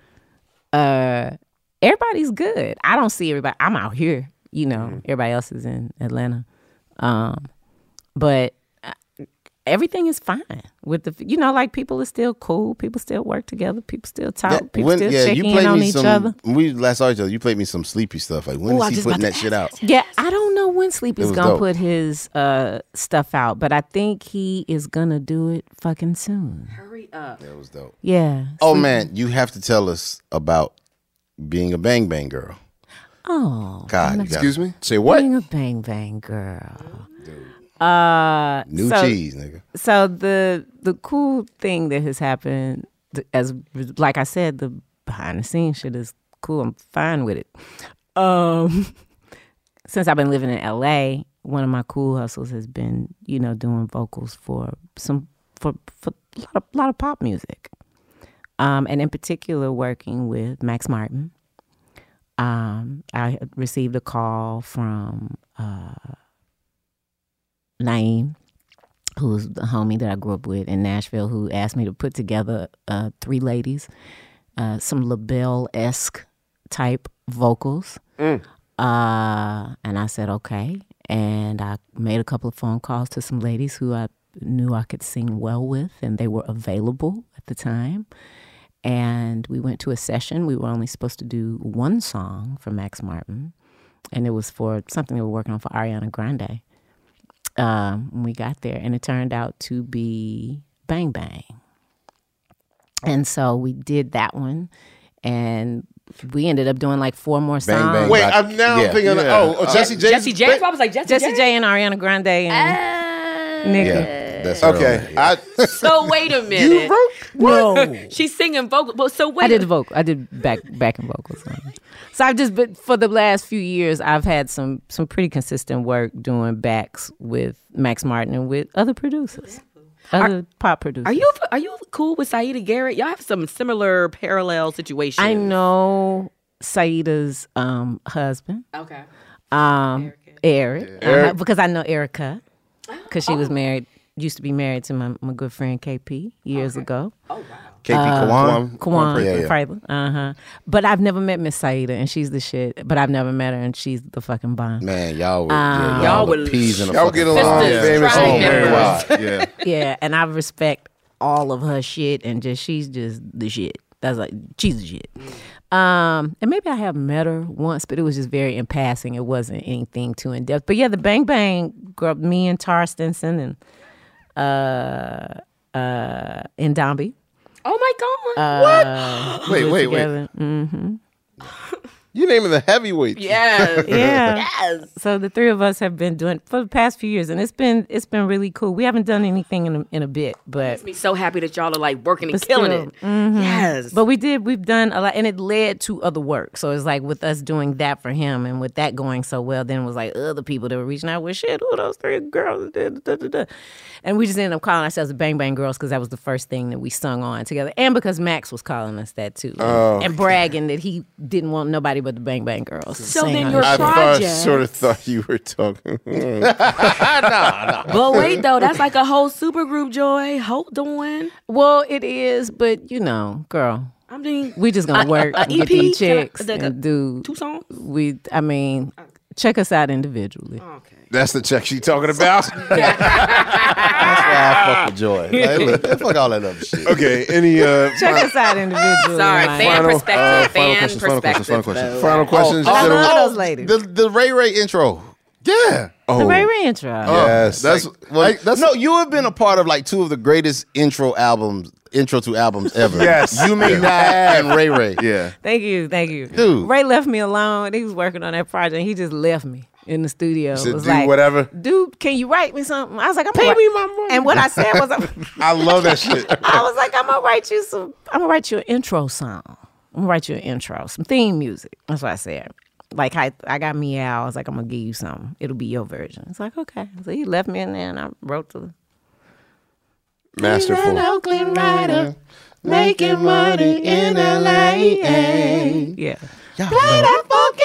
S7: uh, everybody's good. I don't see everybody. I'm out here. You know,
S3: Mm-hmm.
S7: everybody else is in Atlanta. Um, but uh, everything is fine with the you know like people are still cool people still work together people still talk people
S3: When-
S7: still
S3: yeah,
S7: check
S3: you
S7: in
S3: played
S7: on
S3: me
S7: each
S3: some,
S7: other
S3: When we last saw each other, you played me some sleepy stuff. Like when
S7: Ooh,
S3: is
S7: I
S3: he
S7: just
S3: putting
S7: about
S3: that shit out?
S7: yeah i don't know when sleepy's
S3: was
S7: gonna
S3: dope.
S7: put his uh stuff out but i think he is gonna do it fucking soon
S2: Hurry up.
S3: That was dope.
S7: yeah
S3: Oh
S7: Sleepy-
S3: man, you have to tell us about being a bang bang girl.
S7: oh
S3: God,
S7: I'm
S3: you gotta-
S7: not-
S3: Excuse me?
S4: Say what?
S7: being a bang bang girl
S8: Uh,
S3: New
S8: so-
S3: cheese, nigga.
S8: So the the cool thing that has happened, th- as like I said, the behind the scenes shit is cool. I'm fine with it. Um, since I've been living in LA, one of my cool hustles has been, you know, doing vocals for some for for a lot of, lot of pop music, um, and in particular working with Max Martin. Um, I had received a call from uh, Naeem, who's the homie that I grew up with in Nashville, who asked me to put together uh, three ladies, uh, some LaBelle esque type vocals.
S7: Mm.
S8: Uh, and I said, okay. And I made a couple of phone calls to some ladies who I knew I could sing well with, and they were available at the time. And we went to a session. We were only supposed to do one song for Max Martin, and it was for something they were working on for Ariana Grande um, when we got there, and it turned out to be Bang Bang. And so we did that one, and we ended up doing like four more
S3: Bang
S8: songs.
S3: Bang Wait, by- I'm now yeah. thinking of- oh, oh, Jessie J-
S2: Jesse J. I was like Jesse,
S8: Jesse J and Ariana Grande and Nigga.
S3: That's
S4: okay. I,
S8: Oh,
S12: So wait a minute.
S8: No.
S12: She's singing vocal. But so wait.
S8: I
S12: a-
S8: did the vocal. I did back back and vocals. On it. So I've just been for the last few years. I've had some some pretty consistent work doing backs with Max Martin and with other producers, other pop producers.
S12: Are you are you cool with Saida Garrett? Y'all have some similar parallel situations.
S8: I know Saida's um, husband.
S12: Okay.
S8: Um, Eric.
S12: Yeah.
S8: I know-
S12: Eric.
S8: because I know Erica. Because she was married, used to be married to my, my good friend KP years ago. Oh, wow.
S3: KP Kwan?
S8: Kwan.
S3: Kwan Yeah, yeah.
S8: Franklin. Uh huh. But I've never met Miss Saida, and she's the shit. But I've never met her, and she's the fucking bomb.
S3: Man, y'all would, yeah,
S8: Um,
S3: y'all,
S8: Y'all
S3: would
S8: would-
S3: peas in a
S8: Y'all
S3: fucking
S8: get along
S3: pond.
S8: Sisters, famous
S3: Oh,
S8: triangles.
S3: very well.
S6: Yeah.
S8: yeah, and I respect all of her shit, and just she's just the shit. That's like she's the shit. Um, and maybe I have met her once, but it was just very in passing. It wasn't anything too in depth. But yeah, the Bang Bang girl, me and Tara Stinson and uh uh and Dombey.
S12: Oh my God.
S8: Uh,
S12: what?
S8: we
S4: Wait,
S8: were
S4: wait, wait.
S8: together. Mm-hmm.
S4: you naming the heavyweights?
S12: Yes.
S8: yeah.
S12: Yes.
S8: So the three of us have been doing for the past few years, and it's been it's been really cool. We haven't done anything in a, in a bit, but
S12: Makes me so happy that y'all are like working and
S8: but
S12: killing
S8: still,
S12: it.
S2: Mm-hmm.
S8: mhm.
S12: Yes.
S8: But we did, we've done a lot, and it led to other work. So it's like with us doing that for him and with that going so well, then it was like other people that were reaching out with shit, who those three girls? Da, da, da, da. And we just ended up calling ourselves the Bang Bang Girls because that was the first thing that we sung on together. And because Max was calling us that too.
S4: Oh.
S8: and bragging that he didn't want nobody but the Bang Bang Girls. to sing on his
S4: I
S16: uh,
S8: show.
S4: first sort of thought you were talking.
S12: but wait though, that's like a whole supergroup, Joy. Hold on.
S8: Well, it is, but you know, girl.
S12: I mean,
S8: we just gonna
S12: a-
S8: work
S12: a
S8: and get
S12: EP?
S8: them
S12: uh, E Can I-
S8: chicks
S12: like a-
S8: and do
S12: two songs.
S8: We, I mean, check us out individually.
S4: That's the check she talking about.
S3: That's why I fuck with Joy. Like, look, fuck all that other shit.
S4: Okay. Any uh,
S8: Check us out individually.
S12: Sorry,
S8: like-
S12: fan perspective.
S3: Uh, final
S12: fan
S3: questions,
S12: perspective.
S3: final questions, final questions.
S4: Final questions,
S8: I love those ladies.
S3: The, the Ray Ray intro. Yeah.
S4: Oh,
S8: The Ray Ray intro.
S3: yes. That's, well,
S6: I- that's-
S3: no, you have been a part of like two of the greatest intro albums, intro to albums ever.
S6: Yes.
S3: You May
S6: Yeah.
S3: Die and Ray Ray.
S6: Yeah.
S8: Thank you, thank you.
S3: Dude.
S8: Ray left me alone. He was working on that project. He just left me in the studio.
S4: said,
S8: was
S4: "Do
S8: like,
S4: whatever."
S8: Dude, can you write me something? I was like, I'm pay me my money. And what I said was, I'm-
S4: I love that shit.
S8: I was like, I'm gonna write you some. I'm gonna write you an intro song. I'm gonna write you an intro, some theme music. That's what I said. Like I, I got meow. I was like, I'm gonna give you something. It'll be your version. It's like okay. So he left me in there, and I wrote the
S4: Masterful.
S8: Oakland Rider, making money in LA. Yeah. Play that funky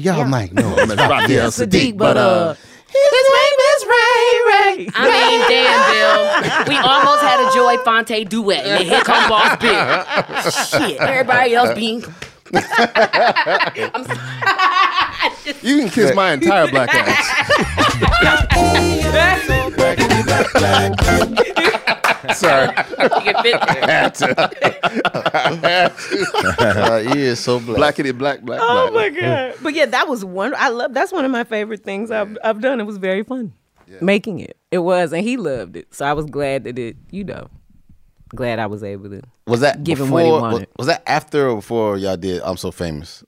S3: Y'all might know him as
S8: baseball.
S3: Raphael
S8: Yes,
S3: Sadiq, but uh,
S8: his name is Ray Ray.
S12: I mean, damn, Bill. We almost had a Joy Fonte duet, and then here come Boss Bill. Shit, everybody else being.
S6: You can kiss my entire black ass.
S4: Sorry.
S12: Had
S3: uh, he is so black.
S6: Blackity black black
S8: Oh
S6: black.
S8: my god! But yeah, that was one. I love. That's one of my favorite things I've I've done. It was very fun making it. It was, and he loved it. So I was glad that it. You know, glad I was able to.
S3: Was that
S8: Give him
S3: before,
S8: what he
S3: wa-
S8: wanted.
S3: Was that after or before y'all did I'm So Famous?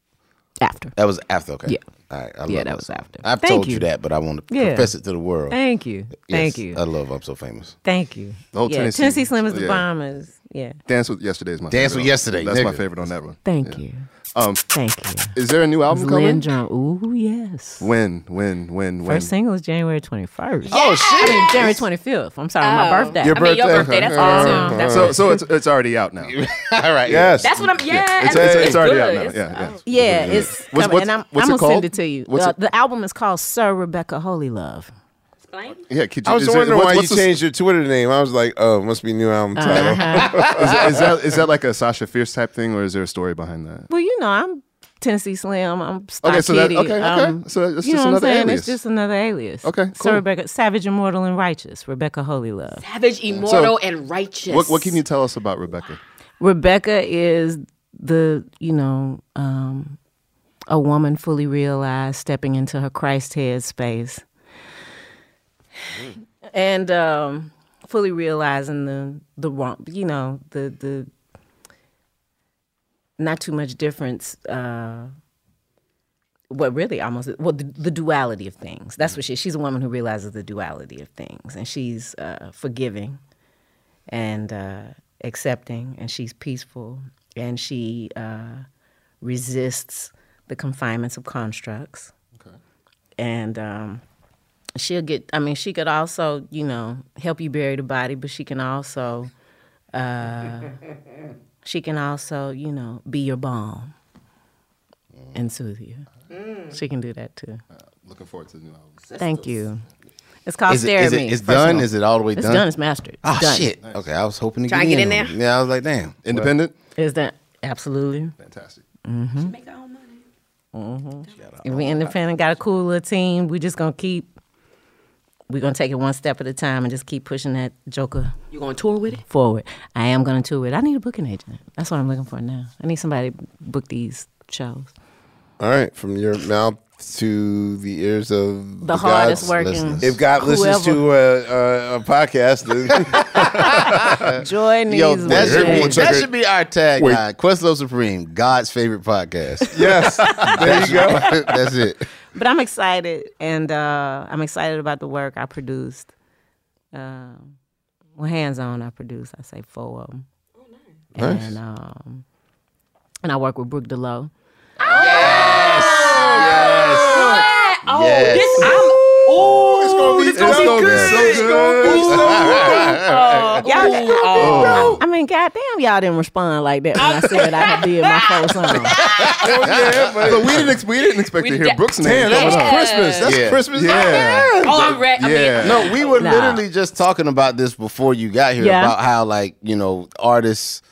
S8: After.
S3: That was after, okay.
S8: Yeah.
S3: All right,
S2: Yeah,
S3: I love
S2: that
S3: Myself.
S2: was after.
S3: I've
S2: Thank
S3: told you.
S2: you.
S3: that, but I want to
S2: Yeah.
S3: confess it to the world.
S8: Thank you. Thank you.
S3: I love I'm so famous.
S8: Thank you.
S16: The whole
S8: yeah,
S16: Tennessee-
S8: Tennessee Slim is the
S16: yeah.
S8: bombers. Yeah.
S16: Dance with Yesterday is my
S3: Dance
S16: favorite
S3: with
S16: on-
S3: Yesterday,
S16: That's my
S3: nigga.
S16: favorite on that one.
S8: Thank you.
S16: Um,
S8: Thank you.
S16: Is there a new album
S8: It's
S16: coming?
S8: Lynn John. Ooh, yes.
S16: When? When? When? When?
S8: First single is January 21st.
S16: Oh,
S8: I mean,
S16: shit.
S8: January 25th. I'm sorry, my
S2: Oh.
S8: birthday. Uh-huh.
S2: Your I mean, your birthday. birthday, that's what I'm saying. That's
S16: Uh-huh. so
S2: what-
S16: so it's it's already out now.
S3: All right.
S16: Yes.
S2: That's what I'm. Yeah,
S16: It's, it's,
S2: that's- it's
S16: it's already out
S2: good.
S16: now.
S2: It's
S16: yeah, yeah.
S8: Yeah, it's
S16: What's-
S8: coming,
S16: what's-
S8: and I'm,
S16: what's
S8: I'm
S16: it
S8: gonna send
S16: called?
S8: it to you.
S16: What's
S8: Uh,
S16: it-
S8: The album is called Sir Rebecca Holy Love.
S16: Yeah, could you,
S4: I was
S16: is there-
S4: wondering
S16: what-
S4: why
S16: what's
S4: you
S16: the-
S4: changed your Twitter name. I was like, oh, must be new album title.
S16: is, that, is that is that like a Sasha Fierce type thing, or is there a story behind that?
S8: Well, you know, I'm Tennessee Slim. I'm Stock
S16: Okay, so that-
S8: Kitty.
S16: okay, okay.
S8: Um,
S16: So that's
S8: you
S16: just another
S8: know what I'm saying?
S16: alias.
S8: It's just another alias.
S16: Okay, cool.
S8: Sir Rebecca, Savage, Immortal, and Righteous. Rebecca Holy Love.
S2: Savage, immortal, and righteous.
S16: What what can you tell us about Rebecca?
S8: Rebecca is the, you know, um, a woman fully realized, stepping into her Christ head space. And um, fully realizing the the wrong, you know, the the not too much difference. Uh, well, really, almost well the, the duality of things. That's what she. She's a woman who realizes the duality of things, and she's uh, forgiving and uh, accepting, and she's peaceful, and she uh, resists the confinements of constructs. And um, she'll get, I mean, she could also, you know, help you bury the body, but she can also, uh, she can also, you know, be your balm and soothe you. She can do that too.
S16: Looking forward to the new album.
S8: Thank you. It's called
S3: Is it-
S8: Stare
S3: is
S8: at
S3: it-
S8: Me.
S3: it's
S8: first of
S3: done?
S8: all.
S3: Is it all the way
S8: it's
S3: done?
S8: done? It's mastered. It's
S3: Ah,
S8: done.
S3: shit. Okay, I was hoping to
S2: Trying
S3: get,
S2: to
S3: in,
S2: get in
S3: on it. Yeah, I was like, damn.
S16: Independent.
S8: Is that absolutely?
S16: Fantastic.
S8: Mm-hmm. If we independent, got a cool little team. We just gonna keep. We're gonna take it one step at a time and just keep pushing that Joker
S2: You gonna tour with it?
S8: forward. I am gonna tour it. I need a booking agent. That's what I'm looking for now. I need somebody to book these shows.
S4: All right, from your mouth to the ears of
S8: The hardest working
S4: listeners. If God listens to a, a, a podcast, then
S8: Joy needs
S3: Yo,
S8: one.
S3: that should,
S4: Everyone
S3: be,
S4: took
S3: that
S4: it.
S3: should be our tag.
S4: Wait.
S3: Uh, Questlove Supreme, God's favorite podcast.
S4: yes, there you go.
S3: That's it.
S8: But I'm excited, and uh, I'm excited about the work I produced. Um, well, hands on, I produced. I say four of them. Oh, nice. And um, and I work with Brooke DeLoe.
S2: Oh,
S3: Yes.
S2: this I'm. Oh, it's gonna be,
S4: it's gonna be
S2: good.
S4: so good.
S2: Ooh,
S8: Y'all,
S2: oh.
S8: I mean, goddamn, y'all didn't respond like that when I said I did my first song.
S16: But we didn't ex- we didn't expect
S2: We
S16: to
S2: did-
S16: hear Brooks' name.
S4: Damn, that was
S16: coming up.
S4: Christmas. That's
S3: Yeah.
S4: Christmas.
S16: Yeah.
S2: Oh, I'm ready. I mean,
S16: Yeah.
S3: No, we were
S8: Nah.
S3: literally just talking about this before you got here
S8: Yeah.
S3: about how like you know artists.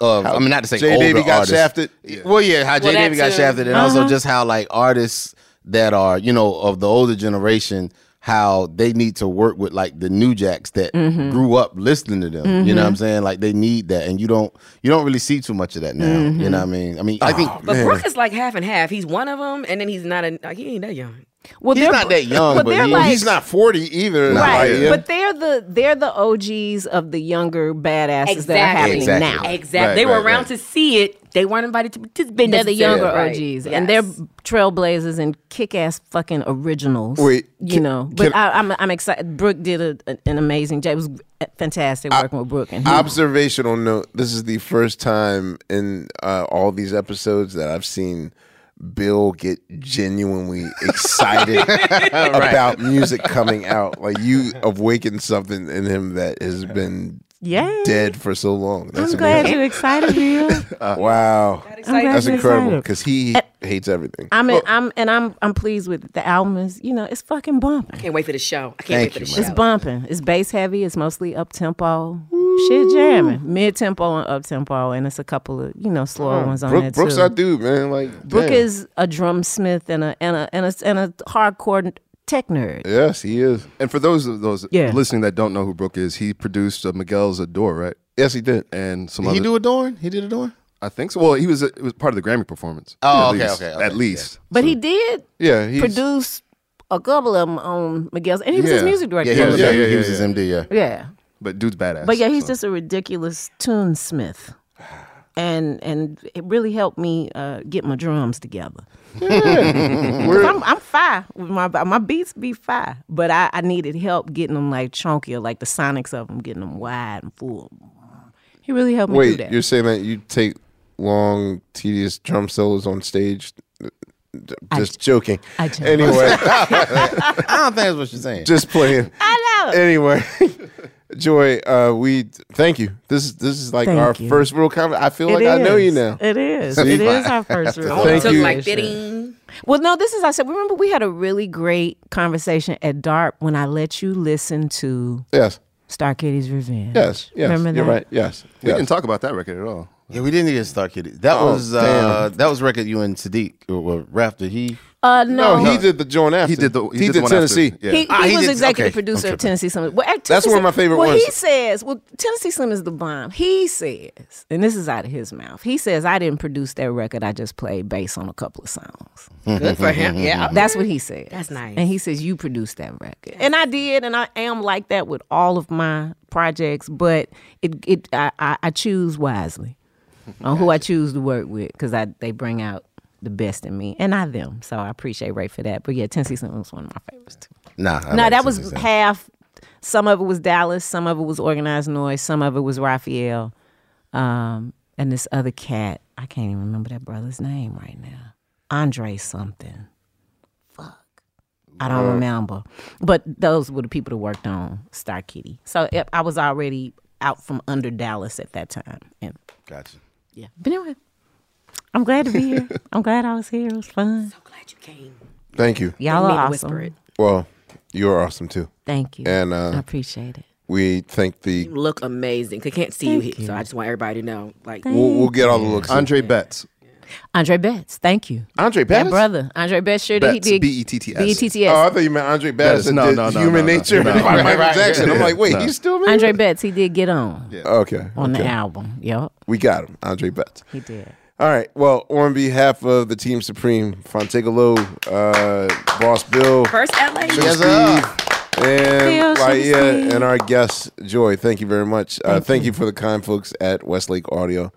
S3: Of, I mean, not to say
S4: J.
S3: older
S4: Davy got
S3: artists.
S4: shafted.
S3: Well, yeah, how J.
S2: that
S3: Davy got
S2: too.
S3: shafted, and
S8: Uh-huh.
S3: also just how like artists that are you know of the older generation, how they need to work with like the new jacks that
S8: Mm-hmm.
S3: grew up listening to them. You know what I'm saying? Like they need that, and you don't you don't really see too much of that now. You
S8: Mm-hmm.
S3: know what I mean? I mean, I think
S8: Oh,
S2: But Brooke is like half and half. He's one of them, and then he's not a. Like, he ain't that young.
S8: Well,
S3: he's
S8: they're-
S3: not that young,
S8: but
S3: but,
S8: they're
S3: he,
S8: like-
S3: he's not 40 either.
S8: Right,
S3: Like, yeah.
S8: but they're the they're the OGs of the younger badasses that are happening
S3: Exactly.
S8: now.
S2: Exactly.
S3: Right,
S2: they were
S3: right,
S2: around
S3: right.
S2: to see it. They weren't invited to participate.
S8: They're the
S2: necessarily.
S8: younger
S2: Right.
S8: OGs, and they're
S2: Yes.
S8: trailblazers and kick-ass fucking originals.
S4: Wait,
S8: you
S4: can-
S8: know, but
S4: can-
S8: I, I'm I'm excited. Brooke did a, an- an amazing job. It was fantastic working with Brooke, and he-
S4: Observational note: This is the first time in uh, all these episodes that I've seen Bill get genuinely excited about music coming out. Like you awakened something in him that has been
S8: Yay.
S4: dead for so long. That's
S8: I'm glad
S4: amazing.
S8: you're excited, Bill.
S4: Wow,
S8: I'm glad
S4: that's
S8: you're
S4: incredible
S8: excited.
S4: because he hates everything.
S8: I'm in, I'm and I'm I'm pleased with it. the album is you know it's fucking bumping.
S2: Can't wait for the show. I can't wait
S3: Thank
S2: for the
S3: you,
S2: show.
S8: It's bumping. It's bass heavy. It's mostly up tempo. Shit jamming. Mid tempo and up tempo, and it's a couple of you know slower ones on there
S4: Brooke,
S8: too.
S4: Brooks, our dude, man. Like
S8: Brooke
S4: damn.
S8: is a drumsmith and a and a and a, and a hardcore tech nerd.
S4: Yes, he is.
S16: And for those of those
S8: Yeah.
S16: listening that don't know who Brooke is, he produced uh, Miguel's Adore, right?
S4: Yes, he did.
S16: And some
S3: Did he
S16: other.
S3: do Adorn? He did Adorn?
S16: I think so. Well, he was it was part of the Grammy performance. At
S3: Oh, okay,
S16: least.
S3: okay, okay,
S16: At least.
S8: But he did
S4: Yeah, he's,
S8: produce a couple of them on Miguel's, and he was his
S16: Yeah.
S8: music director.
S3: Yeah, he was,
S16: Yeah,
S3: yeah,
S16: yeah,
S3: he was
S16: yeah,
S3: his
S16: yeah.
S3: MD, yeah.
S8: Yeah.
S16: But dude's badass.
S8: but yeah, he's
S16: so.
S8: just a ridiculous tunesmith. and and it really helped me uh, get my drums together.
S7: Yeah.
S8: 'Cause I'm, I'm fine. with My my beats be fine, but I, I needed help getting them like chunkier, like the sonics of them, getting them wide and full. He really helped me do
S4: Wait,
S8: that.
S4: you're saying that you take long, tedious drum solos on stage? D- Just joking.
S8: I joke.
S4: Anyway,
S3: I don't think that's what you're saying.
S4: just playing.
S8: I know.
S4: Anyway, Joy, uh, we thank you. This is this is like
S8: Thank
S4: our
S8: you.
S4: first real conversation. I feel
S8: It
S4: like I know you
S8: is.
S4: now.
S8: It is. It is our first real
S4: Thank you.
S8: Well, no, this is I said. Remember, we had a really great conversation at DARP when I let you listen to
S4: Yes.
S8: Star Kitty's Revenge.
S4: Yes, yes,
S8: Remember that?
S4: Yes,
S3: we
S4: yes.
S3: didn't talk about that record at all. Yeah, we didn't get Star Kitty. That
S4: Oh,
S3: was uh,
S4: damn.
S3: that was record you and Sadiq or, or Raph did he?
S8: Uh, no.
S4: he did the joint after.
S3: He did the- he did the one after.
S4: Tennessee.
S3: Yeah.
S8: He, he
S3: Ah, he
S8: was
S3: did-
S8: executive
S3: okay,
S8: producer
S3: I'm
S8: of Tennessee Slim. Well, at
S4: That's one of my
S8: Tennessee-
S4: favorite
S8: well,
S4: ones.
S8: he says, well, Tennessee Slim is the bomb. He says, and this is out of his mouth. He says, I didn't produce that record. I just played bass on a couple of songs.
S2: Good for him. Yeah.
S8: That's what he said.
S2: That's nice.
S8: And he says, you produced that record. And I did, and I am like that with all of my projects, but it, it I, I, I choose wisely on who I choose to work with because they bring out the best in me and I them. So I appreciate Ray for that. But yeah, Tennessee Slim was one of my favorites too.
S3: Nah, I
S8: No,
S3: like
S8: that was
S3: Sadiq's album.
S8: half. Some of it was Dallas. Some of it was organized noise. Some of it was Raphael, um, and this other cat. I can't even remember that brother's name right now. Andre something. Fuck, I don't
S7: Word.
S8: remember. But those were the people that worked on Star Kitty. So yep, I was already out from under Dallas at that time. And
S3: Gotcha.
S8: yeah, but anyway, I'm glad to be here. I'm glad I was here. It was fun.
S4: Thank you.
S8: Y'all
S2: Didn't mean
S8: are
S2: to
S8: awesome.
S4: Well, you are awesome too.
S8: Thank you.
S4: And uh,
S8: I appreciate it.
S4: We thank the.
S2: You look amazing. 'cause I can't see you here, so I just want everybody to know. Like,
S4: We'll, we'll get all the looks.
S6: Andre Betts.
S8: Andre Betts, thank you.
S4: Andre
S8: That
S4: Betts.
S8: brother, Andre Betts, sure did.
S6: Betts,
S8: he did E
S6: B-E-T-T-S.
S8: B-E-T-T-S.
S4: Oh, I thought you meant Andre Bettis.
S6: Bettis. No,
S4: did
S6: no, no,
S4: Human
S6: no, no.
S4: Nature
S6: No.
S4: by
S6: Right,
S4: Michael
S6: right,
S4: Jackson. I'm
S6: yeah.
S4: like, wait,
S6: No.
S4: he's still.
S8: Andre Betts, he did get on
S4: Okay.
S8: on
S4: okay.
S8: the album. Yep,
S4: We got him, Andre Betts.
S8: he did.
S4: All right. Well, on behalf of the Team Supreme, Fontegalo, uh, Boss Bill,
S2: First LA.
S4: Sugar
S2: Yes, sir.
S4: Steve, and
S2: Bill, Sugar
S4: Laia,
S2: Steve.
S4: and our guest Joy. Thank you very much. Thank, uh, thank you. for the kind folks at Westlake Audio.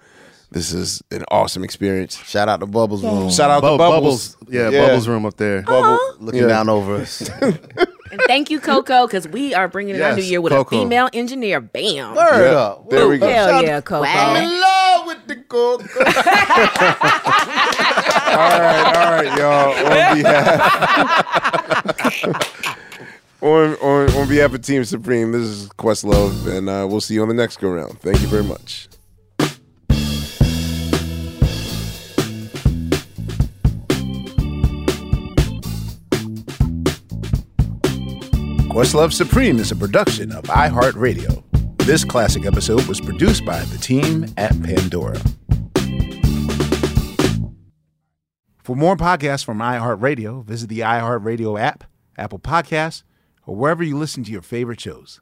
S4: This is an awesome experience.
S3: Shout out to Bubbles Room.
S4: Shout out
S6: Bu-
S4: to Bubbles.
S6: Yeah, Bubbles Room up there.
S3: Bubble looking
S4: Yeah.
S3: down over us.
S2: And thank you, Coco, because we are bringing in our
S3: Yes,
S2: new year with
S3: Coco.
S2: a female engineer. Bam.
S3: Word up.
S4: There we go.
S8: Hell
S3: Shout-
S8: yeah, Coco.
S3: I'm in love with the cocoa.
S4: All right, all right, y'all. On behalf, on, on, on behalf of Team Supreme, this is Questlove, and uh, we'll see you on the next go round. Thank you very much.
S17: Questlove Supreme is a production of iHeartRadio. This classic episode was produced by the team at Pandora. For more podcasts from iHeartRadio, visit the iHeartRadio app, Apple Podcasts, or wherever you listen to your favorite shows.